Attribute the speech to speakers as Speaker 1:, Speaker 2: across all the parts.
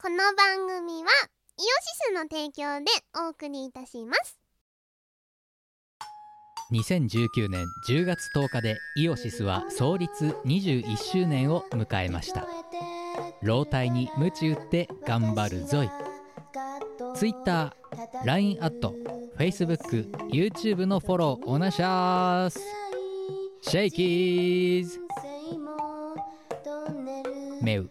Speaker 1: 番組はイオシスの提供でお送りいたします
Speaker 2: 2019年10月10日でイオシスは創立21周年を迎えました老体に鞭打って頑張るぞい TwitterLINE アット FacebookYouTube のフォローおなしゃーすシェイキーズメウ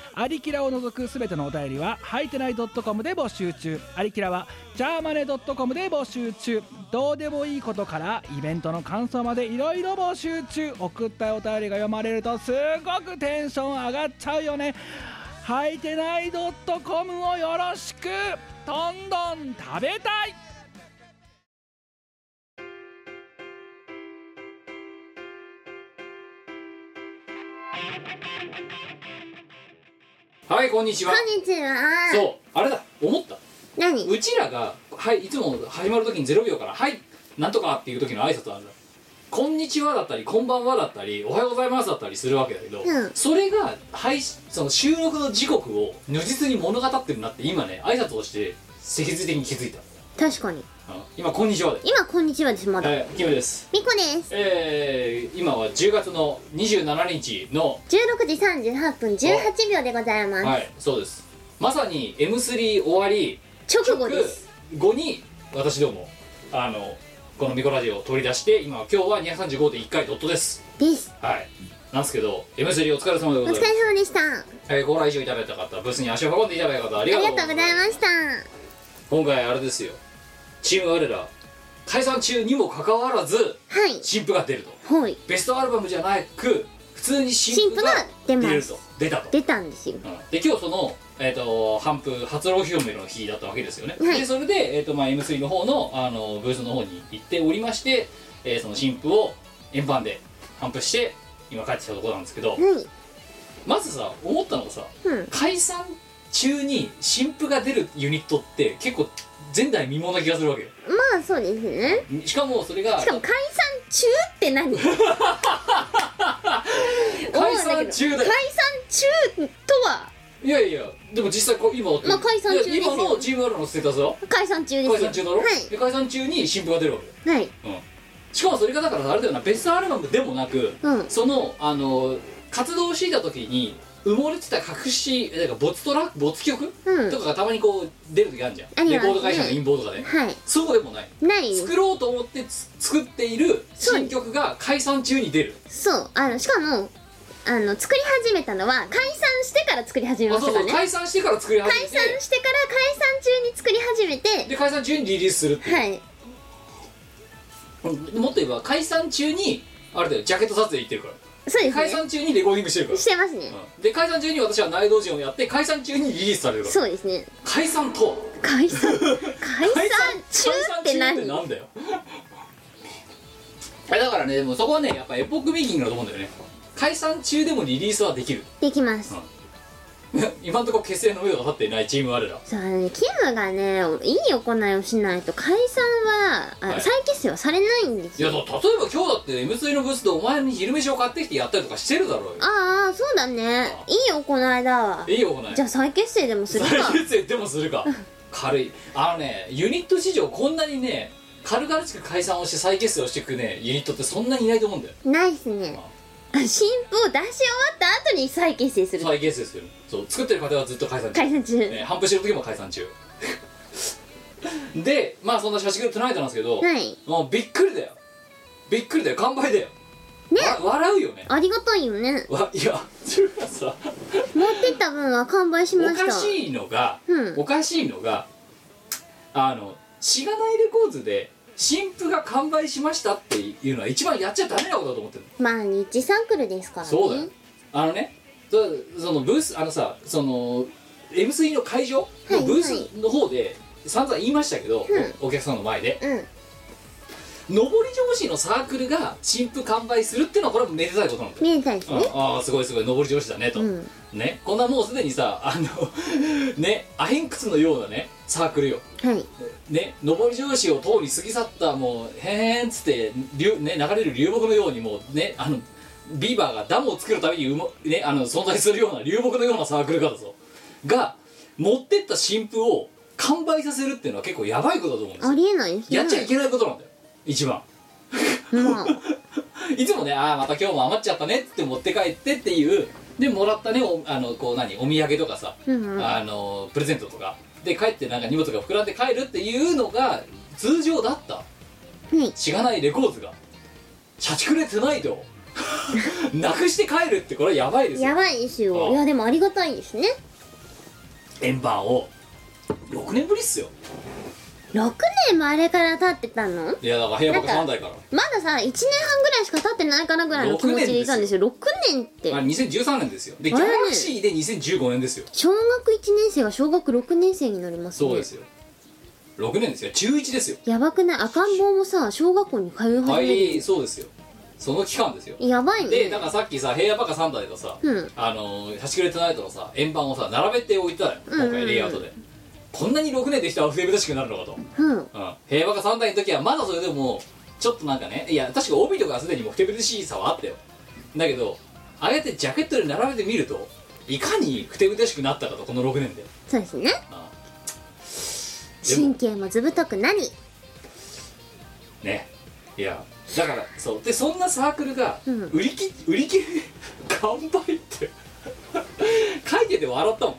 Speaker 3: アリキラを除くすべてのお便りは、はいてない .com で募集中。アリキラは、ジャーマネ .com で募集中。どうでもいいことから、イベントの感想までいろいろ募集中。送ったお便りが読まれると、すごくテンション上がっちゃうよね。はいてない .com をよろしくどんどん食べたい
Speaker 4: はいこんにち
Speaker 1: こ
Speaker 4: は
Speaker 1: んにちは
Speaker 4: そうあれだ思った
Speaker 1: 何
Speaker 4: うちらが、はい、いつも始まる時に0秒から「はいなんとか」っていう時の挨拶あるんだ「こんにちは」だったり「こんばんは」だったり「おはようございます」だったりするわけだけど、
Speaker 1: うん
Speaker 4: それが配信その収録の時刻を如実に物語ってるなって今ね挨拶をして脊髄的に気づいた、
Speaker 1: 確かに
Speaker 4: うん今「こんにちは」で
Speaker 1: 今こんにちはですまだ
Speaker 4: はいキムです
Speaker 1: みこです
Speaker 4: えー、今は10月の27日の
Speaker 1: 16時38分18秒でございます、
Speaker 4: はいそうですまさに M3 終わり
Speaker 1: 直後です
Speaker 4: 後に私どもあのこのミコラジオを取り出して今今日は235.1回ドットです
Speaker 1: です
Speaker 4: はいなんですけど M3 お疲れ様で
Speaker 1: お疲れ
Speaker 4: ございます、
Speaker 1: 様でしたあ
Speaker 4: えーご来場いただいた方ブースに足を運んでいただいた方あり
Speaker 1: り
Speaker 4: が
Speaker 1: が
Speaker 4: とう
Speaker 1: とうございました
Speaker 4: 今回あれですよチーム我ら解散中にもかかわらず
Speaker 1: はい
Speaker 4: 新譜が出ると
Speaker 1: ほい
Speaker 4: ベストアルバムじゃなく普通に新
Speaker 1: 新
Speaker 4: 譜
Speaker 1: 婦
Speaker 4: が
Speaker 1: が出ま
Speaker 4: 出る
Speaker 1: す
Speaker 4: と出たと
Speaker 1: 出たんですよ
Speaker 4: うんで今日その、えー、と反復初浪費表明の日だったわけですよね、
Speaker 1: はい
Speaker 4: でそれで、えーとまあ、M3 の方のあのブースの方に行っておりまして、えーその新譜を円盤で反復して今帰ってきたところなんですけど、
Speaker 1: はい
Speaker 4: まずさ思ったのがさ
Speaker 1: うん
Speaker 4: 解散中に新譜が出るユニットって結構前代未聞な気がするわけよ
Speaker 1: まあそうですね
Speaker 4: しかもそれが
Speaker 1: しかも解散中って何解
Speaker 4: 解散中だ
Speaker 1: 解
Speaker 4: よ
Speaker 1: 散中とはい
Speaker 4: やいやでも実際こう今
Speaker 1: まあ解散中ですよ
Speaker 4: いや今のチームワールドのステータスは
Speaker 1: 解散中ですよ
Speaker 4: 解散中だろ、
Speaker 1: は
Speaker 4: で解散中に新譜が出るわけよ
Speaker 1: いはい
Speaker 4: しかもそれがだからあれだよなベストアルバムでもなく、
Speaker 1: うん
Speaker 4: そのあの活動をしていた時に埋もれてた隠しなんか没トラ没曲、
Speaker 1: うん
Speaker 4: とかがたまにこう出る時あるじゃ
Speaker 1: あ
Speaker 4: ん
Speaker 1: り
Speaker 4: レ
Speaker 1: ますね
Speaker 4: コード会社の陰謀とかで、
Speaker 1: はい
Speaker 4: そうでもない
Speaker 1: ない
Speaker 4: 作ろうと思ってつ作っている新曲が解散中に出る
Speaker 1: そうあのしかもあの作り始めたのは解散してから作り始め
Speaker 4: あ
Speaker 1: まし
Speaker 4: そ
Speaker 1: た
Speaker 4: う
Speaker 1: から
Speaker 4: そう
Speaker 1: ね
Speaker 4: 解散してから作り始
Speaker 1: 解
Speaker 4: め
Speaker 1: 散
Speaker 4: て
Speaker 1: してから解散中に作り始めて
Speaker 4: で解散中にリリースするっていう、
Speaker 1: はい
Speaker 4: うんもっと言えば解散中にあれだよジャケット撮影行ってるから
Speaker 1: そうで
Speaker 4: 解
Speaker 1: すね
Speaker 4: 散中にレコーディングしてるから
Speaker 1: してますね
Speaker 4: うんで解散中に私は内道陣をやって解散中にリリースされるから
Speaker 1: そうですね
Speaker 4: 解散とは
Speaker 1: 解散解散中って
Speaker 4: 解散中
Speaker 1: 何
Speaker 4: なんだよ えだからねでもそこはねやっぱエポックメイキングだと思うんだよね解散中でもリリースはできる
Speaker 1: できます
Speaker 4: 今のところ結成の上が立っていないチーム我ら
Speaker 1: そうあのねキムがねいい行いをしないと解散はあ
Speaker 4: はい
Speaker 1: 再結成はされないんです
Speaker 4: いや
Speaker 1: よ
Speaker 4: だ例えば今日だって M3 のブースでお前に昼飯を買ってきてやったりとかしてるだろうよ
Speaker 1: ああそうだねいい行いだわ
Speaker 4: いいよこない
Speaker 1: じゃあ再結成でもするか
Speaker 4: 再結成でもするか軽いあのねユニット史上こんなにね軽々しく解散をして再結成をしていくねユニットってそんなにいないと思うんだよ
Speaker 1: ないっすね新婦を出し終わった後に再結成する
Speaker 4: 再結成するそう作ってる方はずっと解散中
Speaker 1: 解散中
Speaker 4: ね、反復してる時も解散中 でまあそんな社畜のトゥナイトなんですけど、
Speaker 1: はい
Speaker 4: もうびっくりだよびっくりだよ完売だよ、
Speaker 1: ね
Speaker 4: わ笑うよね
Speaker 1: ありがたいよね
Speaker 4: わいやっていうかさ
Speaker 1: 持ってった分は完売しま
Speaker 4: お
Speaker 1: した
Speaker 4: かしいのが、
Speaker 1: うん
Speaker 4: おかしいのがあのしがないレコーズで新婦が完売しましたっていうのは一番やっちゃダメなことだと思ってるの
Speaker 1: まあ日サークルですからね
Speaker 4: そうだよあのねそそのブースあのさその M3 の会場
Speaker 1: は
Speaker 4: の
Speaker 1: い
Speaker 4: ブースの方で、散々言いましたけど、おお客さんの前で
Speaker 1: うん
Speaker 4: 上り上司のサークルが新婦完売するっていうのはこれはめでたいことなんだよ、
Speaker 1: 見えたいです
Speaker 4: うん
Speaker 1: ね
Speaker 4: ああすごいすごい上り上司だねと、
Speaker 1: うん
Speaker 4: ねこんなもうすでにさあの ねアヘンクスのようなねサークルよ
Speaker 1: はい
Speaker 4: ね上り上司を通り過ぎ去ったもうへーんっつって流、ね、流れる流木のようにもうねあのビーバーがダムを作るためにうも、ね、あの存在するような流木のようなサークルがだぞが持ってった新婦を完売させるっていうのは結構やばいことだと思うんです
Speaker 1: あ
Speaker 4: よ
Speaker 1: りえないですね
Speaker 4: やっちゃいけないことなんだよ一番
Speaker 1: まあ
Speaker 4: いつもねああまた今日も余っちゃったねっつって持って帰ってっていうでもらったねおあのこう何お土産とかさ
Speaker 1: うんうん
Speaker 4: あのプレゼントとかで帰ってなんか荷物が膨らんで帰るっていうのが通常だった
Speaker 1: はい
Speaker 4: しが ないレコーズが社畜でトゥナイトを なくして帰るってこれはやばいです
Speaker 1: や
Speaker 4: よ
Speaker 1: ばいです
Speaker 4: ああ
Speaker 1: よいやでもありがたいですね
Speaker 4: 円盤を6年ぶりっすよ
Speaker 1: 6年もあれから経ってたの
Speaker 4: いやだから平和3代から
Speaker 1: まださ1年半ぐらいしか経ってないかなぐらいの気持ちでいたんですよ6年って
Speaker 4: あ2013年ですよで
Speaker 1: あ
Speaker 4: ギ
Speaker 1: れ
Speaker 4: ャ
Speaker 1: ね
Speaker 4: ラクシーで2015年ですよ
Speaker 1: 小学1年生が小学6年生になりますね
Speaker 4: そうですよ6年ですよ中1ですよ
Speaker 1: やばくない赤ん坊もさ小学校に通い始
Speaker 4: は
Speaker 1: める、
Speaker 4: いそうですよその期間ですよ
Speaker 1: やばい
Speaker 4: で
Speaker 1: ね
Speaker 4: だからさっきさ平野バカ3台とさ、
Speaker 1: うん
Speaker 4: あのー「ハシクレットナイト」のさ円盤をさ並べて置いてたよ
Speaker 1: うんうんう
Speaker 4: 今
Speaker 1: ん
Speaker 4: 回レイアウトで、こんなに6年できたら不正ぶしくなるのかと、
Speaker 1: うん
Speaker 4: うん、平和バカ3台の時はまだそれでもちょっとなんかねいや確か帯とかはすでにもふてぶてしいさはあったよだけどああやってジャケットで並べてみるといかにふてぶてしくなったかとこの6年で、
Speaker 1: そうですね
Speaker 4: う
Speaker 1: 神経もずぶとくなり
Speaker 4: ん、ねいやだからそうでそんなサークルが
Speaker 1: うん
Speaker 4: 売り切、売り切 れ完売って書いてて笑ったも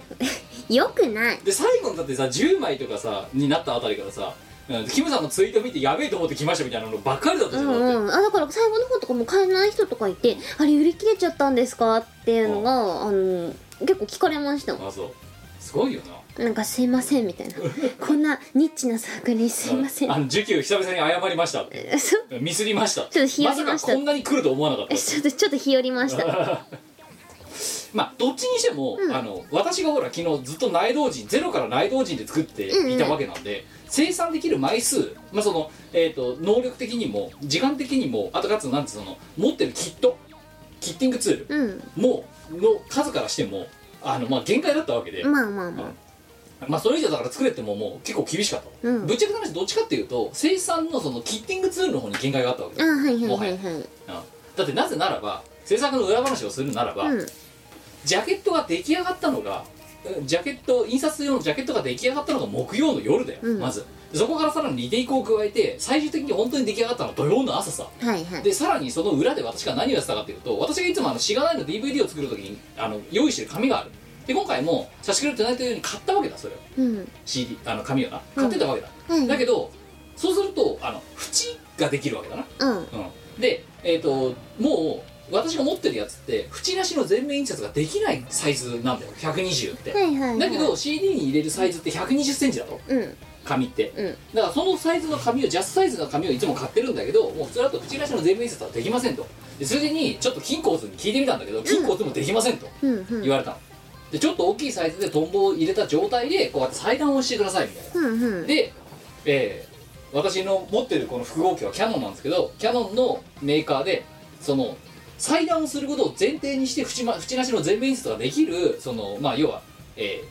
Speaker 4: ん
Speaker 1: よくない
Speaker 4: で最後のだってさ10枚とかさになったあたりからさ、うん、キムさんのツイート見てやべえと思って来ましたみたいなのばっかりだった
Speaker 1: う
Speaker 4: じゃん、だって
Speaker 1: んうん、あだから最後の方とかも買えない人とかいてあれ売り切れちゃったんですかっていうのがあの結構聞かれましたも
Speaker 4: あそうすごいよなん
Speaker 1: なんかすいませんみたいなこんなニッチなサークルにすいません
Speaker 4: あの受給久々に謝りましたって
Speaker 1: えそう
Speaker 4: ミスりました
Speaker 1: ちょっと冷やしました
Speaker 4: まさかこんなに来ると思わなかっ
Speaker 1: え
Speaker 4: た
Speaker 1: ちょっとちょっと日和りました
Speaker 4: まあどっちにしても、
Speaker 1: うん
Speaker 4: あの私がほら昨日ずっと内動人ゼロから内動人で作っていたわけなんで、生産できる枚数、まあそのえー、と能力的にも時間的にもあとかつなんてその持ってるキットキッティングツール
Speaker 1: うん
Speaker 4: もうの数からしてもあの、まあ、限界だったわけで、
Speaker 1: まあまあまあ
Speaker 4: まあ、それ以上だから作れってももう結構厳しかった、
Speaker 1: うん
Speaker 4: ぶっちゃけた話どっちかっていうと生産のそのキッティングツールの方に限界があったわけ
Speaker 1: あ
Speaker 4: だ,、
Speaker 1: はいはいはいはい
Speaker 4: うん、だってなぜならば制作の裏話をするならば、
Speaker 1: うん
Speaker 4: ジャケットが出来上がったのがうんジャケット印刷用のジャケットが出来上がったのが木曜の夜だよ、
Speaker 1: うん
Speaker 4: まずそこからさらにリテイクを加えて最終的に本当に出来上がったのは土曜の朝さ
Speaker 1: はいはい
Speaker 4: でさらにその裏で私が何をやってたかというと私がいつもあのしがないの DVD を作るときにあの用意してる紙があるで今回も差し切れてないというように買ったわけだそれを
Speaker 1: うん
Speaker 4: CD あの紙をな買ってたわけだ、
Speaker 1: はい
Speaker 4: だけどそうするとあの縁ができるわけだな、
Speaker 1: うん
Speaker 4: うん、でえっ、ともう私が持ってるやつって縁なしの全面印刷ができないサイズなんだよ120って、
Speaker 1: はいはいはい
Speaker 4: だけど CD に入れるサイズって1 2 0ンチだと
Speaker 1: うん
Speaker 4: 紙って、
Speaker 1: うん
Speaker 4: だからそのサイズの紙をジャスサイズの紙をいつも買ってるんだけどもうそれだと口出しの全面印刷はできませんとでついでにちょっと金庫図に聞いてみたんだけど金庫図もできませんと
Speaker 1: うんうん
Speaker 4: 言われたのでちょっと大きいサイズでトンボを入れた状態でこうやって裁断をしてくださいみたいな
Speaker 1: うんうん
Speaker 4: で、えー私の持ってるこの複合機はキヤノンなんですけどキヤノンのメーカーでその裁断をすることを前提にして縁,、ま、縁なしの全面印刷ができるそのまあ要は、え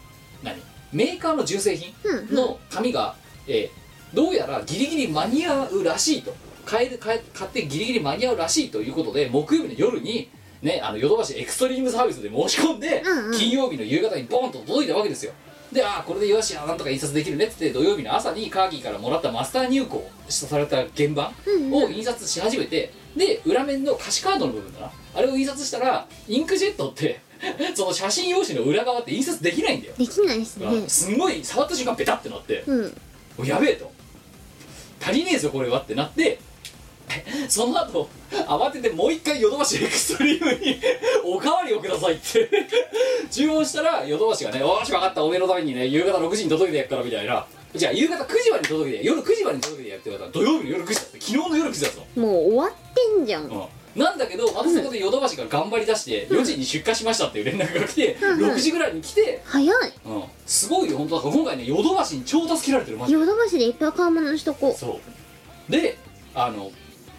Speaker 4: ー何メーカーの純正品
Speaker 1: うんうん
Speaker 4: の紙が、えーどうやらギリギリ間に合うらしいと買える買え買ってギリギリ間に合うらしいということで木曜日の夜にねあのヨドバシエクストリームサービスで申し込んで、
Speaker 1: うんうん
Speaker 4: 金曜日の夕方にボンと届いたわけですよでああこれでよしあなんとか印刷できるねっつって土曜日の朝にカーギーからもらったマスター入稿された原版
Speaker 1: うんうん
Speaker 4: を印刷し始めてで裏面の歌詞カードの部分だなあれを印刷したらインクジェットって その写真用紙の裏側って印刷できないんだよ、
Speaker 1: できないですね
Speaker 4: すんごい触った瞬間ペタってなって、
Speaker 1: うん
Speaker 4: おやべえと足りねえぞこれはってなって その後慌ててもう一回ヨドバシエクストリームにおかわりをくださいって注文したらヨドバシがね「おーし分かったおめえのためにね夕方6時に届けてやっから」みたいな「じゃあ夕方9時までに届けて夜9時までに届けてや」って言われたら土曜日の夜9時だって昨日の夜9時だぞ、
Speaker 1: もう終わってんじゃん
Speaker 4: うんなんだけどまたそこでヨドバシが頑張り出して4時に出荷しましたっていう連絡が来て
Speaker 1: うんうん
Speaker 4: 6時ぐらいに来て、
Speaker 1: 早い
Speaker 4: うん、すごいよ本当だから今回ねヨドバシに超助けられてるマジで
Speaker 1: ヨドバシでいっぱい買い物しとこう
Speaker 4: そうであの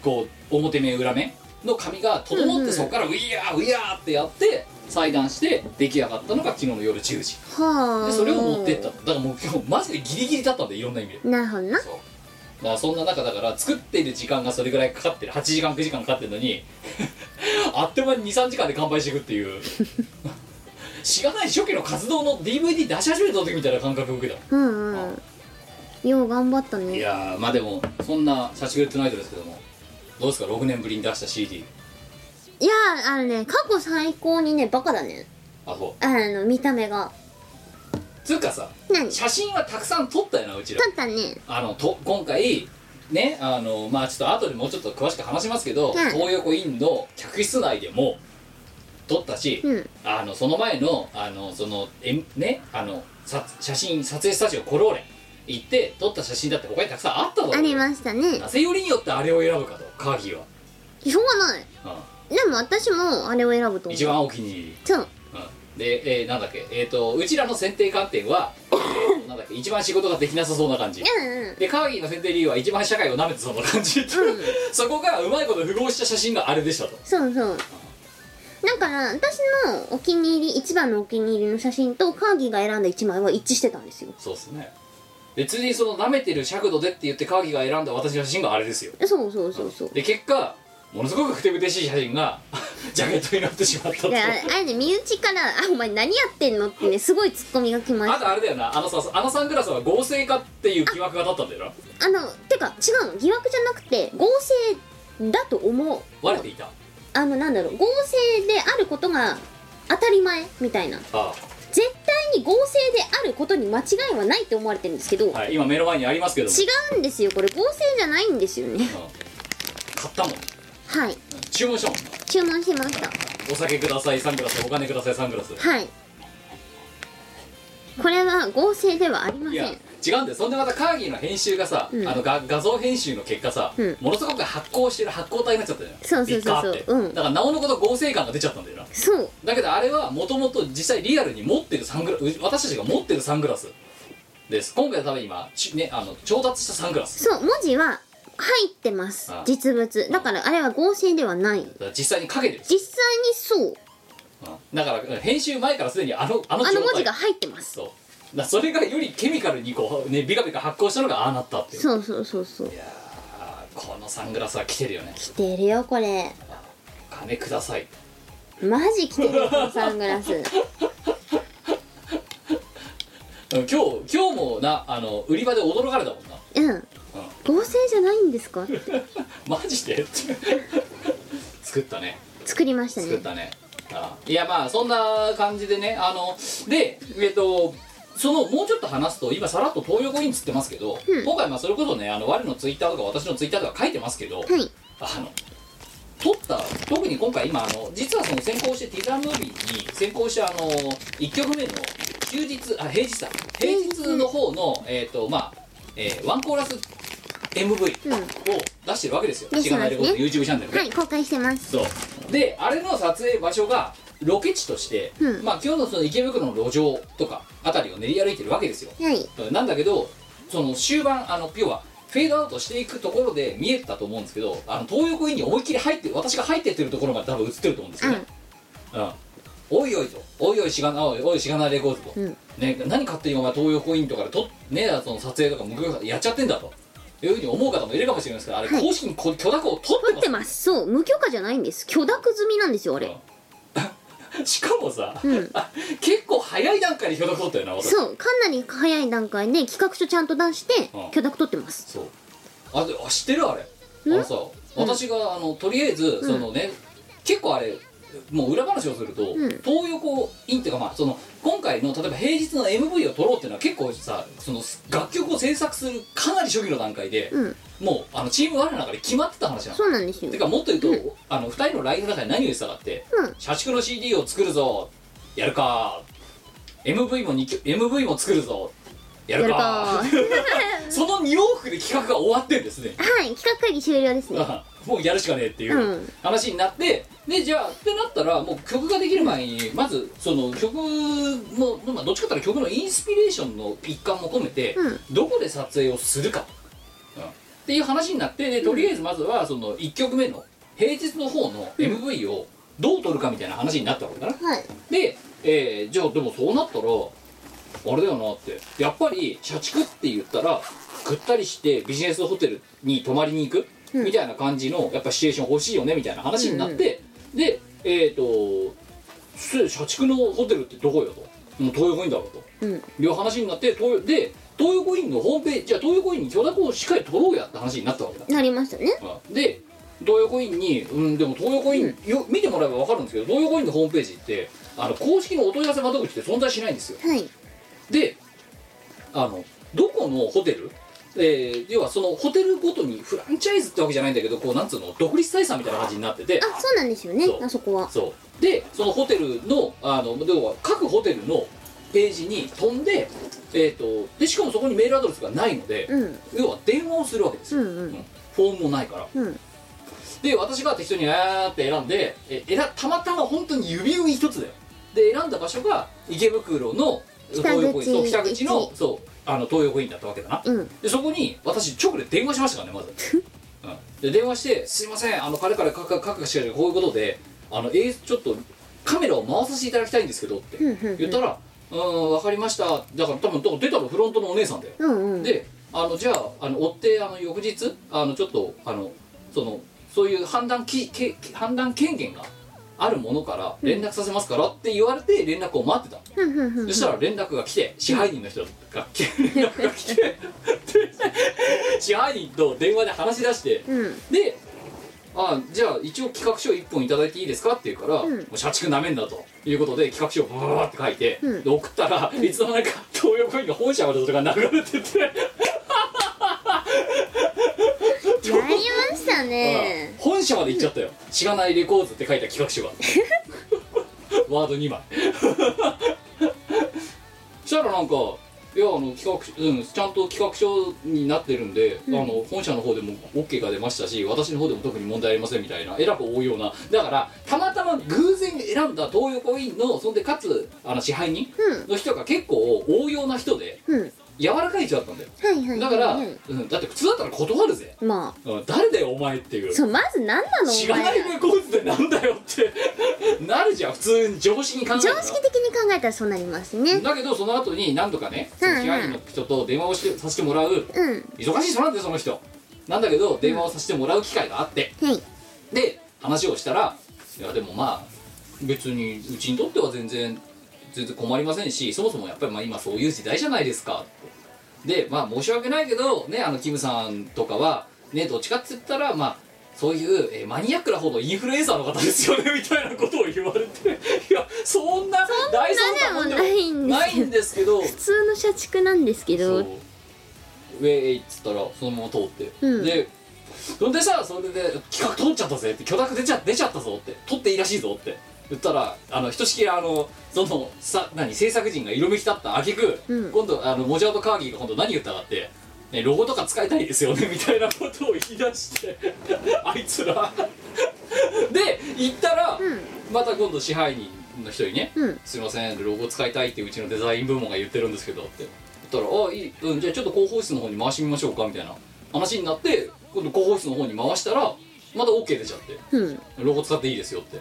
Speaker 4: こう表目裏目の紙が
Speaker 1: う
Speaker 4: 整
Speaker 1: ん
Speaker 4: っ
Speaker 1: う
Speaker 4: て
Speaker 1: ん
Speaker 4: そこからウィヤーウィヤーってやって裁断して出来上がったのが昨日の夜10時
Speaker 1: はあ
Speaker 4: でそれを持ってったのだからもう今日マジでギリギリだったんでいろんな意味で
Speaker 1: なるほどな
Speaker 4: そうだからそんな中だから作っている時間がそれぐらいかかってる8時間9時間かかってるのに あっという間に23時間で完売していくっていう しがない初期の活動の DVD 出し始めた時みたいな感覚を受けた
Speaker 1: うんうんよう頑張った
Speaker 4: い
Speaker 1: ね
Speaker 4: やーまあでもそんな「社畜グッドナイト」ですけどもどうですか6年ぶりに出した CD
Speaker 1: いやーあのね過去最高にねバカだね
Speaker 4: あそう
Speaker 1: あの見た目が
Speaker 4: つうかさ
Speaker 1: 何撮
Speaker 4: 写真はたくさん撮ったよなうちら
Speaker 1: ったね
Speaker 4: あのと今回ねあのまあちょっと後でもうちょっと詳しく話しますけど、
Speaker 1: うん
Speaker 4: 東横インの客室内でも撮ったし、
Speaker 1: うん
Speaker 4: あのその前のあのそのえねあのさ写真撮影スタジオコローレ行って撮った写真だって他にたくさんあったぞ
Speaker 1: ありましたね
Speaker 4: なぜよりによってあれを選ぶかとカーギーは、
Speaker 1: しょうがないでも私もあれを選ぶと思
Speaker 4: うん、一
Speaker 1: う
Speaker 4: 番お気に入り
Speaker 1: そう
Speaker 4: うんで、えーなんだっけ、えー、とうちらの選定観点は、えーとなんだっけ一番仕事ができなさそうな感じ
Speaker 1: うんうん
Speaker 4: でカーギーの選定理由は一番社会を舐めてそうな感じ、 そこがうまいこと符合した写真があれでしたと
Speaker 1: そうそうだから私のお気に入り一番のお気に入りの写真とカーギーが選んだ一枚は一致してたんですよ
Speaker 4: そうですね別にその舐めてる尺度でって言ってカーギーが選んだ私の写真があれですよ
Speaker 1: そうそうそうそう
Speaker 4: で結果ものすごくふてぶてしい写真が ジャケットになってしまったと
Speaker 1: であれあれね身内から「あお前何やってんの?」ってねすごいツッコミが来まし
Speaker 4: あと
Speaker 1: た
Speaker 4: あれだよなあのさあのサングラスは合成かっていう疑惑が立ったんだよな
Speaker 1: あのてか違うの疑惑じゃなくて合成だと思う
Speaker 4: 割れていたあ
Speaker 1: あのなんだろう合成であることが当たり前みたいな
Speaker 4: あ
Speaker 1: 絶対に合成であることに間違いはないって思われてるんですけど、
Speaker 4: はい今目の前にありますけども
Speaker 1: 違うんですよこれ合成じゃないんですよね
Speaker 4: うん買ったもん
Speaker 1: はい
Speaker 4: 注文したもんな
Speaker 1: 注文しました
Speaker 4: お酒くださいサングラスお金くださいサングラス
Speaker 1: はいこれは合成ではありま
Speaker 4: い
Speaker 1: せ
Speaker 4: や
Speaker 1: ん
Speaker 4: 違うんだよそんでまたカーギーの編集がさ、
Speaker 1: うん
Speaker 4: あのが画像編集の結果さ、
Speaker 1: うん
Speaker 4: ものすごく発光してる発光体になっちゃったじゃん
Speaker 1: そうそうそうそう
Speaker 4: ビッカーって
Speaker 1: うん
Speaker 4: だからなおのこと合成感が出ちゃったんだよな
Speaker 1: そう
Speaker 4: だけどあれはもともと実際リアルに持ってるサングラス私たちが持ってるサングラスです今回は多分今ち、ね、あの調達したサングラス
Speaker 1: そう文字は入ってます
Speaker 4: ああ
Speaker 1: 実物だからあれは合成ではない
Speaker 4: だから実際にかけてる、
Speaker 1: 実際にそう
Speaker 4: うんだから編集前からすでにあのあの
Speaker 1: あ
Speaker 4: 状
Speaker 1: の文
Speaker 4: 態
Speaker 1: 字が入ってます
Speaker 4: そうだからそれがよりケミカルにこう、ね、ビカビカ発光したのがああなったっていう
Speaker 1: そうそうそうそう
Speaker 4: いやーこのサングラスは来てるよね
Speaker 1: 来てるよこれ
Speaker 4: 金ください
Speaker 1: マジ来てるよこのサング ラス
Speaker 4: うん今日今日もなあの売り場で驚かれたもんな
Speaker 1: うん合成じゃないんですか
Speaker 4: マジで 作ったね
Speaker 1: 作りました
Speaker 4: 作っ
Speaker 1: ね
Speaker 4: たねあいやまあそんな感じでねあのでえっとそのもうちょっと話すと今さらっと東横インつってますけど、
Speaker 1: うん
Speaker 4: 今回まあそれこそねあの我のツイッターとか私のツイッターとか書いてますけど、
Speaker 1: はい
Speaker 4: あの撮った特に今回今あの実はその先行してティザームービーに先行してあの1曲目の休日あ平日だ平日の方の、えっ、とまあ、えーワンコーラス MV
Speaker 1: うん
Speaker 4: を出してるわけですよ、
Speaker 1: ですよね
Speaker 4: しがないレコードの YouTube チャンネルで、
Speaker 1: はい公開してます
Speaker 4: そうであれの撮影場所がロケ地として、
Speaker 1: うん
Speaker 4: まあ今日のその池袋の路上とかあたりを練り歩いてるわけですよ
Speaker 1: はい
Speaker 4: なんだけどその終盤あの要はフェードアウトしていくところで見えたと思うんですけどあの東横インに思いっきり入って私が入ってってるところまで多分映ってると思うんですよね、うんおいおいとおいおいしがなおいおいしがなレコーズと、
Speaker 1: うん
Speaker 4: ね、何勝手にお前東横インとかでと、ね、その撮影とか無許可やっちゃってんだというふうに思う方もいるかもしれないですけどあれ
Speaker 1: はい
Speaker 4: 公式にこ許諾を取って
Speaker 1: 撮
Speaker 4: ま
Speaker 1: っ
Speaker 4: す
Speaker 1: てますそう無許可じゃないんです許諾済みなんですよあれ
Speaker 4: しかもさ、
Speaker 1: うん
Speaker 4: 結構早い段階で許諾取っ たよな私
Speaker 1: そうかなり早い段階で企画書ちゃんと出して
Speaker 4: うん
Speaker 1: 許諾取ってます
Speaker 4: そうあであ知ってるあれ
Speaker 1: ん
Speaker 4: あのさ私があのとりあえずそのね、結構あれもう裏話をすると、
Speaker 1: うん
Speaker 4: 東横インっていうかまあその今回の例えば平日の MV を撮ろうっていうのは結構さその楽曲を制作するかなり初期の段階で、
Speaker 1: うん
Speaker 4: もうあのチーム我の中で決まってた話なの
Speaker 1: そうなんですよ
Speaker 4: てかもっと言うと、あの2人のラインの中で何を言ってたかって
Speaker 1: うん
Speaker 4: 「社畜の CD を作るぞやるか MV も ,2 曲 MV も作るぞやるか
Speaker 1: や
Speaker 4: その2往復で企画が終わってんですね
Speaker 1: はい企画会議終了ですね
Speaker 4: あもうやるしかねえっていううん話になって、でじゃあってなったらもう曲ができる前にまずその曲の、まあ、どっちかっていうと曲のインスピレーションの一環も込めて、
Speaker 1: うん
Speaker 4: どこで撮影をするか、うんっていう話になってでとりあえずまずはその1曲目の平日の方の MV をどう撮るかみたいな話になったわけだな、
Speaker 1: はい
Speaker 4: で、えーじゃあでもそうなったらあれだよなってやっぱり社畜って言ったらぐったりしてビジネスホテルに泊まりに行く、
Speaker 1: うん
Speaker 4: みたいな感じのやっぱシチュエーション欲しいよねみたいな話になって、でえっ、とす社畜のホテルってどこよともう東横インだろうと
Speaker 1: うん
Speaker 4: いう話になって東で東横インのホームページじゃあ東横インに許諾をしっかり取ろうやって話になったわけだ
Speaker 1: なりましたね
Speaker 4: で東横インに、うん、でも東横イン、よ見てもらえば分かるんですけど東横インのホームページってあの公式のお問い合わせ窓口って存在しないんですよ
Speaker 1: はい
Speaker 4: であのどこのホテル、えー要はそのホテルごとにフランチャイズってわけじゃないんだけどこうなんつうの独立採算みたいな感じになってて
Speaker 1: あそうなんですよね
Speaker 4: そう
Speaker 1: あそこは
Speaker 4: そうでそのホテルのあの要は各ホテルのページに飛んで,、えー、とでしかもそこにメールアドレスがないので、
Speaker 1: うん
Speaker 4: 要は電話をするわけです
Speaker 1: う
Speaker 4: よ、
Speaker 1: んう
Speaker 4: うんんフォームもないから
Speaker 1: うん
Speaker 4: で私が適当にあーって選んでえ選たまたま本当に指運一つだよで選んだ場所が池袋の
Speaker 1: 北口
Speaker 4: 東横インそう北口の
Speaker 1: 一
Speaker 4: そうあの東横インだったわけだな
Speaker 1: うん
Speaker 4: でそこに私直で電話しましたからねまず、うん、で電話して「すいませんあの彼からかかかかしかしこういうことであの、えーちょっとカメラを回させていただきたいんですけど」って
Speaker 1: うんうんうん
Speaker 4: 言ったら「うーん分かりました」だから多分ど出たのフロントのお姉さんだよ
Speaker 1: うんうん
Speaker 4: であのじゃああの追ってあの翌日あのちょっとあのそのそういう判断きけ判断権限があるものから連絡させますからって言われて連絡を待ってたの、
Speaker 1: ふんふんふんふん
Speaker 4: そしたら連絡が来て支配人の人が来て連絡が来て で支配人と電話で話し出して
Speaker 1: うん
Speaker 4: であじゃあ一応企画書1本いただいていいですかって言うから、
Speaker 1: うん
Speaker 4: もう社畜なめんだということで企画書をブワーって書いて、
Speaker 1: うん
Speaker 4: で送ったら、いつの間にか東横インの本社までそれが流れてて
Speaker 1: やりましたね
Speaker 4: 本社まで行っちゃったよ「しがないレコーズ」って書いた企画書 がワード2枚そしたらなんかいやあの企画書、うん、ちゃんと企画書になってるんで、あの本社の方でも OK が出ましたし私の方でも特に問題ありませんみたいなえらく多いようなだからたまたま偶然選んだ東横インのそんでかつあの支配人
Speaker 1: うん
Speaker 4: の人が結構応用な人で
Speaker 1: うん
Speaker 4: 柔らかい人だったんだよ
Speaker 1: はいはいはい
Speaker 4: だから、
Speaker 1: はい
Speaker 4: うん、だって普通だったら断るぜ、
Speaker 1: ま
Speaker 4: うん、誰だよお前っていう
Speaker 1: あそうまず何なの
Speaker 4: 知
Speaker 1: お
Speaker 4: らない
Speaker 1: 前
Speaker 4: レ
Speaker 1: ら
Speaker 4: コーズってなんだよってなるじゃん普通に常識に考えた
Speaker 1: 常
Speaker 4: ら
Speaker 1: 識的に考えたらそうなりますね
Speaker 4: だけどその後に何度かね
Speaker 1: うんうん
Speaker 4: 支配人の人と電話をしてさせてもらう
Speaker 1: うん
Speaker 4: 忙しい人なんでその人なんだけど電話をさせてもらう機会があって
Speaker 1: はい
Speaker 4: で話をしたらいやでもまあ別にうちにとっては全然全然困りませんしそもそもやっぱりまあ今そういう時代じゃないですかでまあ申し訳ないけどねあのキムさんとかはねどっちかって言ったらまあそういう、えーマニアックな方のインフルエンサーの方ですよねみたいなことを言われていやそんな大層なもんでも
Speaker 1: ないんですよ
Speaker 4: ないんですけど
Speaker 1: 普通の社畜なんですけ
Speaker 4: そう
Speaker 1: ど
Speaker 4: ウェイっつったらそのまま通って、
Speaker 1: うん
Speaker 4: でそんでさそれで企画通っちゃったぜって許諾出ちゃ出ちゃったぞって取っていいらしいぞって言ったらあのひとしきりあのそのさ何制作陣が色めき立った挙句、
Speaker 1: うん
Speaker 4: 今度あのモジャートカーギーが今度何言ったかって、ね、ロゴとか使いたいですよねみ たいなことを言い出して あいつらで行ったら、また今度支配人の人にね、
Speaker 1: うん
Speaker 4: すいませんロゴ使いたいってうちのデザイン部門が言ってるんですけどって言ったら「あいい、うん、じゃあちょっと広報室の方に回してみましょうか」みたいな話になって今度広報室の方に回したらまた OK 出ちゃって
Speaker 1: うん
Speaker 4: 「ロゴ使っていいですよ」って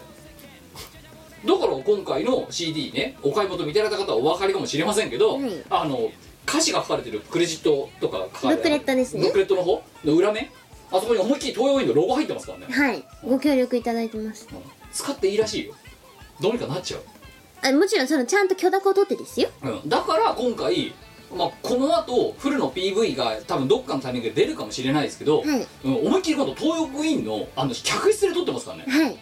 Speaker 4: だから今回の CD ねお買い求めいただいた方はお分かりかもしれませんけど、
Speaker 1: はい
Speaker 4: あの歌詞が書かれてるクレジットとか書かれて
Speaker 1: ブック
Speaker 4: る
Speaker 1: レットですね
Speaker 4: ブックレットの方の裏面あそこに思いっきり東洋インのロゴ入ってますからね
Speaker 1: はいご協力いただいてます
Speaker 4: 使っていいらしいよどうにかなっちゃう
Speaker 1: あもちろんそのちゃんと許諾を取ってですよ
Speaker 4: うん、だから今回、まあ、この後フルの PV が多分どっかのタイミングで出るかもしれないですけど、
Speaker 1: はい
Speaker 4: うん、思いっきり今度東横インのあの客室で撮ってますからね
Speaker 1: はい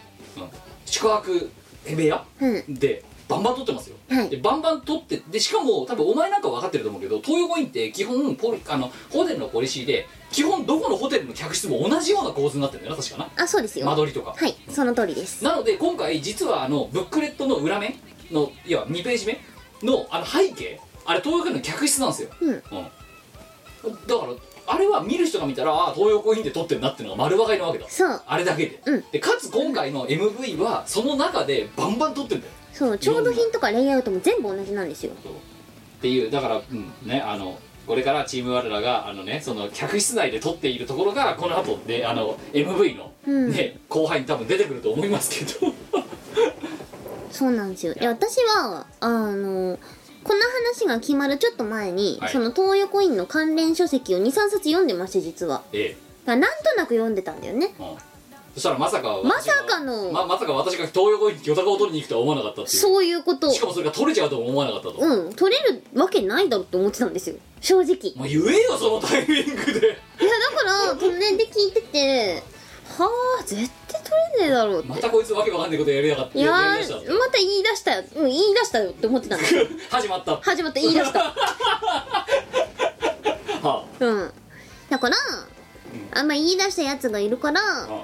Speaker 4: 宿泊部屋
Speaker 1: うん
Speaker 4: でバンバン撮ってますよ、
Speaker 1: はい
Speaker 4: でバンバン撮ってでしかも多分お前なんか分かってると思うけど東横インって基本ポリあのホテルのポリシーで基本どこのホテルの客室も同じような構図になってるんだよな確かな
Speaker 1: あそうですよ
Speaker 4: 間
Speaker 1: は
Speaker 4: 取りとか
Speaker 1: いその通りです
Speaker 4: なので今回実はあのブックレットの裏面のいや2ページ目のあの背景あれ東洋コインの客室なんですよ、
Speaker 1: うん
Speaker 4: だからあれは見る人が見たらああ東洋コインで撮ってるなっていうのが丸分かりなわけだ
Speaker 1: そう
Speaker 4: あれだけで,、
Speaker 1: うん
Speaker 4: でかつ今回の MV はその中でバンバン撮ってるんだよ
Speaker 1: そう調度品とかレイアウトも全部同じなんですよ
Speaker 4: っていうだから、うん、ねあのこれからチーム我らがあのねその客室内で撮っているところがこの後であの MV の、
Speaker 1: うん
Speaker 4: ね後輩に多分出てくると思いますけど
Speaker 1: そうなんですよで私はあのこの話が決まるちょっと前に、
Speaker 4: はい
Speaker 1: その東横インの関連書籍を23冊読んでまして実は
Speaker 4: ええ
Speaker 1: だからなんとなく読んでたんだよね
Speaker 4: うんそしたらまさか私が
Speaker 1: まさかの
Speaker 4: ままさか私が東横に魚卓を取りに行くとは思わなかったっていう
Speaker 1: そういうこと
Speaker 4: しかもそれが取れちゃうとも思わなかったと、
Speaker 1: うん取れるわけないだろって思ってたんですよ正直
Speaker 4: もう言えよそのタイミングで
Speaker 1: いやだからトンネルで聞いててはあ絶対取れねえだろうって、
Speaker 4: またこいつわけわかんないことやりやがって
Speaker 1: いや
Speaker 4: やりだしたんだ
Speaker 1: ーまた言い出したよ、うん、言い出したよって思って たんですよ
Speaker 4: 始まったは
Speaker 1: 始まった言い出した
Speaker 4: あ
Speaker 1: うんだから、あんま言い出したやつがいるから
Speaker 4: あ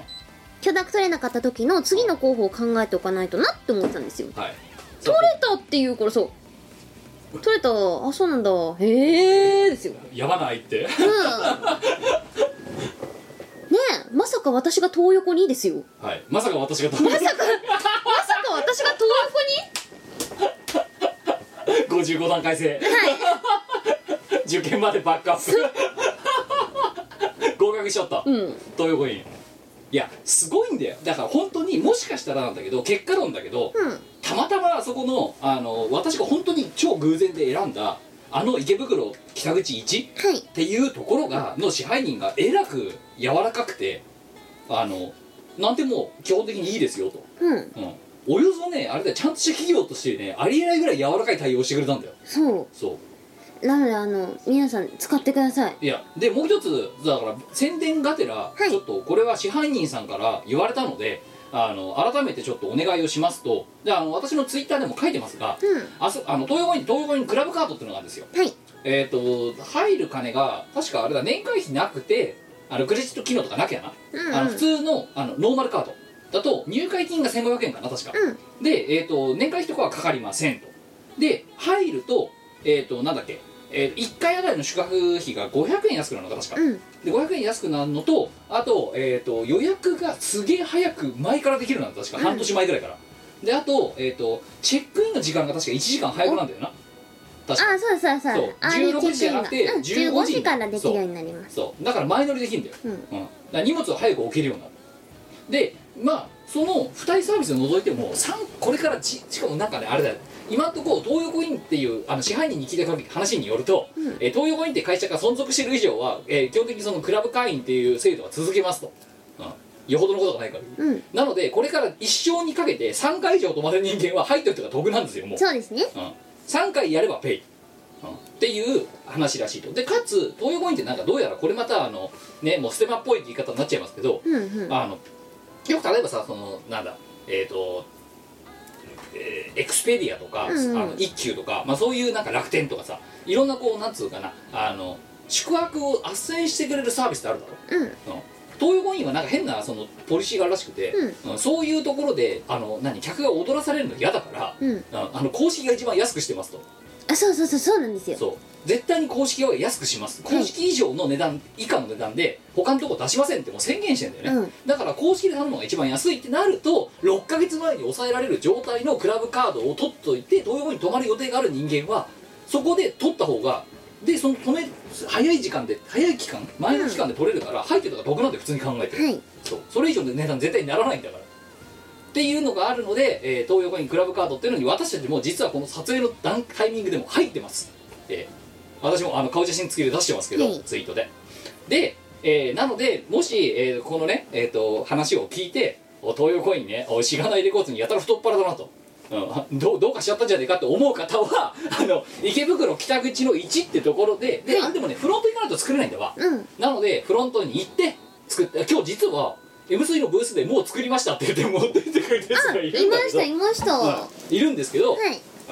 Speaker 1: 許諾取れなかった時の次の候補を考えておかないとなって思ってたんですよ
Speaker 4: あはい
Speaker 1: 取れたっていうからそう取れたあそうなんだへえですよ
Speaker 4: やばないっ
Speaker 1: う
Speaker 4: て
Speaker 1: んねえまさか私が東横にですよ
Speaker 4: はいまさか私がま
Speaker 1: まさかまさか私が東
Speaker 4: 55段階制、受験までバックアップ合格しちゃった、
Speaker 1: 横にうん
Speaker 4: 東横インいやすごいんだよだから本当にもしかしたらなんだけど結果論だけど、
Speaker 1: うん
Speaker 4: たまたまそこのあの私が本当に超偶然で選んだあの池袋北口1っ
Speaker 1: はい
Speaker 4: ていうところがの支配人がえらく柔らかくてあのなんてもう基本的にいいですよと、
Speaker 1: うん
Speaker 4: うん、およそねあれだよちゃんとした企業としてねありえないぐらい柔らかい対応してくれたんだよ
Speaker 1: そ
Speaker 4: そう
Speaker 1: うなのであの皆さん使ってください
Speaker 4: いやでもう一つだから宣伝がてら、
Speaker 1: い
Speaker 4: ちょっとこれは支配人さんから言われたのであの改めてちょっとお願いをしますとであの私のツイッターでも書いてますが、
Speaker 1: うん
Speaker 4: あそあの東洋イン東洋インクラブカードっていうのがあるんですよ
Speaker 1: はい
Speaker 4: えっ、と入る金が確かあれだ年会費なくてあのクレジット機能とかなきゃな、
Speaker 1: うんうん
Speaker 4: あの普通のあのノーマルカードだと入会金が1500円かな確か、
Speaker 1: うん
Speaker 4: で、えー、と年会費とかはかかりませんとで入るとえっ、となんだっけ、え1回あたりの宿泊費が500円安くなるのか確か、
Speaker 1: うん
Speaker 4: で500円安くなるのとあと,、えー、と予約がすげえ早く前からできるなんだ確か
Speaker 1: うん
Speaker 4: 半年前ぐらいから、であと,、えー、とチェックインの時間が確か1時間早くなんだよな確か
Speaker 1: あそうそうそう
Speaker 4: そう
Speaker 1: あれ
Speaker 4: 16時じゃなくて
Speaker 1: チェックインが
Speaker 4: 15
Speaker 1: 15
Speaker 4: 時
Speaker 1: 時からできるようになります
Speaker 4: そうだから前乗りできるんだよ、
Speaker 1: うん
Speaker 4: だから荷物を早く置けるようになるでまあその2人サービスを除いても三これからじしかもなんかねあれだよ今んところ東横インっていうあの支配人に聞いた限り話によると、
Speaker 1: ん
Speaker 4: えー東横インって会社が存続してる以上は、えー基本的にそのクラブ会員っていう制度は続けますと、うん、よほどのことがないから、
Speaker 1: うん
Speaker 4: なのでこれから一生にかけて3回以上泊まる人間は入っといたが得なんですよもう
Speaker 1: そうですね
Speaker 4: うん、3回やればペイ、うんっていう話らしいとでかつ東洋コインってなんかどうやらこれまたあのねもうステマっぽい言い方になっちゃいますけど、
Speaker 1: うんうん
Speaker 4: あのよく例えばさそのなんだえっ、とえーエクスペディアとか、
Speaker 1: うんうん
Speaker 4: あの一休とか、まあ、そういうなんか楽天とかさいろんなこうなんつうかなあの宿泊を斡旋してくれるサービスってあるだ
Speaker 1: うん
Speaker 4: ろうん東洋コインはなんか変なそのポリシーがあるらしくて、うんそういうところであの何客が踊らされるの嫌だから、
Speaker 1: うん
Speaker 4: うんあの公式が一番安くしてますと
Speaker 1: あそうそうそうそうなんですよ
Speaker 4: そう絶対に公式は安くします公式以上の値段以下の値段で他のとこ出しませんってもう宣言してんだよね、
Speaker 1: うん
Speaker 4: だから公式で頼むのが一番安いってなると6ヶ月前に抑えられる状態のクラブカードを取っといて東横に泊まる予定がある人間はそこで取った方がでその止め早い時間で早い期間前の期間で取れるから、入ってたから僕なんて普通に考えてる、
Speaker 1: はい
Speaker 4: そうそれ以上の値段絶対にならないんだからっていうのがあるので、えー東洋コインクラブカードっていうのに私たちも実はこの撮影の段タイミングでも入ってます、えー私もあの顔写真付きで出してますけど、
Speaker 1: はい
Speaker 4: ツイートでで、えーなのでもし、えーこのね、えー、と話を聞いてお東洋コインねおしがないレコードにやたら太っ腹だなと、うん、どうどうかしちゃったんじゃねえかと思う方は あの池袋北口の1ってところでで、あでもねフロント行かないと作れないんだわ、
Speaker 1: うん
Speaker 4: なのでフロントに行って作って今日実は M3 のブースでもう作りましたって言って持ってってくれてる人
Speaker 1: あ
Speaker 4: がい
Speaker 1: い
Speaker 4: るんだ
Speaker 1: ま
Speaker 4: け
Speaker 1: し
Speaker 4: ど
Speaker 1: たいましたは
Speaker 4: うんいるんですけど、
Speaker 1: い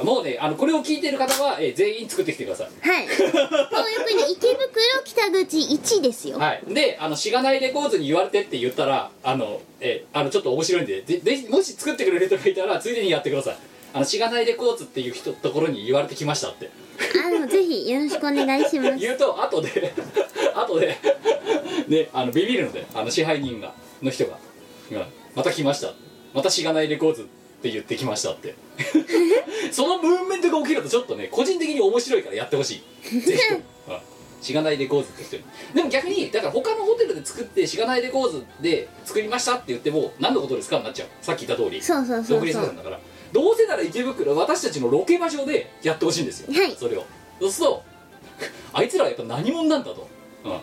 Speaker 4: もうねあのこれを聞いてる方は、えー全員作ってきてください
Speaker 1: はい東横に池袋北口1ですよ
Speaker 4: はい、であのしがないレコーズに言われてって言ったらあの、えーあのちょっと面白いんでぜぜひもし作ってくれる人がいたらついでにやってくださいあのしがないレコーツっていう人ところに言われてきましたって
Speaker 1: あでもぜひよろしくお願いします
Speaker 4: 言うと後で 後でねあのビビるのであの支配人がの人が「うんまた来ました」またしがないレコーズって言ってきましたって そのムーブメントが起きるとちょっとね個人的に面白いからやってほしいぜひとも うんしがないレコーズって人にでも逆にだから他のホテルで作ってしがないレコーズで作りましたって言っても何のことですかになっちゃうさっき言った通り
Speaker 1: そうそうそう
Speaker 4: 独立
Speaker 1: そ
Speaker 4: なん
Speaker 1: う
Speaker 4: だからどうせなら池袋私たちのロケ場所でやってほしいんですよ、
Speaker 1: はい
Speaker 4: それをそうすると あいつらはやっぱ何者なんだと、うん、っ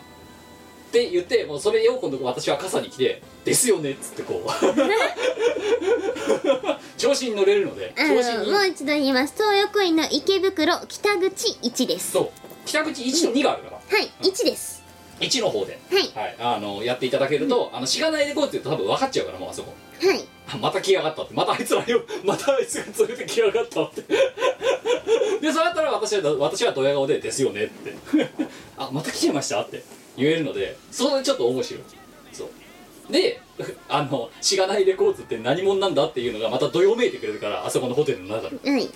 Speaker 4: て言ってもうそれよう今度私は傘に来て「ですよね」っつってこう 調子に乗れるので
Speaker 1: あ
Speaker 4: 調子
Speaker 1: の
Speaker 4: に
Speaker 1: もう一度言います東横井の池袋北口1ですは
Speaker 4: そう北口1と2があるから、
Speaker 1: い1です
Speaker 4: 1の方で、
Speaker 1: はい
Speaker 4: はい、あのやっていただけると、あのしがないでこうって言うと多分分かっちゃうからもうあそこ
Speaker 1: はい
Speaker 4: あ また来やがったってまたあいつらよ またあいつが連れて来やがったって でそうやったら私は私はドヤ顔で「ですよね」って あまた来ちゃいましたって言えるのでそれでちょっと面白いそうで あのしがないレコーズって何者なんだっていうのがまたどよめいてくれるからあそこのホテルの中で
Speaker 1: はいよ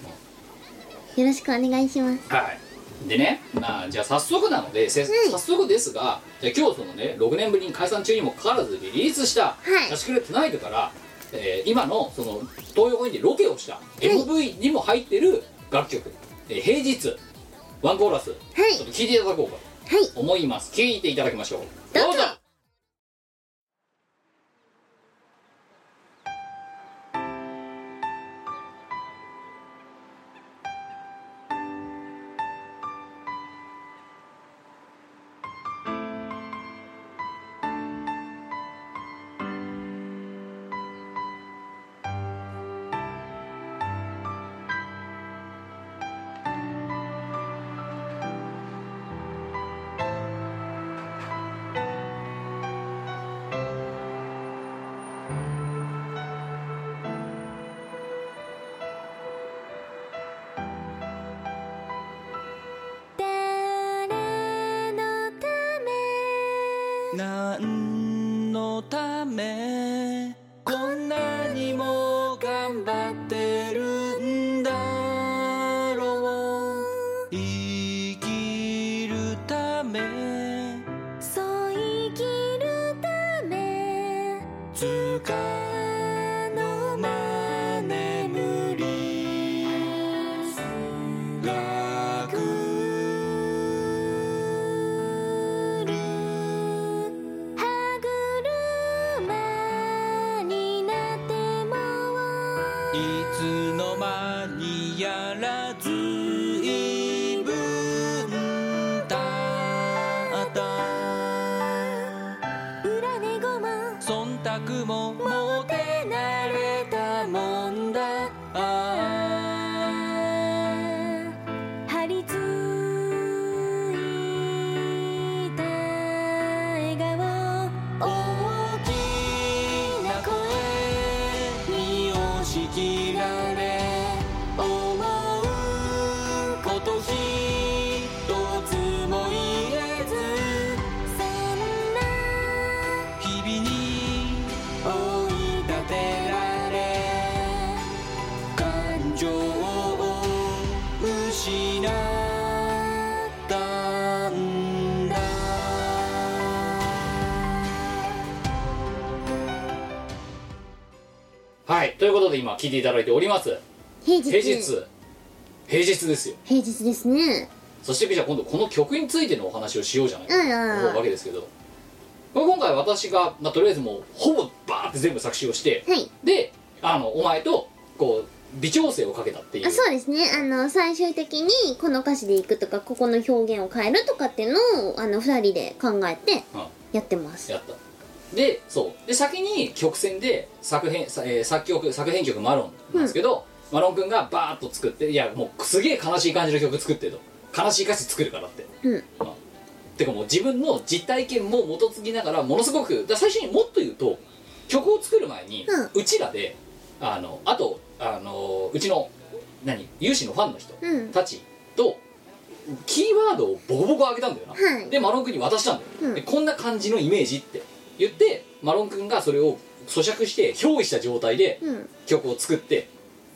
Speaker 1: ろしくお願いします
Speaker 4: はいでねまあじゃあ早速なので、せ
Speaker 1: うん
Speaker 4: 早速ですがじゃあ今日そのね6年ぶりに解散中にもかかわらずリリースした「
Speaker 1: はい
Speaker 4: シャチクレットナイト」から、えー今のその東横インでロケをした MV にも入ってる楽曲「えー平日」ワンコーラス、
Speaker 1: はい
Speaker 4: ちょっと聴いていただこうか
Speaker 1: はい
Speaker 4: と思います聴いていただきましょう
Speaker 1: どうぞ
Speaker 5: 何のためこんなにも頑張ってるんだろう生きるためそう生きるためつかの間眠りがくる歯車になってもいつの間にやらずいぶんたった裏ねごも忖度ももてなれたもんだ張り付いた笑顔大きな声に押し切られ思うこと一つも言えずそんな日々に追い立てられ感情を失ったんだ
Speaker 4: はいということで今聴いていただいております
Speaker 1: 平日
Speaker 4: 平日平日ですよ
Speaker 1: 平日ですね
Speaker 4: そしてじゃあ今度この曲についてのお話をしようじゃない
Speaker 1: うんうん
Speaker 4: わけですけどこれ今回私が、まあ、とりあえずもうほぼバーって全部作詞をして
Speaker 1: はい
Speaker 4: であのお前とこう微調整をかけたっていう
Speaker 1: あそうですねあの最終的にこの歌詞でいくとかここの表現を変えるとかっていうのをあの2人で考えて
Speaker 4: うん
Speaker 1: やってます
Speaker 4: やったでそうで先に曲線で作編、さえー作曲作編曲マロンなんですけど、マロン君がバーッと作っていやもうすげえ悲しい感じの曲作ってと悲しい歌詞作るからって
Speaker 1: うん
Speaker 4: てかもう自分の実体験も基づきながらものすごくだから最初にもっと言うと曲を作る前に、うちらであのあとあのうちの何有志のファンの人
Speaker 1: うん
Speaker 4: たちとキーワードをボコボコ上げたんだよな、
Speaker 1: はい
Speaker 4: でマロン君に渡したんだよ、
Speaker 1: うん
Speaker 4: でこんな感じのイメージって言ってマロン君がそれを咀嚼して憑依した状態で
Speaker 1: うん
Speaker 4: 曲を作って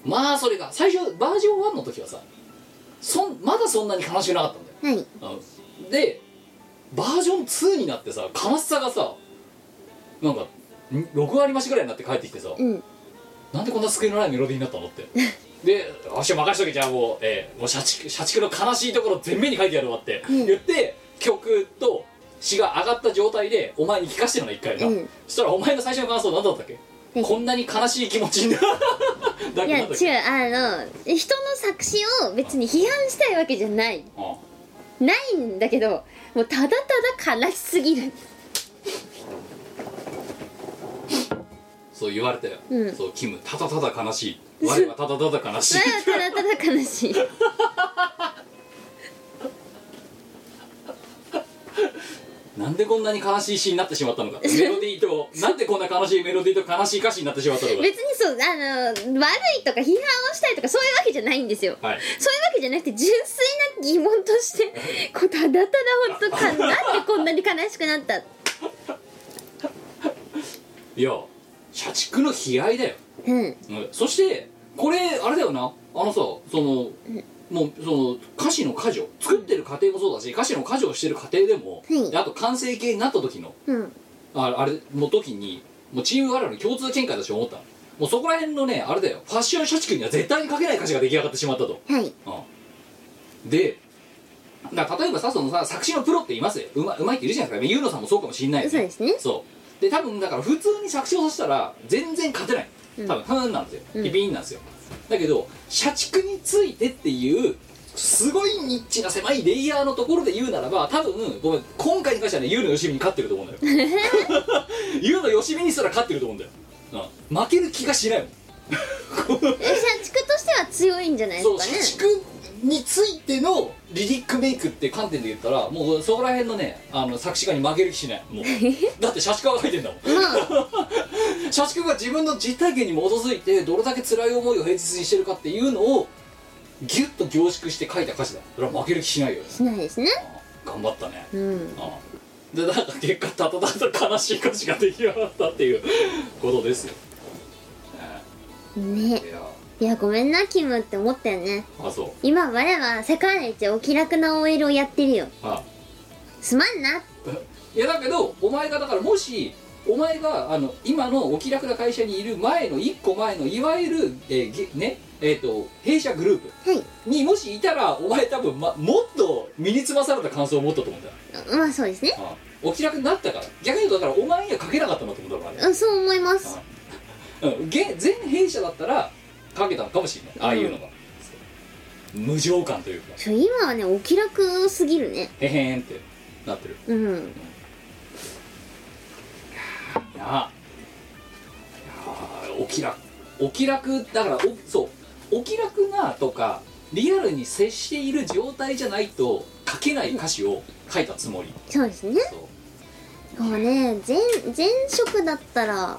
Speaker 4: まあそれが最初バージョン1の時はさそんまだそんなに悲しくなかったんだよ
Speaker 1: はい
Speaker 4: うんでバージョン2になってさ悲しさがさなんかん6割増しぐらいになって帰ってきてさ、
Speaker 1: うん
Speaker 4: なんでこんな救いのないメロディーになったのってで「よし任しとけじゃあもう,、えーもう社畜社畜の悲しいところ全面に書いてやるわ」って
Speaker 1: うん
Speaker 4: 言って、曲と詩が上がった状態でお前に聞かしてるの一回な、
Speaker 1: うん
Speaker 4: そしたらお前の最初の感想何だったっけ、
Speaker 1: うん
Speaker 4: こんなに悲しい気持ちになだ
Speaker 1: い
Speaker 4: け
Speaker 1: や違
Speaker 4: なん
Speaker 1: う
Speaker 4: だっけ
Speaker 1: あの人の作詞を別に批判したいわけじゃない
Speaker 4: うん
Speaker 1: ないんだけどもうただただ悲しすぎ る
Speaker 4: そう言われたよ、
Speaker 1: うん
Speaker 4: そうキムただただ悲しい我はただただ 悲しい
Speaker 1: まあただただ悲しい
Speaker 4: なんでこんなに悲しい詩になってしまったのかメロデ ィーとなんでこんな悲しいメロディーと悲しい歌詞になってしまったの
Speaker 1: 別にそうあの悪いとか批判をしたいとかそういうわけじゃないんですよ
Speaker 4: かはい
Speaker 1: そういうわけじゃなくて純粋な疑問としてこうただただ本当かなんでこんなに悲しくなった
Speaker 4: いや社畜の悲哀だよ、
Speaker 1: うん
Speaker 4: うんそしてこれあれだよなあのさそのもうその歌詞の箇条作ってる過程もそうだし歌詞の箇条をしてる過程でも、
Speaker 1: はい
Speaker 4: であと完成形になった時の
Speaker 1: うん
Speaker 4: ああれの時にもうチーム我らの共通見解として思ったのもうそこら辺のねあれだよファッション社畜には絶対に書けない歌詞が出来上がってしまったと
Speaker 1: はい
Speaker 4: うんでだから例えばさそのさ作詞のプロっていますようまうまいっているじゃないですかユーノさんもそうかもしれないよ
Speaker 1: そうですね
Speaker 4: そうで多分だから普通に作詞をさせたら全然勝てない
Speaker 1: うん
Speaker 4: 多分ふーんなんですよ
Speaker 1: うん
Speaker 4: ビビーンなんですよ、だけど社畜についてっていうすごいニッチな狭いレイヤーのところで言うならば多分ごめん今回に関してはねユーノよしみに勝ってると思う んだよユーノよしみにすら勝ってると思うんだよ、うん負ける気がしないもん
Speaker 1: え社畜としては強いんじゃないで
Speaker 4: そう
Speaker 1: すか
Speaker 4: 社
Speaker 1: ね
Speaker 4: 畜についてのリリックメイクって観点で言ったらもうそこら辺のねあの作詞家に負ける気しない もうだって社畜が書いてんだもん
Speaker 1: まあ
Speaker 4: 社畜が自分の実体験に基づいてどれだけ辛い思いを平日にしてるかっていうのをギュッと凝縮して書いた歌詞だそれは負ける気しないよね
Speaker 1: しないですね
Speaker 4: 頑張ったね
Speaker 1: うん
Speaker 4: ああでなんか結果たたたた悲しい歌詞が出来上がったっていうことですよ、
Speaker 1: ね
Speaker 4: ねいや
Speaker 1: いやごめんなキムって思ったよね
Speaker 4: あそう
Speaker 1: 今我は世界一お気楽な OL をやってるよ
Speaker 4: ああ
Speaker 1: すまんない
Speaker 4: やだけどお前がだからもしお前があの今のお気楽な会社にいる前の1個前のいわゆる、えーげねえー、と弊社グルー
Speaker 1: はい
Speaker 4: プにもしいたらお前多分、ま、もっと身につまされた感想を持ったと思うんだよ、
Speaker 1: まあそうですね
Speaker 4: ああお気楽になったから逆に言うとだからお前には書けなかったなと思うんだから
Speaker 1: うんそう思います
Speaker 4: うんげ全弊社だったら書けたのかもしれないああいうのが、無情感というか
Speaker 1: ちょ今はねお気楽すぎるね
Speaker 4: へへーんってなってる
Speaker 1: うん
Speaker 4: いやいやーお気楽お気楽だからおそうお気楽なとかリアルに接している状態じゃないと書けない歌詞を書いたつもり
Speaker 1: そうですね
Speaker 4: そう
Speaker 1: こうね前前職だったら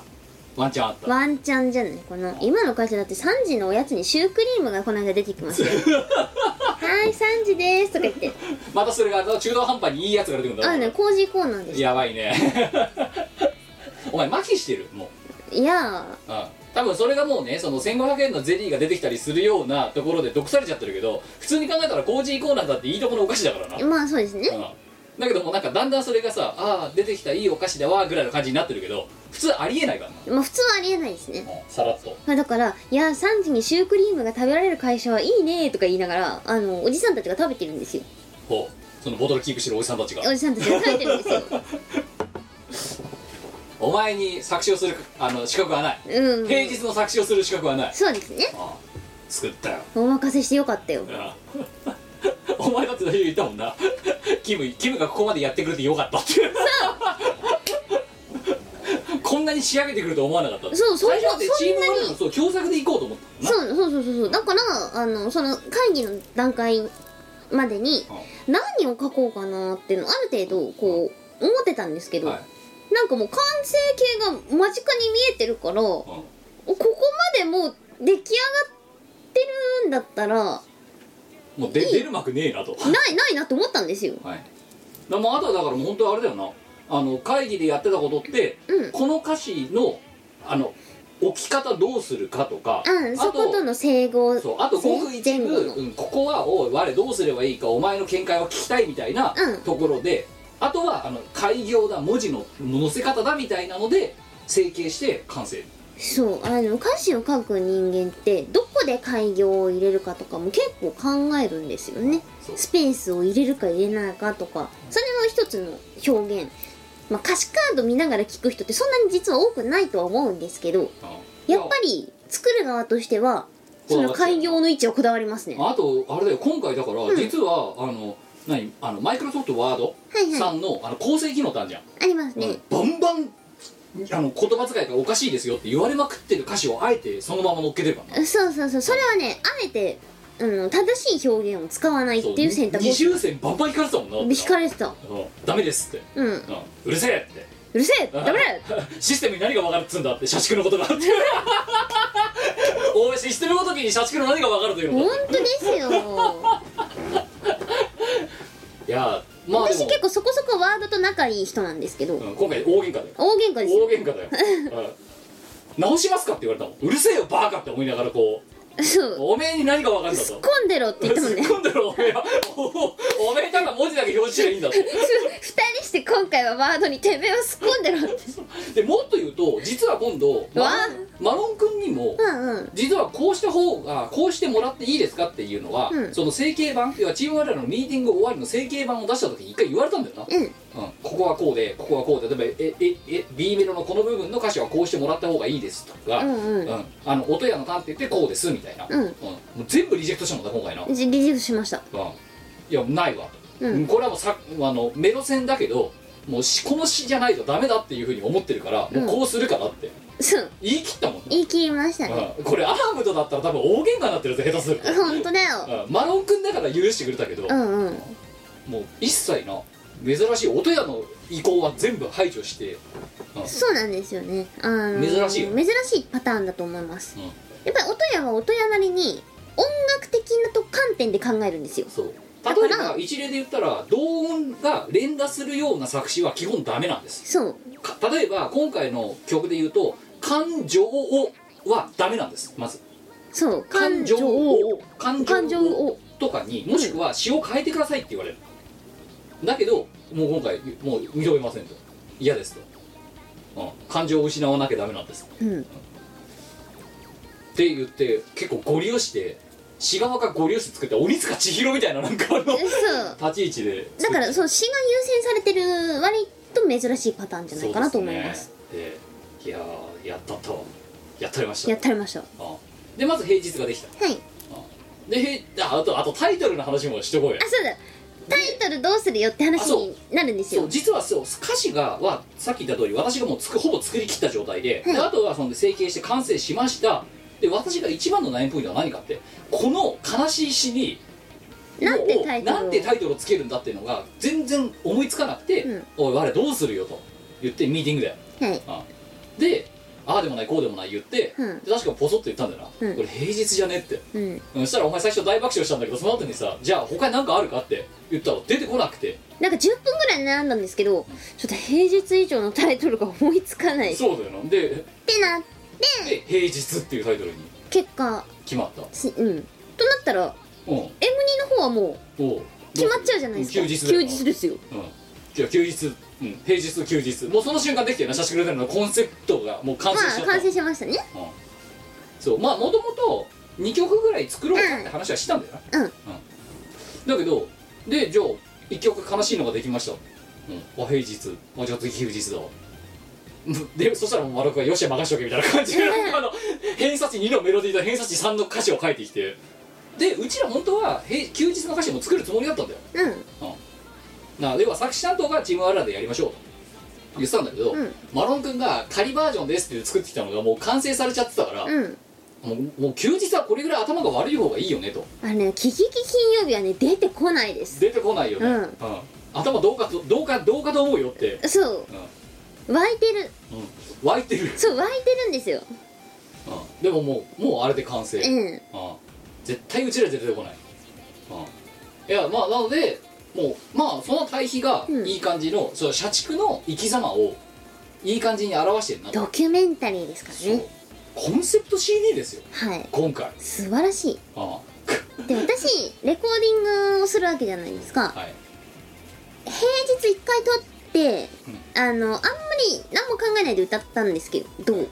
Speaker 4: ワンチャンあった
Speaker 1: ワンチャンじゃないこの今の会社だって3時のおやつにシュークリームがこの間出てきましたよはーい3時ですとか言って
Speaker 4: またそれが中途半端にいいやつが出てくるんだ
Speaker 1: あ
Speaker 4: ろう
Speaker 1: のね工事コーナーです
Speaker 4: やばいね お前麻痺してるもう
Speaker 1: いや
Speaker 4: うん多分それがもうねその1500円のゼリーが出てきたりするようなところで毒されちゃってるけど普通に考えたらコージーコーナーだっていいとこのお菓子だからな
Speaker 1: ーまあそうですね
Speaker 4: うんだけどもうなんかだんだんそれがさあー出てきたいいお菓子だわーぐらいの感じになってるけど普通ありえないから
Speaker 1: まあ普通はありえないですね
Speaker 4: な、さらっと
Speaker 1: まあだから「いや3時にシュークリームが食べられる会社はいいね」とか言いながらあのおじさんたちが食べてるんですよ
Speaker 4: ほうそのボトルキープしてるおじさんたちが
Speaker 1: おじさんたちが食べてるんですよ
Speaker 4: お前に作詞をするあの資格はない
Speaker 1: うん
Speaker 4: 平日の作詞をする資格はない
Speaker 1: そうですね
Speaker 4: ああ作ったよ
Speaker 1: お任せしてよかったよ
Speaker 4: なお前だって言ったもんなキムキムがここまでやってくれてよかったってこんなに仕上げてくると思わなかった
Speaker 1: そうそんな
Speaker 4: 最初だってチーム
Speaker 1: そんなに
Speaker 4: ワールドそう共作で行こうと思ったもんな
Speaker 1: そうそうそうそうそうだからあのその会議の段階までに何を書こうかなっていうのある程度こう思ってたんですけど、
Speaker 4: はい
Speaker 1: なんかもう完成形が間近に見えてるからこ
Speaker 4: うん
Speaker 1: こまでもう出来上がってるんだったらな
Speaker 4: もうで
Speaker 1: いい
Speaker 4: 出る幕ねえなと
Speaker 1: いないなと思ったんですよ
Speaker 4: はい、でもあとはだからもう本当あれだよなあの会議でやってたことって、
Speaker 1: うん
Speaker 4: この歌詞のあの置き方どうするかとか、
Speaker 1: うん、
Speaker 4: あ
Speaker 1: そこと
Speaker 4: と
Speaker 1: の整合
Speaker 4: そうあとごく一
Speaker 1: 前後
Speaker 4: 部、
Speaker 1: の
Speaker 4: うん、ここはおい我どうすればいいかお前の見解を聞きたいみたいな
Speaker 1: うん
Speaker 4: ところで、あとはあの開業だ文字の載せ方だみたいなので整形して完成
Speaker 1: そうあの歌詞を書く人間ってどこで開業を入れるかとかも結構考えるんですよね
Speaker 4: そう
Speaker 1: スペースを入れるか入れないかとかそれも一つの表現、まあ、歌詞カード見ながら聞く人ってそんなに実は多くないとは思うんですけどやっぱり作る側としてはその開業の位置をこだわりますねは
Speaker 4: あとあれだよ今回だから、
Speaker 1: ん
Speaker 4: 実はあの何あのマイクロソフトワード
Speaker 1: い
Speaker 4: さ
Speaker 1: はい
Speaker 4: んの,、あの構成機能ってあるじゃん、
Speaker 1: ありますね
Speaker 4: バンバンあの言葉遣いがおかしいですよって言われまくってる歌詞をあえてそのまま乗っけてるからな
Speaker 1: そうそうそうそれはねあえて、うん、正しい表現を使わないっていう選択を
Speaker 4: 二重線バンバン引かれてたもんなだってな
Speaker 1: 引かれてた
Speaker 4: うんダメですって、
Speaker 1: うんう
Speaker 4: うんうるせえって
Speaker 1: るせえダメだよ
Speaker 4: システムに何が分かるっつうんだって社畜のことがあって おいシステムごときに社畜の何が分かるというの
Speaker 1: 本
Speaker 4: か
Speaker 1: 当ですよ
Speaker 4: いやまあで
Speaker 1: 私
Speaker 4: も
Speaker 1: 結構そこそこワードと仲いい人なんですけど、
Speaker 4: うん今回大喧嘩だよ
Speaker 1: 大喧嘩です
Speaker 4: 大
Speaker 1: よ
Speaker 4: 喧嘩だよ、うん直しますかって言われたもんうるせえよバーカって思いながらこう
Speaker 1: そう
Speaker 4: おめえに何が分かるんだと
Speaker 1: 突っ込んでろって言ったもんね
Speaker 4: 突っ込んだろおめえはおおめえただ文字だけ表示してりゃいいんだって
Speaker 1: 二人して今回はワードにてめえを突っ込んでろって
Speaker 4: でもっと言うと実は今度マロ
Speaker 1: わあ
Speaker 4: ンマロン君にも
Speaker 1: うんうん
Speaker 4: 実はこうした方がこうしてもらっていいですかっていうのは、
Speaker 1: うん
Speaker 4: その整形版要はチーム我らのミーティング終わりの整形版を出した時に一回言われたんだよな、うん
Speaker 1: うん
Speaker 4: ここはこうでここはこうで例えばえええ B メロのこの部分の歌詞はこうしてもらった方がいいですとか、
Speaker 1: うんうん
Speaker 4: うんあの音やの勘って言ってこうですみたいな、
Speaker 1: うん
Speaker 4: もう全部リジェクトしたもんだ今回な、
Speaker 1: リリーフしました
Speaker 4: うんいやないわ、
Speaker 1: うん
Speaker 4: これはもうさあのメロ線だけどもうしこの詩じゃないとダメだっていうふうに思ってるからもうこうするかなって
Speaker 1: そう
Speaker 4: 言い切ったもんね、
Speaker 1: 言い切りましたね
Speaker 4: うんこれアームとだったら多分大喧嘩になってるぜ下手すると、
Speaker 1: 本当だよ
Speaker 4: うんマロン君だから許してくれたけど、
Speaker 1: うんうん
Speaker 4: もう一切な珍しい音屋の意向は全部排除して、
Speaker 1: そうなんですよねあの
Speaker 4: 珍しいよ
Speaker 1: 珍しいパターンだと思います、
Speaker 4: うん
Speaker 1: やっぱり音屋は音屋なりに音楽的なと観点で考えるんですよ
Speaker 4: そう
Speaker 1: だから
Speaker 4: 例えば一例で言ったら同音が連打するような作詞は基本ダメなんです
Speaker 1: そう
Speaker 4: か例えば今回の曲で言うと「感情を」はダメなんですまず
Speaker 1: そう
Speaker 4: 「感情を」「感情を」
Speaker 1: 感情を
Speaker 4: とかにもしくは詞を変えてくださいって言われる、だけどもう今回もう認めませんと嫌ですと、うん、感情を失わなきゃダメなんです
Speaker 1: うん
Speaker 4: って言って結構ゴリ押して詩側がゴリ押し作った鬼塚千尋みたいななんかあの
Speaker 1: そう
Speaker 4: 立ち位置で
Speaker 1: だからそう詩が優先されてる割と珍しいパターンじゃないかなと思います
Speaker 4: そうですねでいやーやったったわやったりました
Speaker 1: やったりましたは
Speaker 4: うんでまず平日ができた
Speaker 1: い
Speaker 4: でへああとあとタイトルの話もしてこいよ
Speaker 1: あそうだタイトルどうするよって話になるんです
Speaker 4: そう
Speaker 1: よ
Speaker 4: 実はそう歌詞がはさっき言った通り私がもうつくほぼ作り切った状態で,、
Speaker 1: はい
Speaker 4: であとはその整形して完成しましたで私が一番の悩みポイントは何かってこの悲しい詩に
Speaker 1: なんてタイトルを
Speaker 4: なんてタイトルをつけるんだっていうのが全然思いつかなくて「
Speaker 1: うん
Speaker 4: おい我どうするよ」と言ってミーティングだよ
Speaker 1: はい
Speaker 4: でああでもないこうでもない言って、
Speaker 1: うん
Speaker 4: で確かポソッと言ったんだよな、
Speaker 1: うん
Speaker 4: これ平日じゃねって
Speaker 1: うん
Speaker 4: うんそしたらお前最初大爆笑したんだけどその後にさ「じゃあ他に何かあるか?」って言ったら出てこなくて
Speaker 1: なんか10分ぐらい悩んだんですけどちょっと平日以上のタイトルが思いつかないって
Speaker 4: そうだよなで
Speaker 1: なって
Speaker 4: で「平日」っていうタイトルに
Speaker 1: 結果
Speaker 4: 決まった
Speaker 1: しうんとなったら
Speaker 4: うん
Speaker 1: M2 の方はも
Speaker 4: おう
Speaker 1: う決まっちゃうじゃないですか
Speaker 4: 休日だ
Speaker 1: 休
Speaker 4: よな
Speaker 1: 日ですよ
Speaker 4: うんじゃあ休日うん平日と休日もうその瞬間できてるな写真くれたのコンセプトがもう完
Speaker 1: ま
Speaker 4: 成しちゃ
Speaker 1: あ
Speaker 4: った、
Speaker 1: 完成しましたね
Speaker 4: そうまあもともと2曲ぐらい作ろうかって話はしたんだよな
Speaker 1: うん
Speaker 4: だけどでじゃあ1曲悲しいのができました、うん、あ平日あじゃあ次休日だわうんでそしたらもう丸くはよっしゃ任しとけみたいな感じで、
Speaker 1: うん
Speaker 4: あの偏差値2のメロディーと偏差値3の歌詞を書いてきてでうちら本当は平休日の歌詞も作るつもりだったんだよ
Speaker 1: うん
Speaker 4: なでは作詞担当がチームアラでやりましょうと言ってたんだけど、
Speaker 1: うん
Speaker 4: マロン君が仮バージョンですって作ってきたのがもう完成されちゃってたから、
Speaker 1: うん
Speaker 4: もうもう休日はこれぐらい頭が悪い方がいいよねと
Speaker 1: あれね「キキキ金曜日」はね出てこないです
Speaker 4: 出てこないよね、
Speaker 1: うん
Speaker 4: 頭どうかとどうかどうかと思うよって、
Speaker 1: そう
Speaker 4: う
Speaker 1: 湧いてる
Speaker 4: んうん湧いてる、
Speaker 1: そう湧いてるんですよ
Speaker 4: うんでももうもうあれで完成、うん
Speaker 1: うん
Speaker 4: 絶対うちら出てこない、うんいやまあなのでもうまあその対比が
Speaker 1: うん
Speaker 4: いい感じの、その社畜の生き様をいい感じに表してるなと
Speaker 1: ドキュメンタリーですから
Speaker 4: そう
Speaker 1: ね
Speaker 4: コンセプト CD ですよ
Speaker 1: はい
Speaker 4: 今回
Speaker 1: 素晴らし
Speaker 4: あ
Speaker 1: いで私レコーディングをするわけじゃないですか
Speaker 4: あはい
Speaker 1: 平日一回撮ってあのあんまり何も考えないで歌ったんですけど
Speaker 4: はい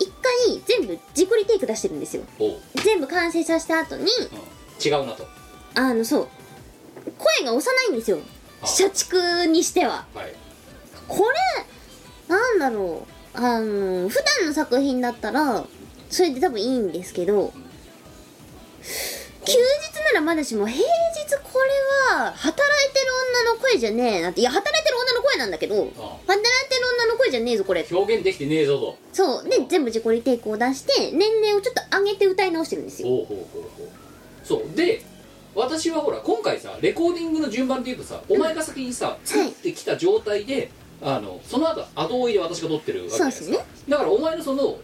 Speaker 1: 一回全部自己リテイク出してるんですよ
Speaker 4: おう、うん、
Speaker 1: 全部完成させた後に
Speaker 4: 違うなと
Speaker 1: あのそう声が幼いんですよ
Speaker 4: あ
Speaker 1: 社畜にしては
Speaker 4: はい
Speaker 1: これなんだろうあの普段の作品だったらそれで多分いいんですけど休日ならまだしも平日これは働いてる女の声じゃねえなっていや働いてる女の声なんだけど働いてる
Speaker 4: あ
Speaker 1: 女の声じゃねえぞこれ
Speaker 4: あ表現できてねえぞと
Speaker 1: そうで全部自己リテイクを出して年齢をちょっと上げて歌い直してるんですよ
Speaker 4: ほうほうほうほうそうで私はほら今回さレコーディングの順番で言うとさお前が先にさ作ってきた状態で、あのその後後追いで私が撮ってるわけじゃないです
Speaker 1: そうで
Speaker 4: かだからお前のその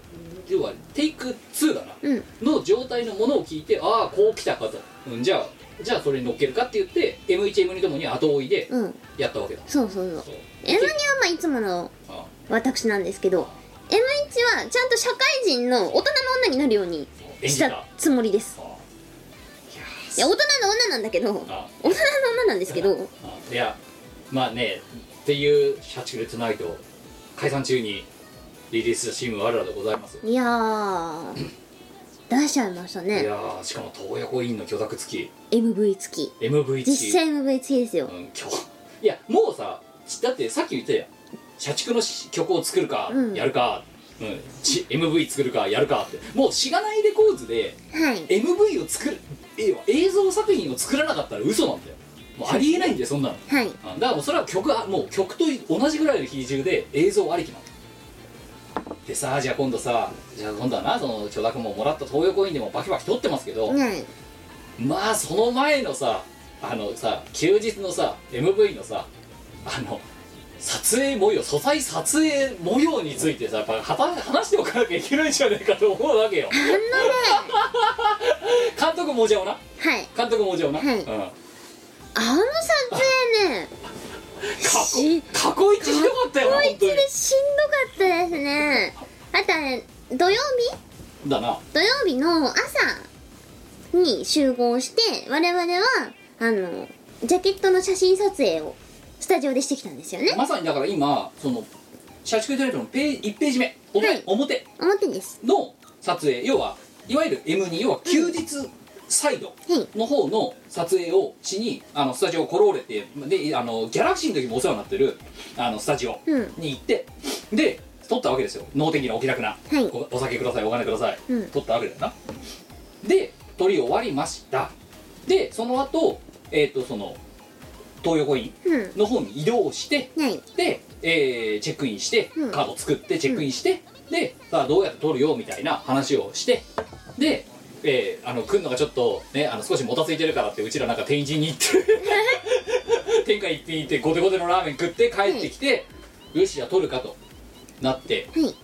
Speaker 4: 要はテイク2だな
Speaker 1: うん
Speaker 4: の状態のものを聞いてああこう来たかと、うん、じゃあじゃあそれに乗っけるかって言って M1M2 ともに後追いで
Speaker 1: うん
Speaker 4: やったわけだ、
Speaker 1: そうそうそう
Speaker 4: そう
Speaker 1: M2 はまあいつもの
Speaker 4: ああ
Speaker 1: 私なんですけど M1 はちゃんと社会人の大人の女になるように
Speaker 4: 演
Speaker 1: し
Speaker 4: じたあ
Speaker 1: たつもりです
Speaker 4: あ
Speaker 1: いや大人の女なんだけど大人の
Speaker 4: あ
Speaker 1: 女なんですけど
Speaker 4: あいやまあねっていう社畜でトゥナイト解散中にリリースしたチーム我らでございます、
Speaker 1: いやー出しちゃいました
Speaker 4: い
Speaker 1: ね
Speaker 4: やーしかも東横委員の許諾付き
Speaker 1: MV 付き
Speaker 4: MV 付き
Speaker 1: 実際 MV 付きですよ
Speaker 4: うん、今日いやもうさちだってさっき言ったやん社畜のし曲を作るか、
Speaker 1: うん
Speaker 4: やるか、うん、ち MV 作るかやるかってもうしがないレコーズで
Speaker 1: はい
Speaker 4: MV を作るええわ映像作品を作らなかったら嘘なんだよもうありえないんだよそんなの
Speaker 1: はい
Speaker 4: うんだからもうそれは曲はもう曲と同じぐらいの比重で映像ありきなんでさじゃあ今度さじゃあ今度はなその許諾ももらった東横インでもバキバキ撮ってますけど、
Speaker 1: はい
Speaker 4: まあその前のさあのさ休日のさ MV のさあの撮影模様素材撮影模様についてさやっぱ話話しておかなきゃいけないんじゃないかと思うわけよ
Speaker 1: あんなね
Speaker 4: 監督もじゃおな
Speaker 1: はい
Speaker 4: 監督もじゃおな、
Speaker 1: はい
Speaker 4: うん、過
Speaker 1: あの撮影ねし
Speaker 4: 去過去一ひどかったよな
Speaker 1: 小
Speaker 4: 本
Speaker 1: 一
Speaker 4: 当に
Speaker 1: でしんどかったですねあとあれ土曜日
Speaker 4: だな
Speaker 1: 土曜日の朝に集合して我々はあのジャケットの写真撮影をスタジオでしてきたんですよね
Speaker 4: まさにだから今その社畜テレビのページ1ページ目表,、
Speaker 1: はい
Speaker 4: 表
Speaker 1: 表です
Speaker 4: の撮影要はいわゆる M2 要は休日サイド
Speaker 1: はい
Speaker 4: の方の撮影をしにあのスタジオコローレってであのギャラクシーの時もお世話になってるあのスタジオ
Speaker 1: うん
Speaker 4: に行って、で撮ったわけですよ能天気なお気楽な、
Speaker 1: い
Speaker 4: おお酒くださいお金ください、
Speaker 1: うん
Speaker 4: 撮ったわけだよなで撮り終わりましたでその後えっ、とその東横イ
Speaker 1: うん
Speaker 4: ンの方に移動して、
Speaker 1: はい
Speaker 4: で、えーチェックインして、
Speaker 1: うん
Speaker 4: カード作ってチェックインして、でさあどうやって取るよみたいな話をしてで、えーあの来るのがちょっとねあの少しもたついてるからってうちらなんか天一に行 って天下一品行ってゴテゴテのラーメン食って帰ってきて、よしじゃあ取るかとなって
Speaker 1: は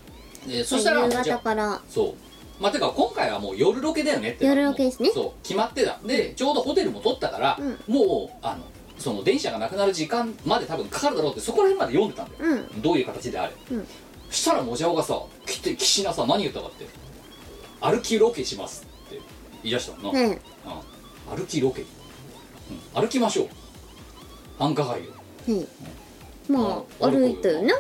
Speaker 1: い
Speaker 4: でそしたら
Speaker 1: 夕
Speaker 4: じゃ
Speaker 1: 方
Speaker 4: あ
Speaker 1: から
Speaker 4: そうまあてか今回はもう夜ロケだよねってな
Speaker 1: 夜ロケですね
Speaker 4: もうそう決まってたでちょうどホテルも取ったから、
Speaker 1: うん
Speaker 4: もうあのその電車がなくなる時間まで多分かかるだろうってそこら辺まで読んでたんだよ、
Speaker 1: うん
Speaker 4: どういう形であれ、
Speaker 1: うん
Speaker 4: したらもじゃおがさきて岸なさ何言ったかって「歩きロケします」って言い出したのな、
Speaker 1: はい
Speaker 4: うん歩きロケ、うん歩きましょう繁華街を、
Speaker 1: はいまあ
Speaker 4: あ
Speaker 1: 歩いたよね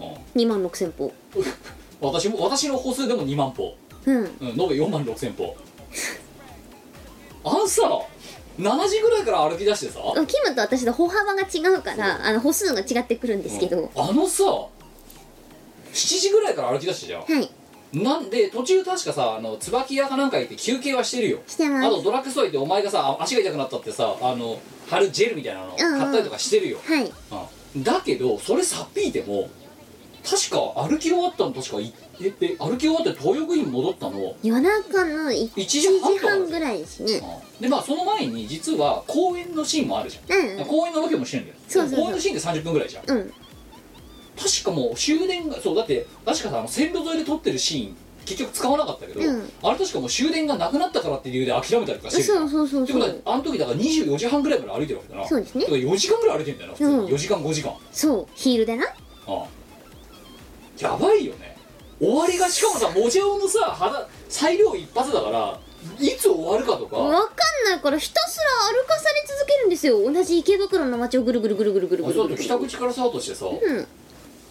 Speaker 4: うん
Speaker 1: 2万6000歩
Speaker 4: 私も私の歩数でも2万歩、
Speaker 1: うん
Speaker 4: うん、延べ4万6千歩あんさ7時ぐらいから歩き出してさ、
Speaker 1: キムと私の歩幅が違うからあの歩数が違ってくるんですけど
Speaker 4: あのさ7時ぐらいから歩き出したじゃん
Speaker 1: はい
Speaker 4: なんで途中確かさあの椿屋かなんか行って休憩はしてるよ
Speaker 1: してます
Speaker 4: あとドラッグストア行ってお前がさあ足が痛くなったってさあの貼るジェルみたいなの
Speaker 1: うんうん
Speaker 4: 買ったりとかしてるよ、
Speaker 1: はい
Speaker 4: うんだけどそれさっぴいても確か歩き終わったの確か行ってて歩き終わって東横に戻ったの
Speaker 1: 夜中の1
Speaker 4: 1
Speaker 1: 時
Speaker 4: 時半とかだ
Speaker 1: 半
Speaker 4: ぜ
Speaker 1: ぐらいですね
Speaker 4: うんでまあその前に実は公演のシーンもあるじゃ
Speaker 1: うん
Speaker 4: ん、公演のロケもしてるんだよ
Speaker 1: そうそうそう
Speaker 4: 公演のシーンで30分ぐらいじゃん
Speaker 1: うん
Speaker 4: 確かもう終電がそうだって確かさあの線路沿いで撮ってるシーン結局使わなかったけど、
Speaker 1: うん
Speaker 4: あれ確かもう終電がなくなったからっていう理由で諦めたりとかしてる
Speaker 1: そうそうそう
Speaker 4: って
Speaker 1: そ
Speaker 4: ことは
Speaker 1: う
Speaker 4: あの時だから24時半ぐらいまで歩いてるわけだな
Speaker 1: そうですね
Speaker 4: だから4時間ぐらい歩いてるんだよな普通に、
Speaker 1: うん
Speaker 4: 4時間5時間あ
Speaker 1: そうヒールでな
Speaker 4: あやばいよね終わりがしかもさモジャオのさ肌裁量一発だからいつ終わるかとか、
Speaker 1: わかんないからひたすら歩かされ続けるんですよ同じ池袋の街をぐるぐるぐるぐるぐる
Speaker 4: あ
Speaker 1: ぐ
Speaker 4: ちょ
Speaker 1: る
Speaker 4: っと北口からスタートしてさ、
Speaker 1: うん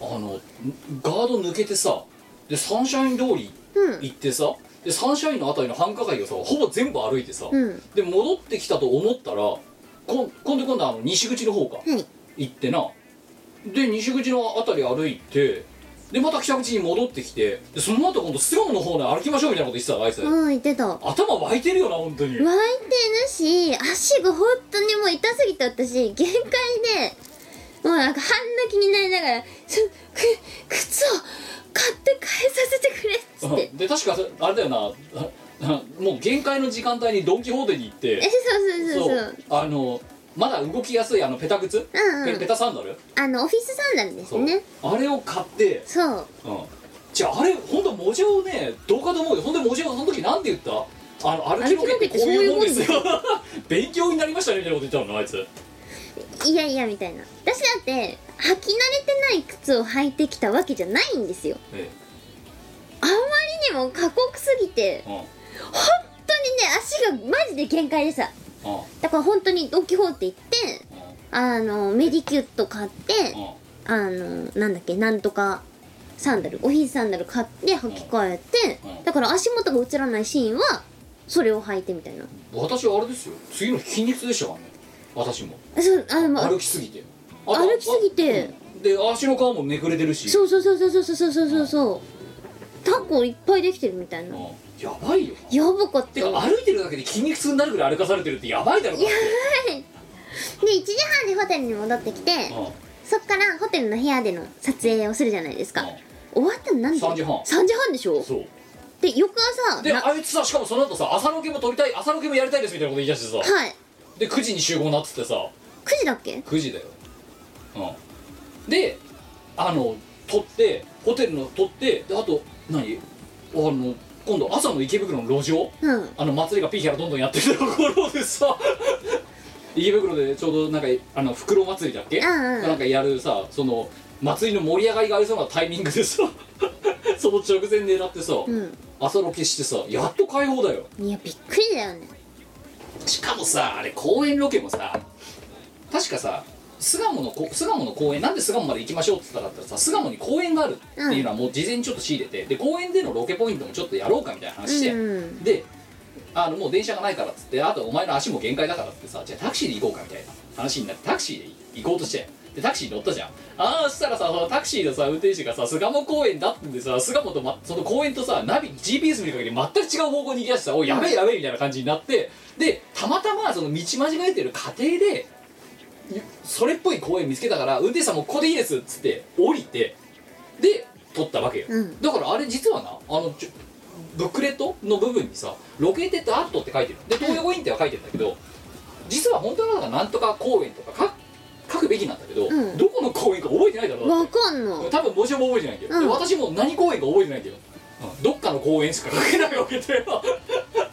Speaker 4: あのガード抜けてさでサンシャイン通り
Speaker 1: うん
Speaker 4: 行ってさでサンシャインのあたりの繁華街をさほぼ全部歩いてさ、
Speaker 1: うん
Speaker 4: で戻ってきたと思ったらこん今度今度はあの西口の方か、
Speaker 1: はい
Speaker 4: 行ってなで西口のあたり歩いてでまた北口に戻ってきてでその後今度巣鴨の方で歩きましょうみたいなこと言ってたのあいつ、
Speaker 1: うん言ってた湧い
Speaker 4: 頭湧いてるよな本当に、
Speaker 1: てるし足が本当にもう痛すぎて私限界でもうなんか半泣きになりながら「そく靴を買って返させてくれ」っつって
Speaker 4: うんで確かあれだよな あもう限界の時間帯にドン・キホーテに行って
Speaker 1: えそうそうそうそう
Speaker 4: あのまだ動きやすいあのペタ靴、
Speaker 1: うんう
Speaker 4: ペペ
Speaker 1: ん
Speaker 4: タサンダル
Speaker 1: あのオフィスサンダルです
Speaker 4: そう、
Speaker 1: ね
Speaker 4: あれを買って、
Speaker 1: そう
Speaker 4: うん、じゃああれ本当文字をねどうかと思うよ本当に文字をその時なんて言ったあの歩きロケってこういうもんですよ 勉強になりましたねみたいなこと言ったのあいつ
Speaker 1: いやいやみたいな私だって履き慣れてない靴を履いてきたわけじゃないんですよ
Speaker 4: え
Speaker 1: あんまりにも過酷すぎて
Speaker 4: えうんうん
Speaker 1: 本当にね足がマジで限界でさ
Speaker 4: うん
Speaker 1: だから本当にドン・キホーテ行ってあのメディキュット買って
Speaker 4: うん
Speaker 1: あのなんだっけなんとかサンダルオフィスサンダル買って履き替えて
Speaker 4: うん
Speaker 1: だから足元が映らないシーンはそれを履いてみたいな
Speaker 4: 私はあれですよ次の日筋肉痛でしたからね私も
Speaker 1: そうあの
Speaker 4: 歩きすぎてあと
Speaker 1: 歩きすぎて
Speaker 4: うんで足の皮もめくれてるし
Speaker 1: そうそうそうそうそうそうそうそうそうタコいっぱいできてるみたいな
Speaker 4: うんやばいよな
Speaker 1: やばかった
Speaker 4: てか歩いてるだけで筋肉痛になるぐらい歩かされてるってやばいだろだって
Speaker 1: で1時半にホテルに戻ってきて
Speaker 4: うん
Speaker 1: そっからホテルの部屋での撮影をするじゃないですか終わったの何時
Speaker 4: 3時半
Speaker 1: 3時半でしょ
Speaker 4: そう
Speaker 1: で翌朝
Speaker 4: で
Speaker 1: な
Speaker 4: あいつさしかもその後さ朝ロケも撮りたい朝ロケもやりたいですみたいなこと言い出してさ
Speaker 1: はい
Speaker 4: で9時に集合なっつってさ
Speaker 1: 9時だっけ
Speaker 4: 9時だようんであの撮ってホテルの撮ってであと何あの今度朝の池袋の路上
Speaker 1: うん
Speaker 4: あの祭りがピーヒャラどんどんやってるところでさ 池袋でちょうどなんかあの袋祭りだっけ、
Speaker 1: うんうん
Speaker 4: なんかやるさその祭りの盛り上がりがありそうなタイミングでさ その直前狙ってさ、
Speaker 1: う
Speaker 4: 朝ロケしてさやっと解放だよ
Speaker 1: んいやびっくりだよね
Speaker 4: しかもさあれ公園ロケもさ確かさ巣鴨のこ巣鴨の公園なんで巣鴨まで行きましょうって言ったかったらさ巣鴨に公園があるっていうのはもう事前にちょっと仕入れてで公園でのロケポイントもちょっとやろうかみたいな話して、
Speaker 1: うん
Speaker 4: であのもう電車がないからっつってあとお前の足も限界だからっつってさじゃあタクシーで行こうかみたいな話になってタクシーで行こうとしてでタクシーに乗ったじゃんああしたらさそのタクシーのさ運転手がさ巣鴨公園だってんでさ巣鴨と、ま、その公園とさナビ GPS 見る限り全く違う方向に行きだしてさおいやべえやべえみたいな感じになってでたまたまその道間違えてる過程でそれっぽい公園見つけたから運転手さんもここでいいですっつって降りてで撮ったわけよ、
Speaker 1: うん
Speaker 4: だからあれ実はなあのちょブックレットの部分にさ「ロケテッドアット」って書いてるで東横インっては書いてるんだけど実は本当はなんかなんとか公園とかか書くべきなんだけど、
Speaker 1: うん
Speaker 4: どこの公園か覚えてないだろう
Speaker 1: わかんない
Speaker 4: 多分文字も覚えてないんだよ、で
Speaker 1: うん
Speaker 4: 私も何公園か覚えてないんだよ、うんどっかの公園しか書けないわけだよ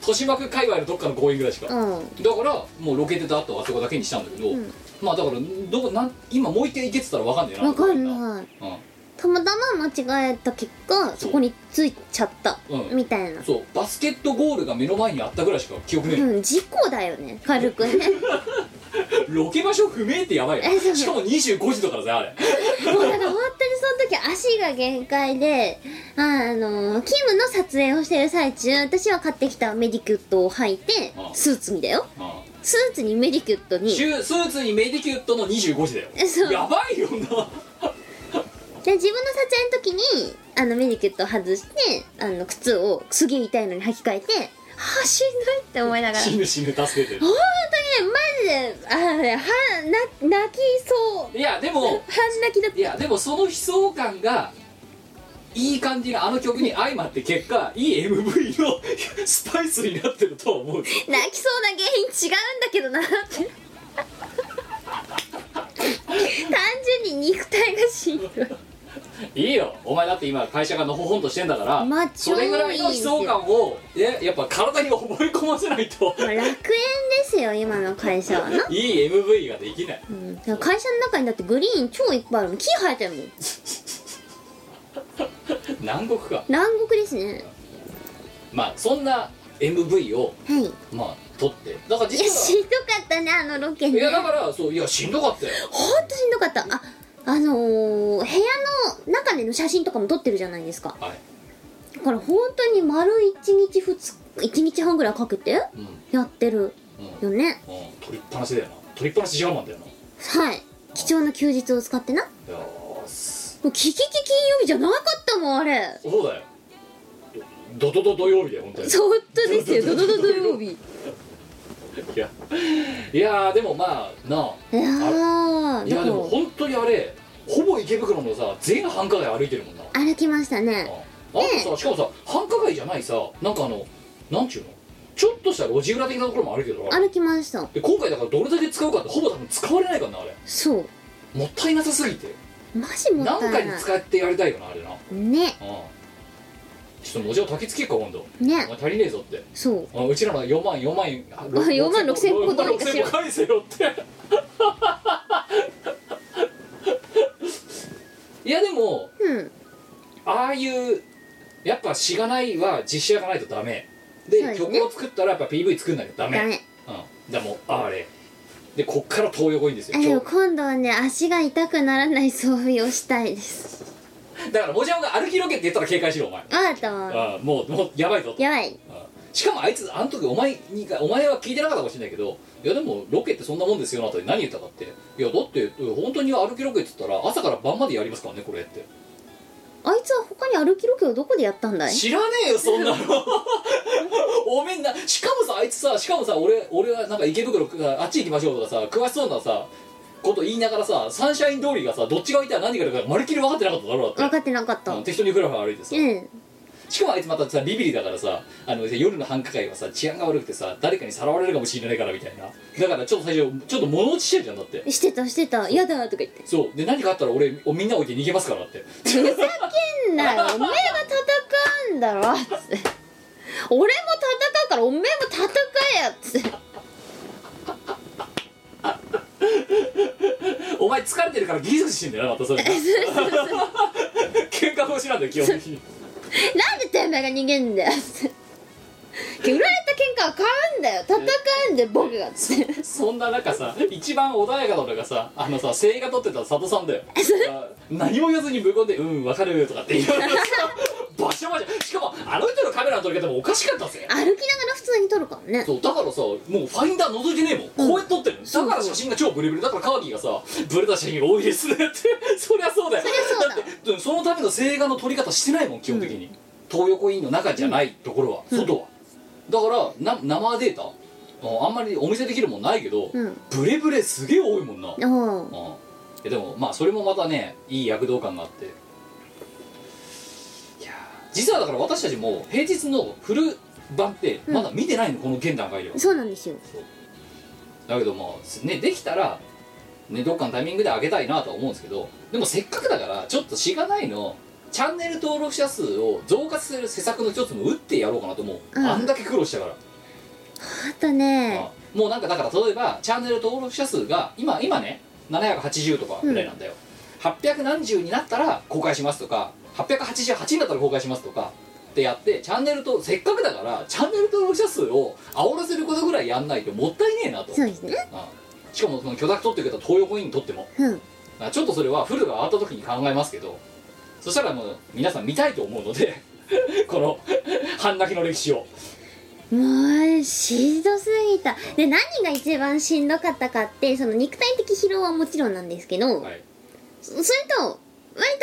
Speaker 4: 豊島区界隈のどっかの公園ぐらいしか、
Speaker 1: うん
Speaker 4: だからもうロケテッドアットはあそこだけにしたんだけど、
Speaker 1: うん
Speaker 4: まあだからどこなん今もう一回行けって言ったらわかんないな
Speaker 1: わかん
Speaker 4: い、
Speaker 1: ない
Speaker 4: うん
Speaker 1: たまたま間違えた結果そこについちゃった
Speaker 4: うん
Speaker 1: みたいな
Speaker 4: そうバスケットゴールが目の前にあったぐらいしか記憶ねえ、
Speaker 1: うん事故だよね軽くね
Speaker 4: ロケ場所不明ってやばい
Speaker 1: えそうそ
Speaker 4: よ
Speaker 1: う
Speaker 4: しかも25時だからさあれ
Speaker 1: もうだから本当にその時足が限界であのキムの撮影をしてる最中私は買ってきたメディキュットを履いて
Speaker 4: ああ
Speaker 1: スーツにだよ
Speaker 4: う
Speaker 1: スーツにメディキュット
Speaker 4: ん
Speaker 1: に
Speaker 4: シ
Speaker 1: で
Speaker 4: ュースーツにメディキュットの25時だよ
Speaker 1: えそう
Speaker 4: やばいよな
Speaker 1: 自分の撮影の時にあのメディキュットを外してあの靴をすげえ痛いのに履き替えて「はあしんどい」って思いながら
Speaker 4: 死
Speaker 1: 本
Speaker 4: ぬ死ぬ助けてる
Speaker 1: 当にねマジであのねはな泣きそう
Speaker 4: いやでも
Speaker 1: 半泣きだっ
Speaker 4: いやでもその悲壮感がいい感じのあの曲に相まって結果いい MV の スパイスになってるとは思う
Speaker 1: た泣きそうな原因違うんだけどなって単純に肉体がしんどい
Speaker 4: いいよお前だって今会社がのほほんとしてんだから、
Speaker 1: まあち
Speaker 4: そ
Speaker 1: ょうどい
Speaker 4: れ
Speaker 1: い
Speaker 4: ぐらいの悲壮感をえやっぱ体に覚え込ませな いと
Speaker 1: まあ楽園ですよ今の会社はな、
Speaker 4: いい MV ができない
Speaker 1: うん、会社の中にだってグリーン超いっぱいあるもん木生えてるもん
Speaker 4: 南国か
Speaker 1: 南国ですね
Speaker 4: まあそんな MV を
Speaker 1: はいいや
Speaker 4: まあ撮ってだから実
Speaker 1: し
Speaker 4: は
Speaker 1: んどかったねあのロケ
Speaker 4: い
Speaker 1: ね
Speaker 4: やだからそういやしんどかったよ
Speaker 1: ほんとしんどかったああのー、部屋の中での写真とかも撮ってるじゃないですか
Speaker 4: はい、
Speaker 1: だから本当に丸1日2日1日半ぐらいかけて
Speaker 4: うん
Speaker 1: やってる
Speaker 4: うん
Speaker 1: よね
Speaker 4: うん、取りっぱなしだよな取りっぱなしジャーマンだよない
Speaker 1: はい貴重な休日を使ってなも
Speaker 4: やーす
Speaker 1: うキキキ金曜日じゃなかったもんあれ
Speaker 4: そうだよドドド土曜日だよ本当に
Speaker 1: 本当です よドドド土曜日い
Speaker 4: いやいやーでもまあなあ
Speaker 1: やー
Speaker 4: いやでも
Speaker 1: どこ
Speaker 4: 本当にあれほぼ池袋のさ全繁華街歩いてるもんなあ
Speaker 1: 歩きましたね
Speaker 4: あとさしかもさ繁華街じゃないさなんかあのなんちゅうのちょっとした路地裏的なところもあるけどな
Speaker 1: 歩きました
Speaker 4: で今回だからどれだけ使うかってほぼ多分使われないからなあれ
Speaker 1: そう
Speaker 4: もったいなさすぎて
Speaker 1: マジもっ
Speaker 4: 何
Speaker 1: た
Speaker 4: 回
Speaker 1: い
Speaker 4: に
Speaker 1: ない
Speaker 4: 使ってやりたいよなあれなうん
Speaker 1: ね
Speaker 4: ちょっと文字を焚きつけっか今度お
Speaker 1: ね
Speaker 4: 前足りねえぞって
Speaker 1: そう
Speaker 4: あうちらの4万4万あ
Speaker 1: 4万6000
Speaker 4: 六
Speaker 1: 歩どうにかし
Speaker 4: 6000
Speaker 1: ろ
Speaker 4: 歩返せよっていやでも
Speaker 1: うん
Speaker 4: ああいうやっぱしがないは実写がないとダメで
Speaker 1: そうですね
Speaker 4: 曲を作ったらやっぱ PV 作んなきゃダメ
Speaker 1: ダメ
Speaker 4: うん、だからもうあれでこっから東横いいんです
Speaker 1: あ
Speaker 4: よ
Speaker 1: でも
Speaker 4: 超
Speaker 1: 今度はね足が痛くならない装備をしたいです
Speaker 4: だからもじゃもが歩きロケって言ったら警戒しろお前
Speaker 1: わかったわ
Speaker 4: あもうもうやばいぞと
Speaker 1: やばい
Speaker 4: うんしかもあいつあの時お前にお前は聞いてなかったかもしれないけどいやでもロケってそんなもんですよのあたり何言ったかっていやだって本当に歩きロケって言ったら朝から晩までやりますからねこれって
Speaker 1: あいつは他に歩きロケをどこでやったんだい
Speaker 4: 知らねえよそんなの おめんなしかもさあいつさしかもさ俺俺はなんか池袋あっち行きましょうとかさ詳しそうなさこと言いながらさサンシャイン通りがさどっちがいたら何がいたかまるっきり分かってなかっただろだ
Speaker 1: 分
Speaker 4: っ
Speaker 1: か
Speaker 4: て
Speaker 1: ってなかった
Speaker 4: う
Speaker 1: うん
Speaker 4: 適当にフラフラ歩いてさ、
Speaker 1: ん
Speaker 4: しかもあいつまたさビビリだからさあの夜の繁華街はさ治安が悪くてさ誰かにさらわれるかもしれないからみたいなだからちょっと最初ちょっと物落ちしてるじゃんだって
Speaker 1: してたしてた嫌だとか言って
Speaker 4: そうで何かあったら俺おみんな置いて逃げますからって
Speaker 1: んなよおめえが戦うんだろつって俺も戦うからおめえも戦えやつって
Speaker 4: お前疲れてるからギスギスしてんだよなまたそれ 喧嘩腰なんだよ基本的に
Speaker 1: なんでてめえが逃げんだよつって売られた喧嘩は買うんだよ戦うんだよ僕がつって
Speaker 4: そんな中さ一番穏やかなのがさあのさ声が取ってた佐藤さんだよ あ何も言わずに無言で「うんわかる」とかって言いながらさバシャバシャしかもあの人のカメラの撮り方もおかしかったぜ
Speaker 1: 歩きながら普通に撮るからね
Speaker 4: そうだからさもうファインダー覗いてねえもん、こうやって撮ってるのだから写真が超ブリブリだからカーギーがさブレた写真が多いですねって そりゃそうだよ
Speaker 1: そりゃそうだ
Speaker 4: ってそのための静画の撮り方してないもん基本的に、東横インの中じゃないところは、外はだからな生データああんまりお見せできるもんないけど、
Speaker 1: うん
Speaker 4: ブレブレすげえ多いもんな、うん、い
Speaker 1: おう
Speaker 4: やでもまあそれもまたねいい躍動感があっていやー実はだから私たちも平日のフル版ってまだ見てないの、この現段階では
Speaker 1: そうなんですよ
Speaker 4: だけどもねできたらねどっかのタイミングで上げたいなとは思うんですけどでもせっかくだからちょっとしがないのチャンネル登録者数を増加する施策の一つも打ってやろうかなと思う、
Speaker 1: うん
Speaker 4: あんだけ苦労したから
Speaker 1: あとね
Speaker 4: うんもうなんかだから例えばチャンネル登録者数が今今ね780とかぐらいなんだよ、800何十になったら公開しますとか888になったら公開しますとかってやってチャンネルとせっかくだからチャンネル登録者数を煽らせることぐらいやんないともったいねえなと、
Speaker 1: そうですね
Speaker 4: うんしかもその許諾取ってくれた東横イン取っても
Speaker 1: うん
Speaker 4: まあちょっとそれはフルが上がった時に考えますけどそしたらもう皆さん見たいと思うので この半泣きの歴史を
Speaker 1: もうしんどすぎたで何が一番しんどかったかってその肉体的疲労はもちろんなんですけど、
Speaker 4: はい
Speaker 1: そそれと割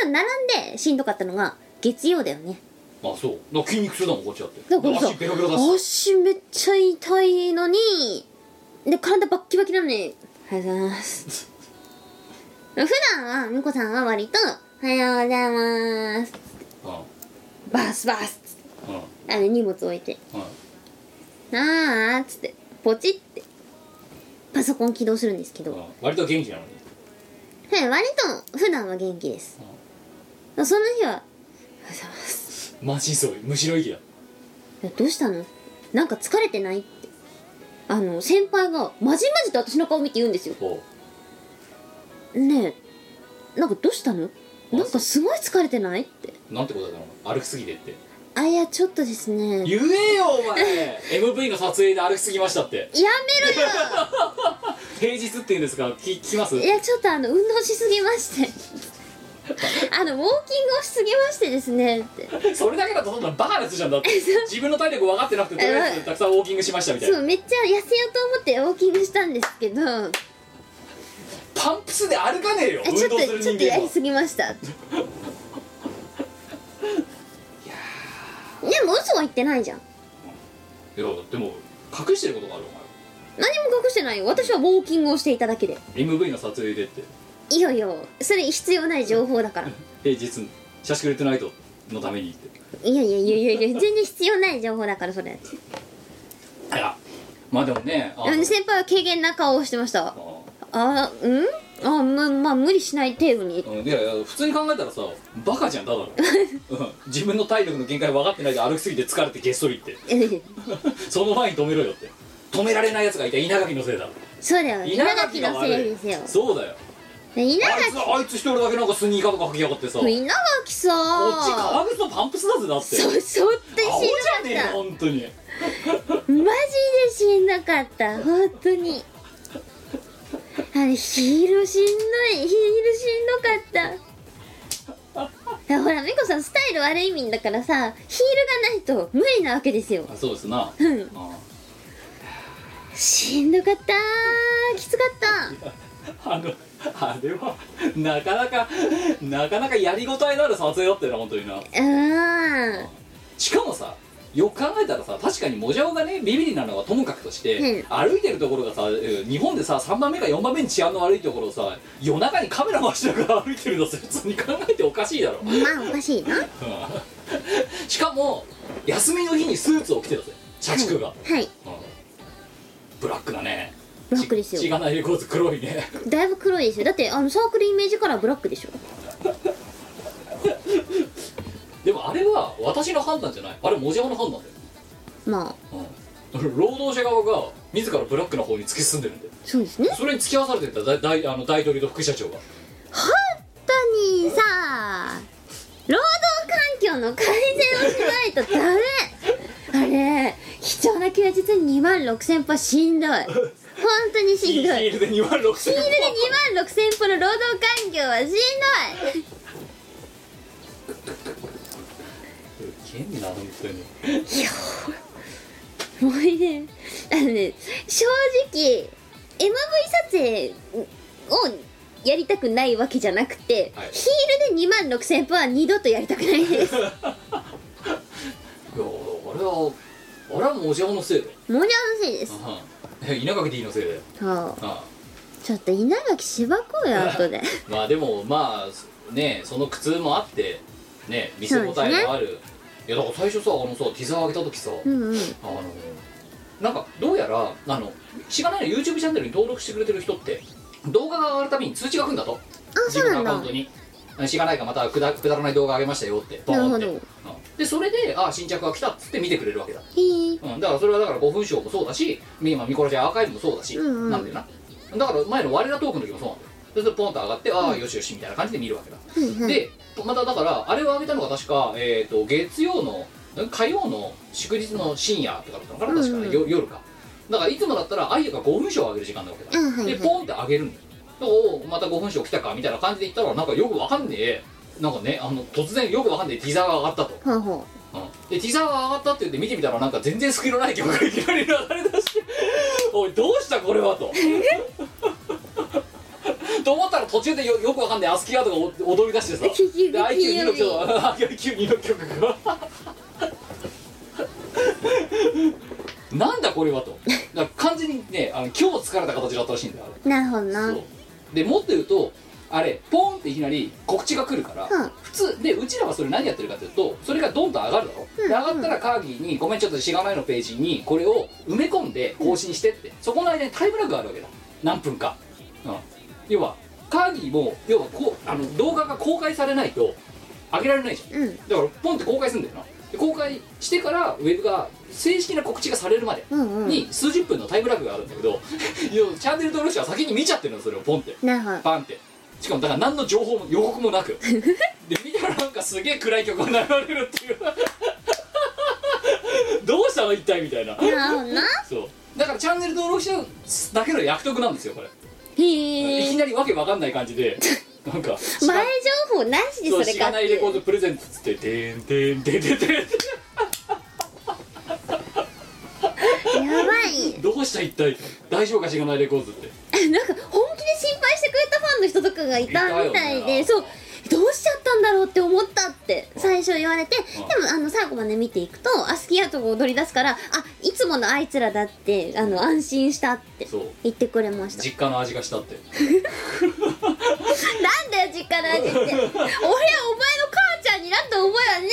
Speaker 1: と並んでしんどかったのが月曜だよね
Speaker 4: あそうだから筋肉痛だもんこっちだって
Speaker 1: だからさ
Speaker 4: 足ベロベロだし
Speaker 1: 足めっちゃ痛いのにで体バッキバキなのに「おはようございます」普段はみこさんは割と「おはようございます
Speaker 4: うんうん」
Speaker 1: バスバス
Speaker 4: うん
Speaker 1: あの荷物置いて「あー」っつってポチってパソコン起動するんですけど
Speaker 4: うん割と元気なのに
Speaker 1: はい、割と普段は元気です。その日は、おはようございます。
Speaker 4: 満身創痍虫の息だ
Speaker 1: いやどうしたのなんか疲れてないって。あの、先輩が、まじまじと私の顔見て言うんですよ。
Speaker 4: おう
Speaker 1: ねえ、なんかどうしたのなんかすごい疲れてないって。
Speaker 4: なんて答えたの歩きすぎてって
Speaker 1: あいやちょっとですねやめ
Speaker 4: 言えよお 前 MV の撮影で歩きすぎましたって
Speaker 1: ろ よ
Speaker 4: 平日って言うんですか聞聞きます
Speaker 1: いやちょっとあの運動しすぎまして あのウォーキングをしすぎましてですねって
Speaker 4: それだけだとそんなバカなやつじゃんだって自分の体力分かってなくてとりあえずたくさんウォーキングしましたみたい
Speaker 1: そ
Speaker 4: な
Speaker 1: うめっちゃ痩せようと思ってウォーキングしたんですけどあ
Speaker 4: パンプスで歩かねえよ運
Speaker 1: ちょっ
Speaker 4: 動す
Speaker 1: と
Speaker 4: る
Speaker 1: ちょっ
Speaker 4: 人
Speaker 1: とや
Speaker 4: 間
Speaker 1: り
Speaker 4: は
Speaker 1: すぎましたでも嘘は言ってないじゃん
Speaker 4: いやでも隠してることがある
Speaker 1: 何も隠してないよ私はウォーキングをしていただけで
Speaker 4: お前 MV の撮影でって
Speaker 1: いよいよそれ必要ない情報だから
Speaker 4: 平日社畜レッドナイトのためにって
Speaker 1: いやいやいやいやいや全然必要ない情報だからそれ
Speaker 4: あらまあでもねあ
Speaker 1: あの先輩は軽減な顔をしてました
Speaker 4: あ
Speaker 1: あうんあままあ無理しない程度に
Speaker 4: うんいやいや普通に考えたらさバカじゃんた だの、うん、自分の体力の限界分かってないで歩きすぎて疲れてげっそりって その前に止めろよって止められないやつがいた稲垣のせいだ
Speaker 1: そうだよ稲垣のせい
Speaker 4: い
Speaker 1: ですよ
Speaker 4: そうだよ
Speaker 1: で稲
Speaker 4: あいつ
Speaker 1: 垣
Speaker 4: あいつ一人だけなんかスニーカーとか履きやがってさこっち
Speaker 1: 稲垣さ
Speaker 4: 革靴のパンプスだぜだって
Speaker 1: そ そって
Speaker 4: 青じゃ
Speaker 1: しんど
Speaker 4: ねえ
Speaker 1: か
Speaker 4: よ
Speaker 1: っ
Speaker 4: 本当に
Speaker 1: たマジでしんどかった本当にあれヒールしんどいヒールしんどかったあほら美子さんスタイル悪い意味だからさヒールがないと無理なわけですよ
Speaker 4: あそうですな、
Speaker 1: うん
Speaker 4: あ
Speaker 1: しんどかったーきつかった
Speaker 4: あのあれはなかなかなかなかやりごたえのある撮影だったよな本当にな
Speaker 1: うーん
Speaker 4: しかもさよく考えたらさ確かにモジャオがねビビリなのはともかくとして、
Speaker 1: うん
Speaker 4: 歩いてるところがさえー日本でさ3番目か4番目に治安の悪いところをさ夜中にカメラ回しながら歩いてるのさ普通に考えておかしいだろ、
Speaker 1: まあおかしいなは
Speaker 4: うんしかも休みの日にスーツを着てたぜ社畜が、
Speaker 1: い
Speaker 4: うんブラックだね
Speaker 1: ブラックです
Speaker 4: 血
Speaker 1: よ
Speaker 4: がないレコーズ黒いね
Speaker 1: だいぶ黒いですよだってあのサークルイメージカラーブラックでしょ
Speaker 4: でもあれは私の判断じゃないあれモジャオの判断だよ
Speaker 1: まあ
Speaker 4: うん労働者側が自らブラックの方に突き進んでるんだよ
Speaker 1: そうですね
Speaker 4: それに付き合わされてんだ大大あの大統領と副社長が
Speaker 1: 本当にさ労働環境の改善をしないとダメあれ貴重な休日に2万6000歩しんどい本当にしんどいヒールで
Speaker 4: ヒールで2万6千
Speaker 1: 2万6000歩の労働環境はしんどい
Speaker 4: 変な本当に
Speaker 1: もうねあのね正直 MV 撮影をやりたくないわけじゃなくて、
Speaker 4: はい
Speaker 1: ヒールで2万6000歩は二度とやりたくないです も
Speaker 4: いやあれはあれはもじゃおのせいだよ
Speaker 1: うにゃのせいです
Speaker 4: うん稲垣 D のせいだよ
Speaker 1: そう
Speaker 4: う
Speaker 1: ちょっと稲垣しばこうよ後で
Speaker 4: んまあでもまあねその苦痛もあってね見せ応えもある、いやだから最初さあのさティザー上げた時さ、
Speaker 1: うんうん
Speaker 4: あのなんかどうやらあの知らないの YouTube チャンネルに登録してくれてる人って動画が上がるたびに通知が来るんだと
Speaker 1: あ
Speaker 4: 自
Speaker 1: そう
Speaker 4: 分
Speaker 1: な
Speaker 4: の
Speaker 1: ん
Speaker 4: アカウン
Speaker 1: だ
Speaker 4: トに知らないかまたくだくだらない動画上げましたよってボーンって
Speaker 1: なるほ
Speaker 4: うんでそれであ新着が来たっつって見てくれるわけだ、
Speaker 1: へえ
Speaker 4: うん、だからそれはだから5分賞もそうだし今見殺しアーカイブもそうだし、
Speaker 1: うんうん
Speaker 4: なんだよなだから前の我らトークの時もそうなんだよそれでポンと上がってああ、よしよしみたいな感じで見るわけだ、
Speaker 1: うんうん
Speaker 4: でまただからあれを上げたのが確か、えー、と月曜のん火曜の祝日の深夜とかだったのかな確か、
Speaker 1: うん
Speaker 4: ね
Speaker 1: うん
Speaker 4: よ夜かだからいつもだったらあゆが5分賞を上げる時間なわけだ、
Speaker 1: うんはいはい
Speaker 4: でポンって上げるんだよでおうまた5分賞来たかみたいな感じで言ったらなんかよくわかんねえなんかねあの突然よくわかんねえティザーが上がったと、
Speaker 1: ほうほ
Speaker 4: うんでティザーが上がったって言って見てみたらなんか全然スキルない曲がいきなり流れ出しておいどうしたこれはと と思ったら途中でよよくわかんないアスキーアートが踊り出してさ
Speaker 1: う結局
Speaker 4: で IQ2 の
Speaker 1: 金曜
Speaker 4: 曲が IQ2 の曲がなんだこれはとだから完全にねあの今日疲れた形だったらしいんだよあれ
Speaker 1: 日なるほどな
Speaker 4: そうでもっと言うとあれポーンっていきなり告知が来るから、
Speaker 1: うん
Speaker 4: 普通でうちらはそれ何やってるかというとそれがドンと上がるだろ、
Speaker 1: うん
Speaker 4: で上がったらカーギーに「ごめんちょっとしがないのページにこれを埋め込んで更新して」って、そこの間にタイムラグがあるわけだ何分か、うん、要はカーギーも要はこうあの動画が公開されないと上げられないじゃん
Speaker 1: うん
Speaker 4: だからポンって公開するんだよなで公開してからウェブが正式な告知がされるまで
Speaker 1: うんうん
Speaker 4: に数十分のタイムラグがあるんだけど いやチャンネル登録者は先に見ちゃってるのそれをポンって
Speaker 1: なるほど
Speaker 4: パンってしかもだから何の情報も予告もなくで見たらなんかすげえ暗い曲が流れるっていう どうしたの一体みたいな
Speaker 1: なるほどな
Speaker 4: そうだからチャンネル登録者だけの役得なんですよこれ、い
Speaker 1: へ
Speaker 4: き
Speaker 1: え
Speaker 4: なりわけわかんない感じでなん か
Speaker 1: 前情報なしで
Speaker 4: そう
Speaker 1: それ
Speaker 4: 知
Speaker 1: からって
Speaker 4: ない
Speaker 1: い
Speaker 4: レ
Speaker 1: う
Speaker 4: コードプレゼントっつって「てんてんてんてんてん」
Speaker 1: やばい
Speaker 4: どうした一体大丈夫かしがないレコードって
Speaker 1: なんか本気で心配してくれたファンの人とかがいたみたい
Speaker 4: いた
Speaker 1: で
Speaker 4: よね
Speaker 1: そうどうしちゃったんだろうって思ったって最初言われてで
Speaker 4: うん
Speaker 1: もあの最後まで見ていくとアスキーアートが踊り出すからあいつものあいつらだってあの安心したって
Speaker 4: そう
Speaker 1: 言ってくれました
Speaker 4: 実家の味がしたって
Speaker 1: なんだよ実家の味って俺 はお前の母ちゃんになった覚えはね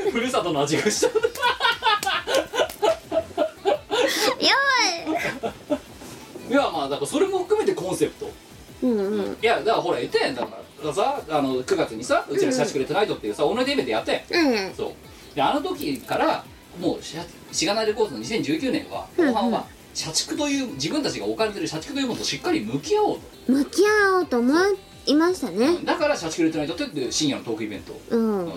Speaker 1: えぞ
Speaker 4: ふるさとの味がしたって
Speaker 1: やばい
Speaker 4: いやまあだからそれも含めてコンセプト
Speaker 1: うんうん
Speaker 4: いやだからほら言ったやんだからだからさあの9月にさうちら社畜でトナイトっていうさ、オンラインイベントやったやん
Speaker 1: うん
Speaker 4: そうであの時からもうしゃしがないレコードの2019年は後半は社畜という自分たちが置かれてる社畜というものとしっかり向き合おう
Speaker 1: 向き合おうと思いましたね
Speaker 4: とだから社畜でトナイトって深夜のトークイベントを
Speaker 1: うん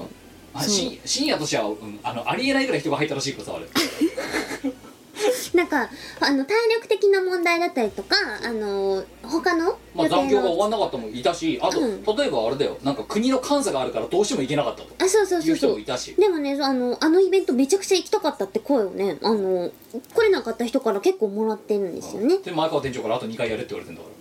Speaker 4: あ深深夜としては、うん、あのありえないぐらい人が入ったらしいからさあれ
Speaker 1: なんかあの体力的な問題だったりとかあの他の予
Speaker 4: まあ
Speaker 1: 定の
Speaker 4: 残業が終わんなかったもいたしあと、
Speaker 1: うん
Speaker 4: 例えばあれだよなんか国の監査があるからどうしても行けなかったと
Speaker 1: あそうそう
Speaker 4: い
Speaker 1: そうう
Speaker 4: 人
Speaker 1: そ
Speaker 4: も
Speaker 1: う
Speaker 4: いたし
Speaker 1: でもねそうあのあのイベントめちゃくちゃ行きたかったって声をねあの来れなかった人から結構もらってるんですよね
Speaker 4: で前川店長からあと2回やれって言われてんだから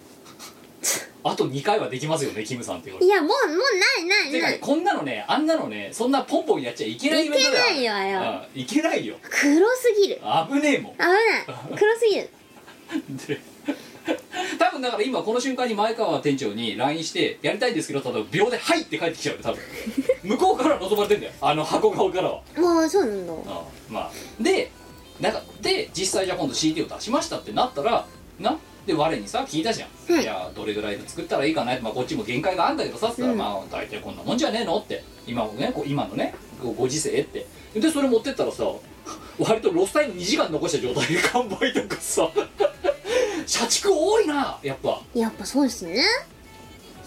Speaker 4: あと2回はできますよねキムさんって言われ
Speaker 1: い
Speaker 4: て
Speaker 1: やもうもうないない
Speaker 4: てか
Speaker 1: な
Speaker 4: ね
Speaker 1: い
Speaker 4: こんなのねあんなのねそんなポンポンやっちゃいけないイベントだ
Speaker 1: いけないよよ、
Speaker 4: うんいけないよ
Speaker 1: 黒すぎる
Speaker 4: 危ねえもん
Speaker 1: 危ない黒すぎる
Speaker 4: で 多分だから今この瞬間に前川店長に LINE して「やりたいんですけど」ただ秒で「はい!」って帰ってきちゃうよ多分向こうから望まれてんだよあの箱顔からは
Speaker 1: もうそうなんだ
Speaker 4: ああまあでなんかで実際じゃあ今度 CD を出しましたってなったらなで我にさ聞いたじゃん、
Speaker 1: はい
Speaker 4: じゃあどれぐらいで作ったらいいかなって、まあ、こっちも限界があるんだけどさっつったら、
Speaker 1: うん
Speaker 4: まあ大体こんなもんじゃねえのって今もねこう今のねごご時世ってでそれ持ってったらさ 割とロスタイム2時間残した状態で完売とかさ社畜多いなやっぱ
Speaker 1: やっぱそうですね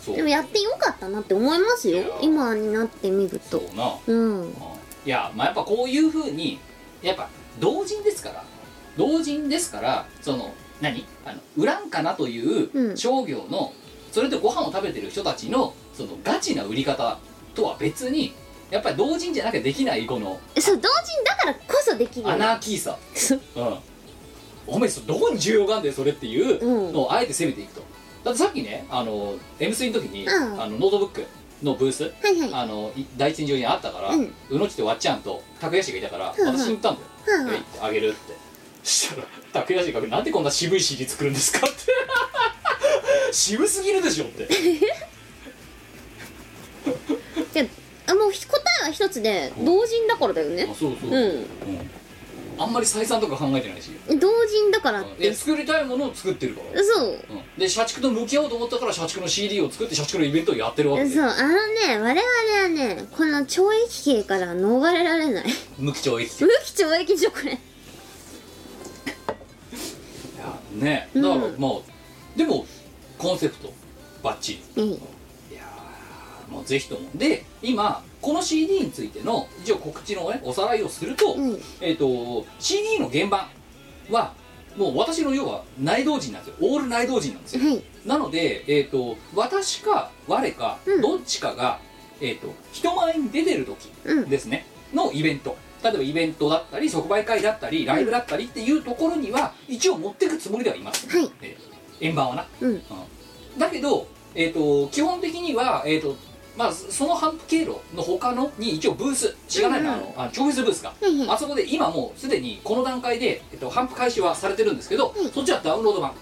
Speaker 4: そう
Speaker 1: でもやってよかったなって思いますよ
Speaker 4: いや
Speaker 1: 今になってみる
Speaker 4: そう
Speaker 1: と
Speaker 4: な
Speaker 1: うん
Speaker 4: いやまあやっぱこういうふうにやっぱ同人ですから同人ですからその何あの売らんかなといううん商業の、それでご飯を食べてる人たちのそのガチな売り方とは別にやっぱり同人じゃなきゃできないこの
Speaker 1: そう同人だからこそできる
Speaker 4: アナーキーさ、
Speaker 1: そう
Speaker 4: うん、おめえそどこに需要があんだよそれっていう
Speaker 1: うん
Speaker 4: のをあえて攻めていくとだってさっきねあの M3 の時に、
Speaker 1: うん
Speaker 4: あのノートブックのブース、
Speaker 1: はいはいは
Speaker 4: あのい第一線上にあったから、
Speaker 1: う
Speaker 4: う
Speaker 1: ん
Speaker 4: のちとわっちゃんと拓也氏がいたから、
Speaker 1: うんうん
Speaker 4: 私に言ったんだよ
Speaker 1: いは
Speaker 4: 「えい
Speaker 1: い
Speaker 4: ってあげる」ってしたら拓也氏が「なんでこんな渋い CD 作るんですか?」って 「渋すぎるでしょ」って
Speaker 1: じゃあもうひ答えは一つで同人だからだよね
Speaker 4: そうそう、
Speaker 1: う
Speaker 4: うん
Speaker 1: ん
Speaker 4: あんまり採算とか考えてないし、
Speaker 1: 同人だからっ
Speaker 4: いや
Speaker 1: て
Speaker 4: 作りたいものを作ってるから、
Speaker 1: そう
Speaker 4: うんで社畜と向き合おうと思ったから社畜の CD を作って社畜のイベントをやってるわけで
Speaker 1: そうあのね我々はねこの懲役刑から逃れられない
Speaker 4: 無期懲役
Speaker 1: 無期懲役所これ
Speaker 4: いやねだから
Speaker 1: うん
Speaker 4: まあ、でもコンセプトバッチリ
Speaker 1: うん
Speaker 4: いやーもうぜひともで今この CD についての一応告知のねおさらいをすると、
Speaker 1: うん
Speaker 4: えっ、と CD の原版はもう私の要は内道人なんですよオール内道人なんですよ、
Speaker 1: はい
Speaker 4: なので、えっと私か我か
Speaker 1: うん
Speaker 4: どっちかが、えっと人前に出てる時
Speaker 1: うん
Speaker 4: ですねのイベント例えばイベントだったり即売会だったりライブだったりっていうところには一応持ってくつもりではいます、
Speaker 1: はい
Speaker 4: えー円盤はな
Speaker 1: うん
Speaker 4: だけど、えー、と基本的には、えーとまあ、そその反復経路の他のに一応ブース知らない
Speaker 1: う
Speaker 4: な、
Speaker 1: んう
Speaker 4: あのあ超別ブースか、
Speaker 1: はいは
Speaker 4: あそこで今もうすでにこの段階で、えっと、反復開始はされてるんですけど、
Speaker 1: うん
Speaker 4: そっちはダウンロード版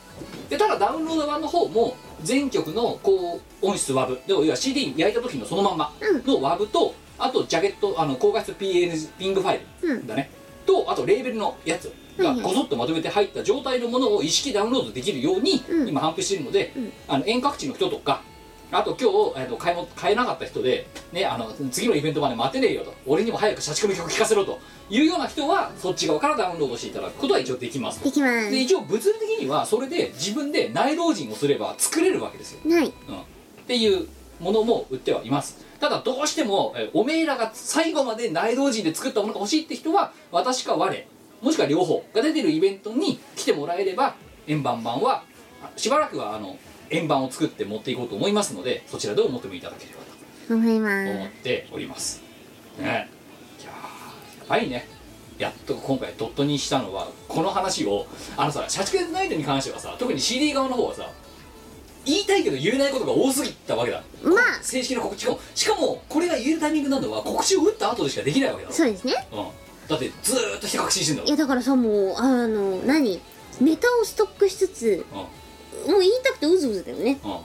Speaker 4: でただダウンロード版の方も全曲のこう音質 WAV で要は CD 焼いた時のそのまんま
Speaker 1: うん
Speaker 4: の WAV とあとジャケットあの高画質 PN ピングファイ
Speaker 1: いうん
Speaker 4: ルだねとあとレーベルのやつが
Speaker 1: うんうん
Speaker 4: ごそっとまとめて入った状態のものを意識ダウンロードできるように
Speaker 1: うん
Speaker 4: 今反復しているので、
Speaker 1: うん
Speaker 4: あの遠隔地の人とかあと今日、えっと買いも買えなかった人で、ね、あの次のイベントまで待てねえよと俺にも早く社畜の曲聴かせろというような人はそっち側からダウンロードしていただくことは一応できます
Speaker 1: できます
Speaker 4: で一応物理的にはそれで自分で内老人をすれば作れるわけですよ
Speaker 1: ない
Speaker 4: っていうものも売ってはいますただどうしてもえーおめえらが最後まで内道人で作ったものが欲しいって人は私か我もしくは両方が出てるイベントに来てもらえれば円盤版はあしばらくはあの円盤を作って持っていこうと思いますのでそちらでお求めいただければ
Speaker 1: 思い
Speaker 4: と
Speaker 1: ま
Speaker 4: 思っておりますねいやーやばいねやっと今回ドットにしたのはこの話をあのさ社畜ナイトに関してはさ特に CD 側の方はさ言いたいけど言えないことが多すぎたわけだ
Speaker 1: すまあ
Speaker 4: 正式な告知もしかもこれが言えるタイミングなのは告知を打った後でしかできないわけだろ、
Speaker 1: そうですね
Speaker 4: うん、だってずーっとひた隠ししてんだ
Speaker 1: い
Speaker 4: ろ
Speaker 1: やだからさもうあの何ネタをストックしつつもう言いたくてうずうずだよね
Speaker 4: うんうん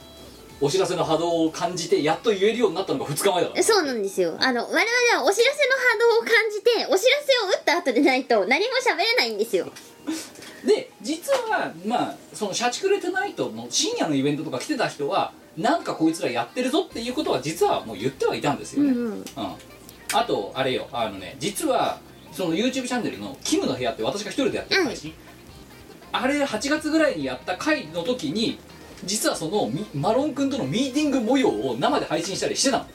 Speaker 4: お知らせの波動を感じてやっと言えるようになったのが2日前だから
Speaker 1: そうなんですよあの我々はお知らせの波動を感じてお知らせを打った後でないと何も喋れないんですよ
Speaker 4: で実はまあその社畜レトナイトの深夜のイベントとか来てた人はなんかこいつらやってるぞっていうことは実はもう言ってはいたんです
Speaker 1: う
Speaker 4: よね、うん
Speaker 1: んうん
Speaker 4: あとあれよあのね実はその YouTube チャンネルの「キムの部屋」って私が一人でやってる配信、あれ8月ぐらいにやった回の時に実はそのみマロン君とのミーティング模様を生で配信したりしてたの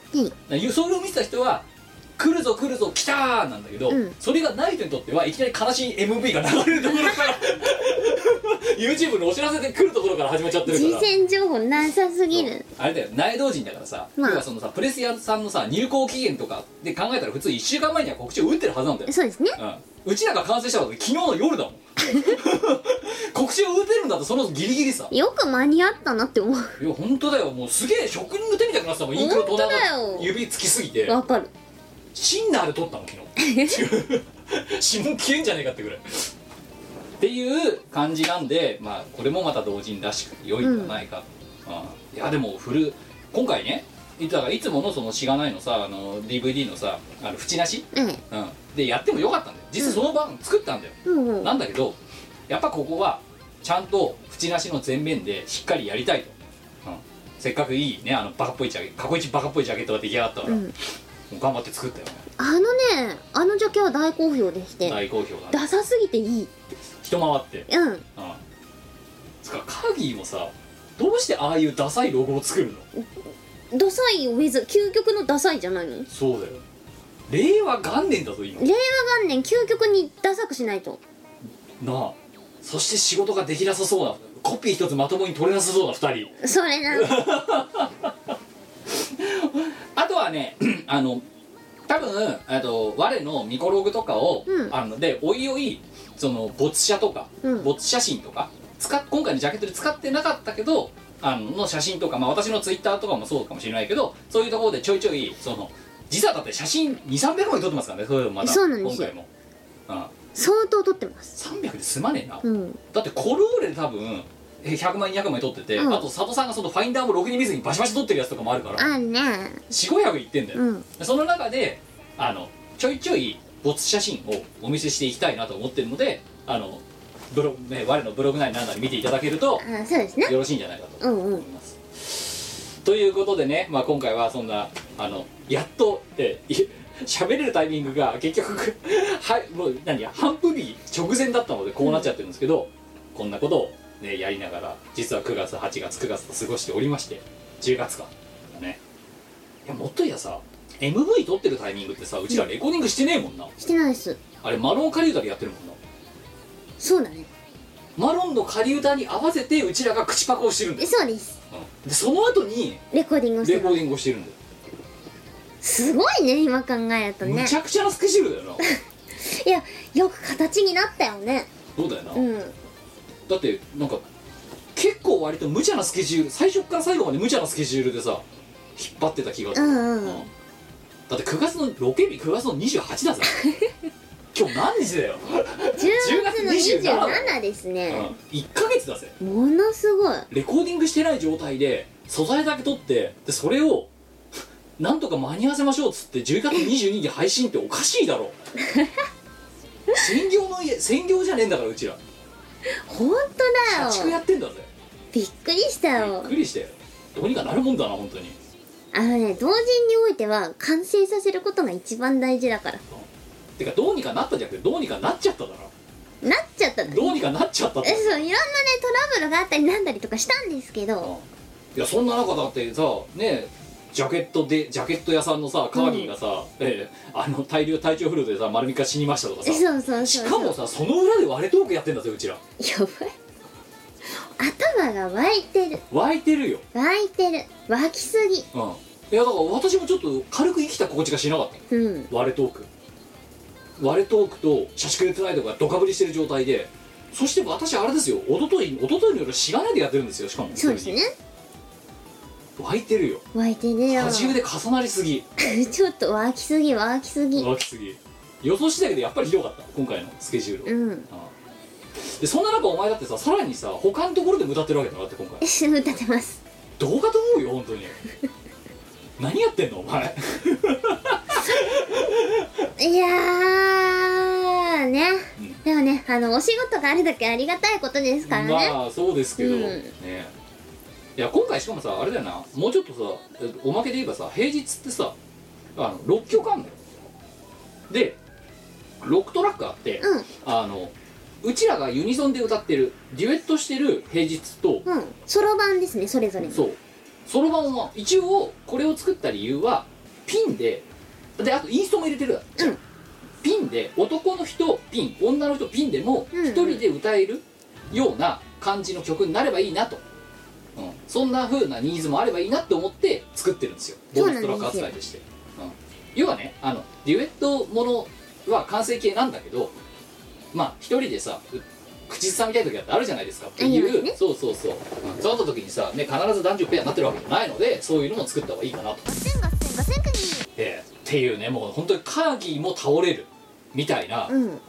Speaker 1: はい
Speaker 4: それを見てた人は「来るぞ来るぞ来たー!」なんだけど、
Speaker 1: うん
Speaker 4: それがない人にとってはいきなり悲しい MV が流れるところから YouTube のお知らせで来るところから始まっちゃってるから
Speaker 1: 事前情報なさすぎる
Speaker 4: あれだよ内道人だからさ、
Speaker 1: まあ
Speaker 4: 要はそのさプレス屋さんのさ入稿期限とかで考えたら普通1週間前には告知を打ってるはずなんだよ、
Speaker 1: そうですね
Speaker 4: うん、うちらが完成したのは昨日の夜だもん 告知を打てるんだとそのギリギリさ
Speaker 1: よく間に合ったなって思う
Speaker 4: いや本当だよもうすげえ職人の手みたいになってたもんインクのトーナー
Speaker 1: 本当だよ
Speaker 4: が指つきすぎて
Speaker 1: わかる
Speaker 4: シンナーで撮ったの昨日指紋消えんじゃねえかってぐらいっていう感じなんでまあこれもまた同人らしく良いんじゃないか、うんいやでもフル今回ねだからいつものそのしがないのさあの DVD のさあの縁なし、
Speaker 1: え
Speaker 4: うん、でやってもよかったんだよ実際その番作ったんだよ、
Speaker 1: えもう
Speaker 4: なんだけどやっぱここはちゃんと縁なしの前面でしっかりやりたいと、うん、せっかくいいねあのバカっぽいジャケ過去一バカっぽいジャケットが出来上がったから、
Speaker 1: う
Speaker 4: も
Speaker 1: ん
Speaker 4: う頑張って作ったよね
Speaker 1: あのねあのジャケは大好評でして
Speaker 4: 大好評だね
Speaker 1: ダサすぎていい
Speaker 4: 一回って
Speaker 1: うん
Speaker 4: うんつかカーギーもさどうしてああいうダサいロゴを作るの
Speaker 1: ダサいウェズ究極のダサいじゃないの令
Speaker 4: そうだよ令和元年だぞ今な
Speaker 1: 和元年究極にダサくしないと
Speaker 4: あそして仕事ができなさそうなコピー一つまともに取れなさそうな2人
Speaker 1: それな
Speaker 4: あとはね あの多分あと我のミコログとかを、
Speaker 1: うん
Speaker 4: あのでおいおいその没写とか、
Speaker 1: うん
Speaker 4: 没写真とか使っ今回のジャケットで使ってなかったけどあのの写真とか、まあ、私のツイッターとかもそうかもしれないけどそういうところでちょいちょいその実はだって写真2300枚撮ってますからねそういうのまた
Speaker 1: そうなんです
Speaker 4: 今
Speaker 1: よ
Speaker 4: 回も、うん、
Speaker 1: 相当取ってます
Speaker 4: 300で済まねえな、
Speaker 1: うん
Speaker 4: だってコルーレで多分え100枚200枚撮ってて、
Speaker 1: うん
Speaker 4: あと佐藤さんがそのファインダーもろくに見ずにバシバシ撮ってるやつとかもあるから
Speaker 1: あんね
Speaker 4: 4500いってんだよ、
Speaker 1: うん
Speaker 4: その中であのちょいちょい没写真をお見せしていきたいなと思ってるのであのブログ、ね、我のブログ内なんなり見ていただけると
Speaker 1: あそうですね
Speaker 4: よろしいんじゃないか
Speaker 1: う
Speaker 4: と
Speaker 1: んう
Speaker 4: 思い
Speaker 1: ん
Speaker 4: ます、ということでね、まあ、今回はそんなあのやっとえ ーい喋れるタイミングが結局はいもう何や半分日直前だったのでこうなっちゃってるんですけど、こんなことを、ね、やりながら実は9月8月9月と過ごしておりまして10月かねいやもっといやさ MV 撮ってるタイミングってさうちらレコーディングしてねえもんな、
Speaker 1: してないっす
Speaker 4: あれマロン仮歌でやってるもんな
Speaker 1: そうだね
Speaker 4: マロンの仮歌に合わせてうちらが口パクをしてるんだよ、
Speaker 1: そうです
Speaker 4: うんでその後に
Speaker 1: レコーディングをし
Speaker 4: レ
Speaker 1: て
Speaker 4: コ
Speaker 1: ま
Speaker 4: ー
Speaker 1: す
Speaker 4: ディングをしてるんだよ
Speaker 1: すごいね今考えるとね
Speaker 4: むちゃくちゃなスケジュールだ よな
Speaker 1: いやよく形になったよね
Speaker 4: そうだよな、
Speaker 1: うん
Speaker 4: だってなんか結構割と無茶なスケジュール最初から最後まで無茶なスケジュールでさ引っ張ってた気がす
Speaker 1: う
Speaker 4: る、
Speaker 1: ん
Speaker 4: うん
Speaker 1: うん
Speaker 4: だって9月のロケ日9月の28だぜ 今日何日だよ、
Speaker 1: 10月の
Speaker 4: 10月
Speaker 1: 27です
Speaker 4: うん、
Speaker 1: ね
Speaker 4: 1ヶ月だぜ
Speaker 1: ものすごい
Speaker 4: レコーディングしてない状態で素材だけ撮ってでそれをなんとか間に合わせましょうっつって10月22日に配信っておかしい だろ専業の家専業じゃねえんだからうちら
Speaker 1: ほんとだ
Speaker 4: 家畜や
Speaker 1: よ
Speaker 4: ってんだぜ
Speaker 1: びっくりしたよ
Speaker 4: びっくりしたよどうにかなるもんだな本当に
Speaker 1: あのね同人においては完成させることが一番大事だから
Speaker 4: てかどうにかなったじゃなくてどうにかなっちゃっただろ
Speaker 1: なっちゃったの
Speaker 4: どうにかなっちゃったっ
Speaker 1: え
Speaker 4: て
Speaker 1: そういろんなねトラブルがあったりなんだりとかしたんですけど
Speaker 4: いやそんな中だってさねジャケットでジャケット屋さんのさカーギーがさ、ええあの大量体調不良でさ丸3日死にましたとかさ
Speaker 1: そうそうそう
Speaker 4: し
Speaker 1: そう
Speaker 4: かもさその裏で割れトークやってんだぜうちら
Speaker 1: やばい頭が湧いてる
Speaker 4: 湧いてるよ
Speaker 1: 湧いてる湧きす
Speaker 4: うんいやだから私もちょっと軽く生きた心地がしなかった
Speaker 1: ぎうん
Speaker 4: 割れトーク割れトークと社畜でトゥナイトがドカぶりしてる状態でそして私あれですよ一昨日一昨日の夜知らないでやってるんですよしかも
Speaker 1: そうですね
Speaker 4: 湧いてるよ
Speaker 1: 湧いてるよ
Speaker 4: 端上で重なりすぎ
Speaker 1: ちょっと湧きすぎ湧きすぎ
Speaker 4: 湧きすぎ予想してたけどやっぱりひどかった今回のスケジュールは、
Speaker 1: うん
Speaker 4: ああでそんな中お前だってささらにさ他のところで歌ってるわけだなって今回
Speaker 1: 歌ってます
Speaker 4: どうかと思うよ本当に何やってんのお前
Speaker 1: いやーね、
Speaker 4: うん
Speaker 1: でもねあのお仕事があるだけありがたいことですからね、
Speaker 4: まあそうですけど、
Speaker 1: うん
Speaker 4: ねいや今回しかもさあれだよなもうちょっとさえおまけで言えばさ平日ってさあの6曲あんだよで6トラックあって、
Speaker 1: うん
Speaker 4: あのうちらがユニゾンで歌ってるデュエットしてる平日と、
Speaker 1: うんそろばんですねそれぞれの
Speaker 4: そうそろばんは一応これを作った理由はピンでであとインストも入れてるだ
Speaker 1: うん
Speaker 4: ピンで男の人ピン女の人ピンでも
Speaker 1: うんうん
Speaker 4: 一人で歌えるような感じの曲になればいいなと、うん、そんな風なニーズもあればいいなって思って作ってるんですよボーナストラック扱いとして、うん、要はねあのデュエットものは完成形なんだけどまあ一人でさう口ずさみたい時だってあるじゃないですかってい
Speaker 1: あります
Speaker 4: う、
Speaker 1: ね
Speaker 4: そうそうそう、うん、そうなった時にさ、ね、必ず男女ペアになってるわけじゃないのでそういうのも作った方がいいかなと
Speaker 1: ガセンガセンガセンク
Speaker 4: えーっていうねもう本当にカーギーも倒れるみたいな、
Speaker 1: ニーうん
Speaker 4: もう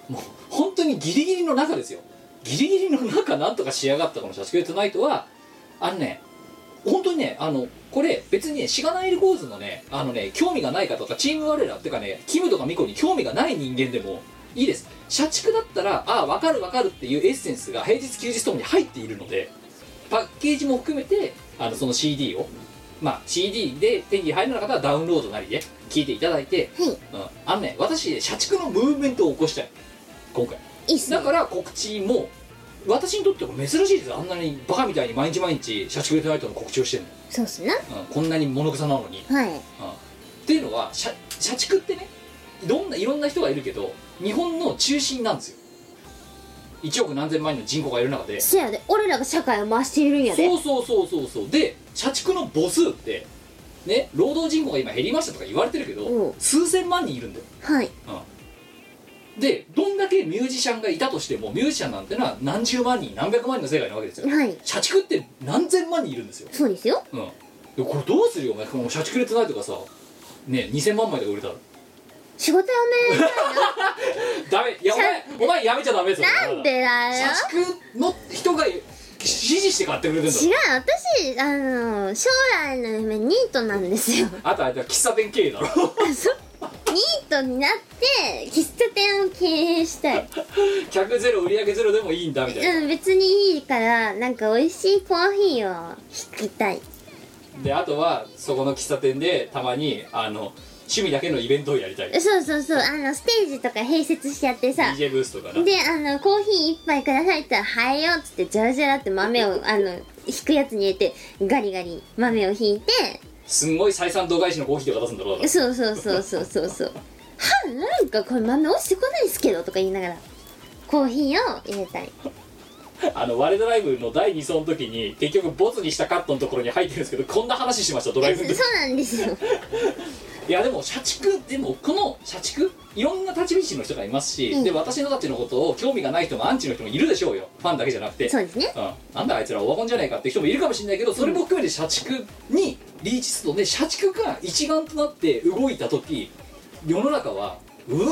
Speaker 4: 本当にギリギリの中ですよギリギリの中なんとか仕上がったこの「社畜エトゥナイトは」あのね本当にねあのこれ別にねしがないレコーズのねあのね興味がない方とかチーム我らっていうかねキムとかミコに興味がない人間でもいいです社畜だったらああ分かる分かるっていうエッセンスが平日休日ともに入っているのでパッケージも含めてあのその CD をまあ CD で手に入らなかったらダウンロードなりで聞いていただいて、
Speaker 1: はい
Speaker 4: うん、あのね私ね社畜のムーブメントを起こしたい今回
Speaker 1: いいっすね
Speaker 4: だから告知も私にとっても珍しいですあんなにバカみたいに毎日毎日社畜レトナイトの告知をしてる
Speaker 1: そうっすね
Speaker 4: の、うん、こんなに物臭なのに、
Speaker 1: はい
Speaker 4: うん、っていうのは社社畜ってねいろんないろんな人がいるけど日本の中心なんですよ1億何千万人の人口がいる中で
Speaker 1: せやで俺らが社会を回しているんやで
Speaker 4: そうそうそうそうそうで社畜の母数ってね労働人口が今減りましたとか言われてるけど、
Speaker 1: うん
Speaker 4: 数千万人いるんだよ
Speaker 1: はい
Speaker 4: でどんだけミュージシャンがいたとしてもミュージシャンなんてのは何十万人何百万人の世界なわけですよ
Speaker 1: はい
Speaker 4: 社畜って何千万人いるんですよ、
Speaker 1: そうですよ
Speaker 4: うん、でこれどうするよお前この社畜レトナイトがさね2000万枚とか売れたら
Speaker 1: 仕事辞 め
Speaker 4: ダメいやお前お前やめちゃダメですよ
Speaker 1: なんでだよ
Speaker 4: 社畜の人が支持して買ってくれてるんだ
Speaker 1: 違う私あの将来の夢ニートなんです よ
Speaker 4: あとあれだ喫茶店経営だろ
Speaker 1: ニートになって喫茶店を経営したい
Speaker 4: 客ゼロ売り上げゼロでもいいんだみたいな、
Speaker 1: うん別にいいからなんか美味しいコーヒーを引きたい
Speaker 4: であとはそこの喫茶店でたまにあの趣味だけのイベントをやりたい
Speaker 1: そうそうそうあのステージとか併設しちゃってさ
Speaker 4: DJ ブースとかな
Speaker 1: であのコーヒー一杯くださいって言ったら「はいよ」っつってジャラジャラって豆をあの引くやつに入れてガリガリ豆を引いて
Speaker 4: すんごい採算度外視のコーヒーとか出すんだろうだから
Speaker 1: そうそうそうそうそうそう「はなんかこれ豆落ちてこないですけど」とか言いながらコーヒーを入れたい
Speaker 4: あの「我ドライブ」の第2層の時に結局ボツにしたカットのところに入ってるんですけどこんな話しましたドライブの時
Speaker 1: そうなんですよ
Speaker 4: いやでも社畜でもこの社畜いろんな立ち道の人がいますし、
Speaker 1: うん
Speaker 4: で私のたちのことを興味がない人もアンチの人もいるでしょうよファンだけじゃなくて
Speaker 1: そうですね
Speaker 4: うん、なんだあいつらオワコンじゃないかって人もいるかもしれないけどそれも含めて社畜にリーチするとね社畜が一丸となって動いた時世の中はうおー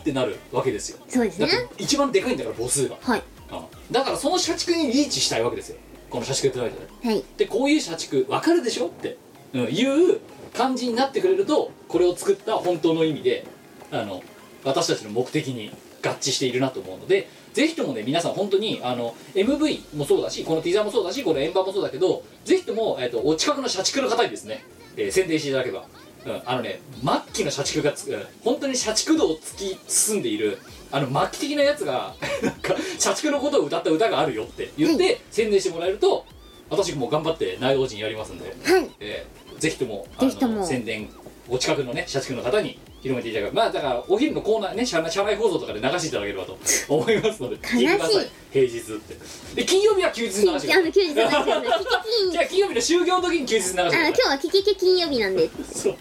Speaker 4: ってなるわけですよ
Speaker 1: そうです
Speaker 4: だ
Speaker 1: ね
Speaker 4: って一番でかいんだから母数が、
Speaker 1: はい
Speaker 4: うん、だからその社畜にリーチしたいわけですよこの社畜ってないとね
Speaker 1: はい
Speaker 4: でこういう社畜わかるでしょって、うん、いう感じになってくれるとこれを作った本当の意味であの私たちの目的に合致しているなと思うのでぜひともね皆さん本当にあの MV もそうだしこのティザーもそうだしこの円盤もそうだけどぜひとも、えっとお近くの社畜の方にですね、えー宣伝していただければ、うん、あのね末期の社畜がつ、うん、本当に社畜度を突き進んでいるあの末期的なやつがなんか社畜のことを歌った歌があるよって言って宣伝してもらえると私も頑張って内容陣やりますんで、
Speaker 1: はい
Speaker 4: えぜひともあ
Speaker 1: ぜひとも
Speaker 4: の宣伝お近くのね社畜の方に広めていただければまあだからお昼のコーナーね社内社内放送とかで流していただければと思います ので聞いてください平日ってで金曜日は休日に流してくだ
Speaker 1: あ
Speaker 4: さ
Speaker 1: の
Speaker 4: い
Speaker 1: 休日なんです よねキキ
Speaker 4: じ
Speaker 1: キン
Speaker 4: ゃあ金曜日の就業の時に休日に流してくだ
Speaker 1: あ
Speaker 4: さ
Speaker 1: 今
Speaker 4: い
Speaker 1: 日はキキキ金曜日なんで
Speaker 4: そう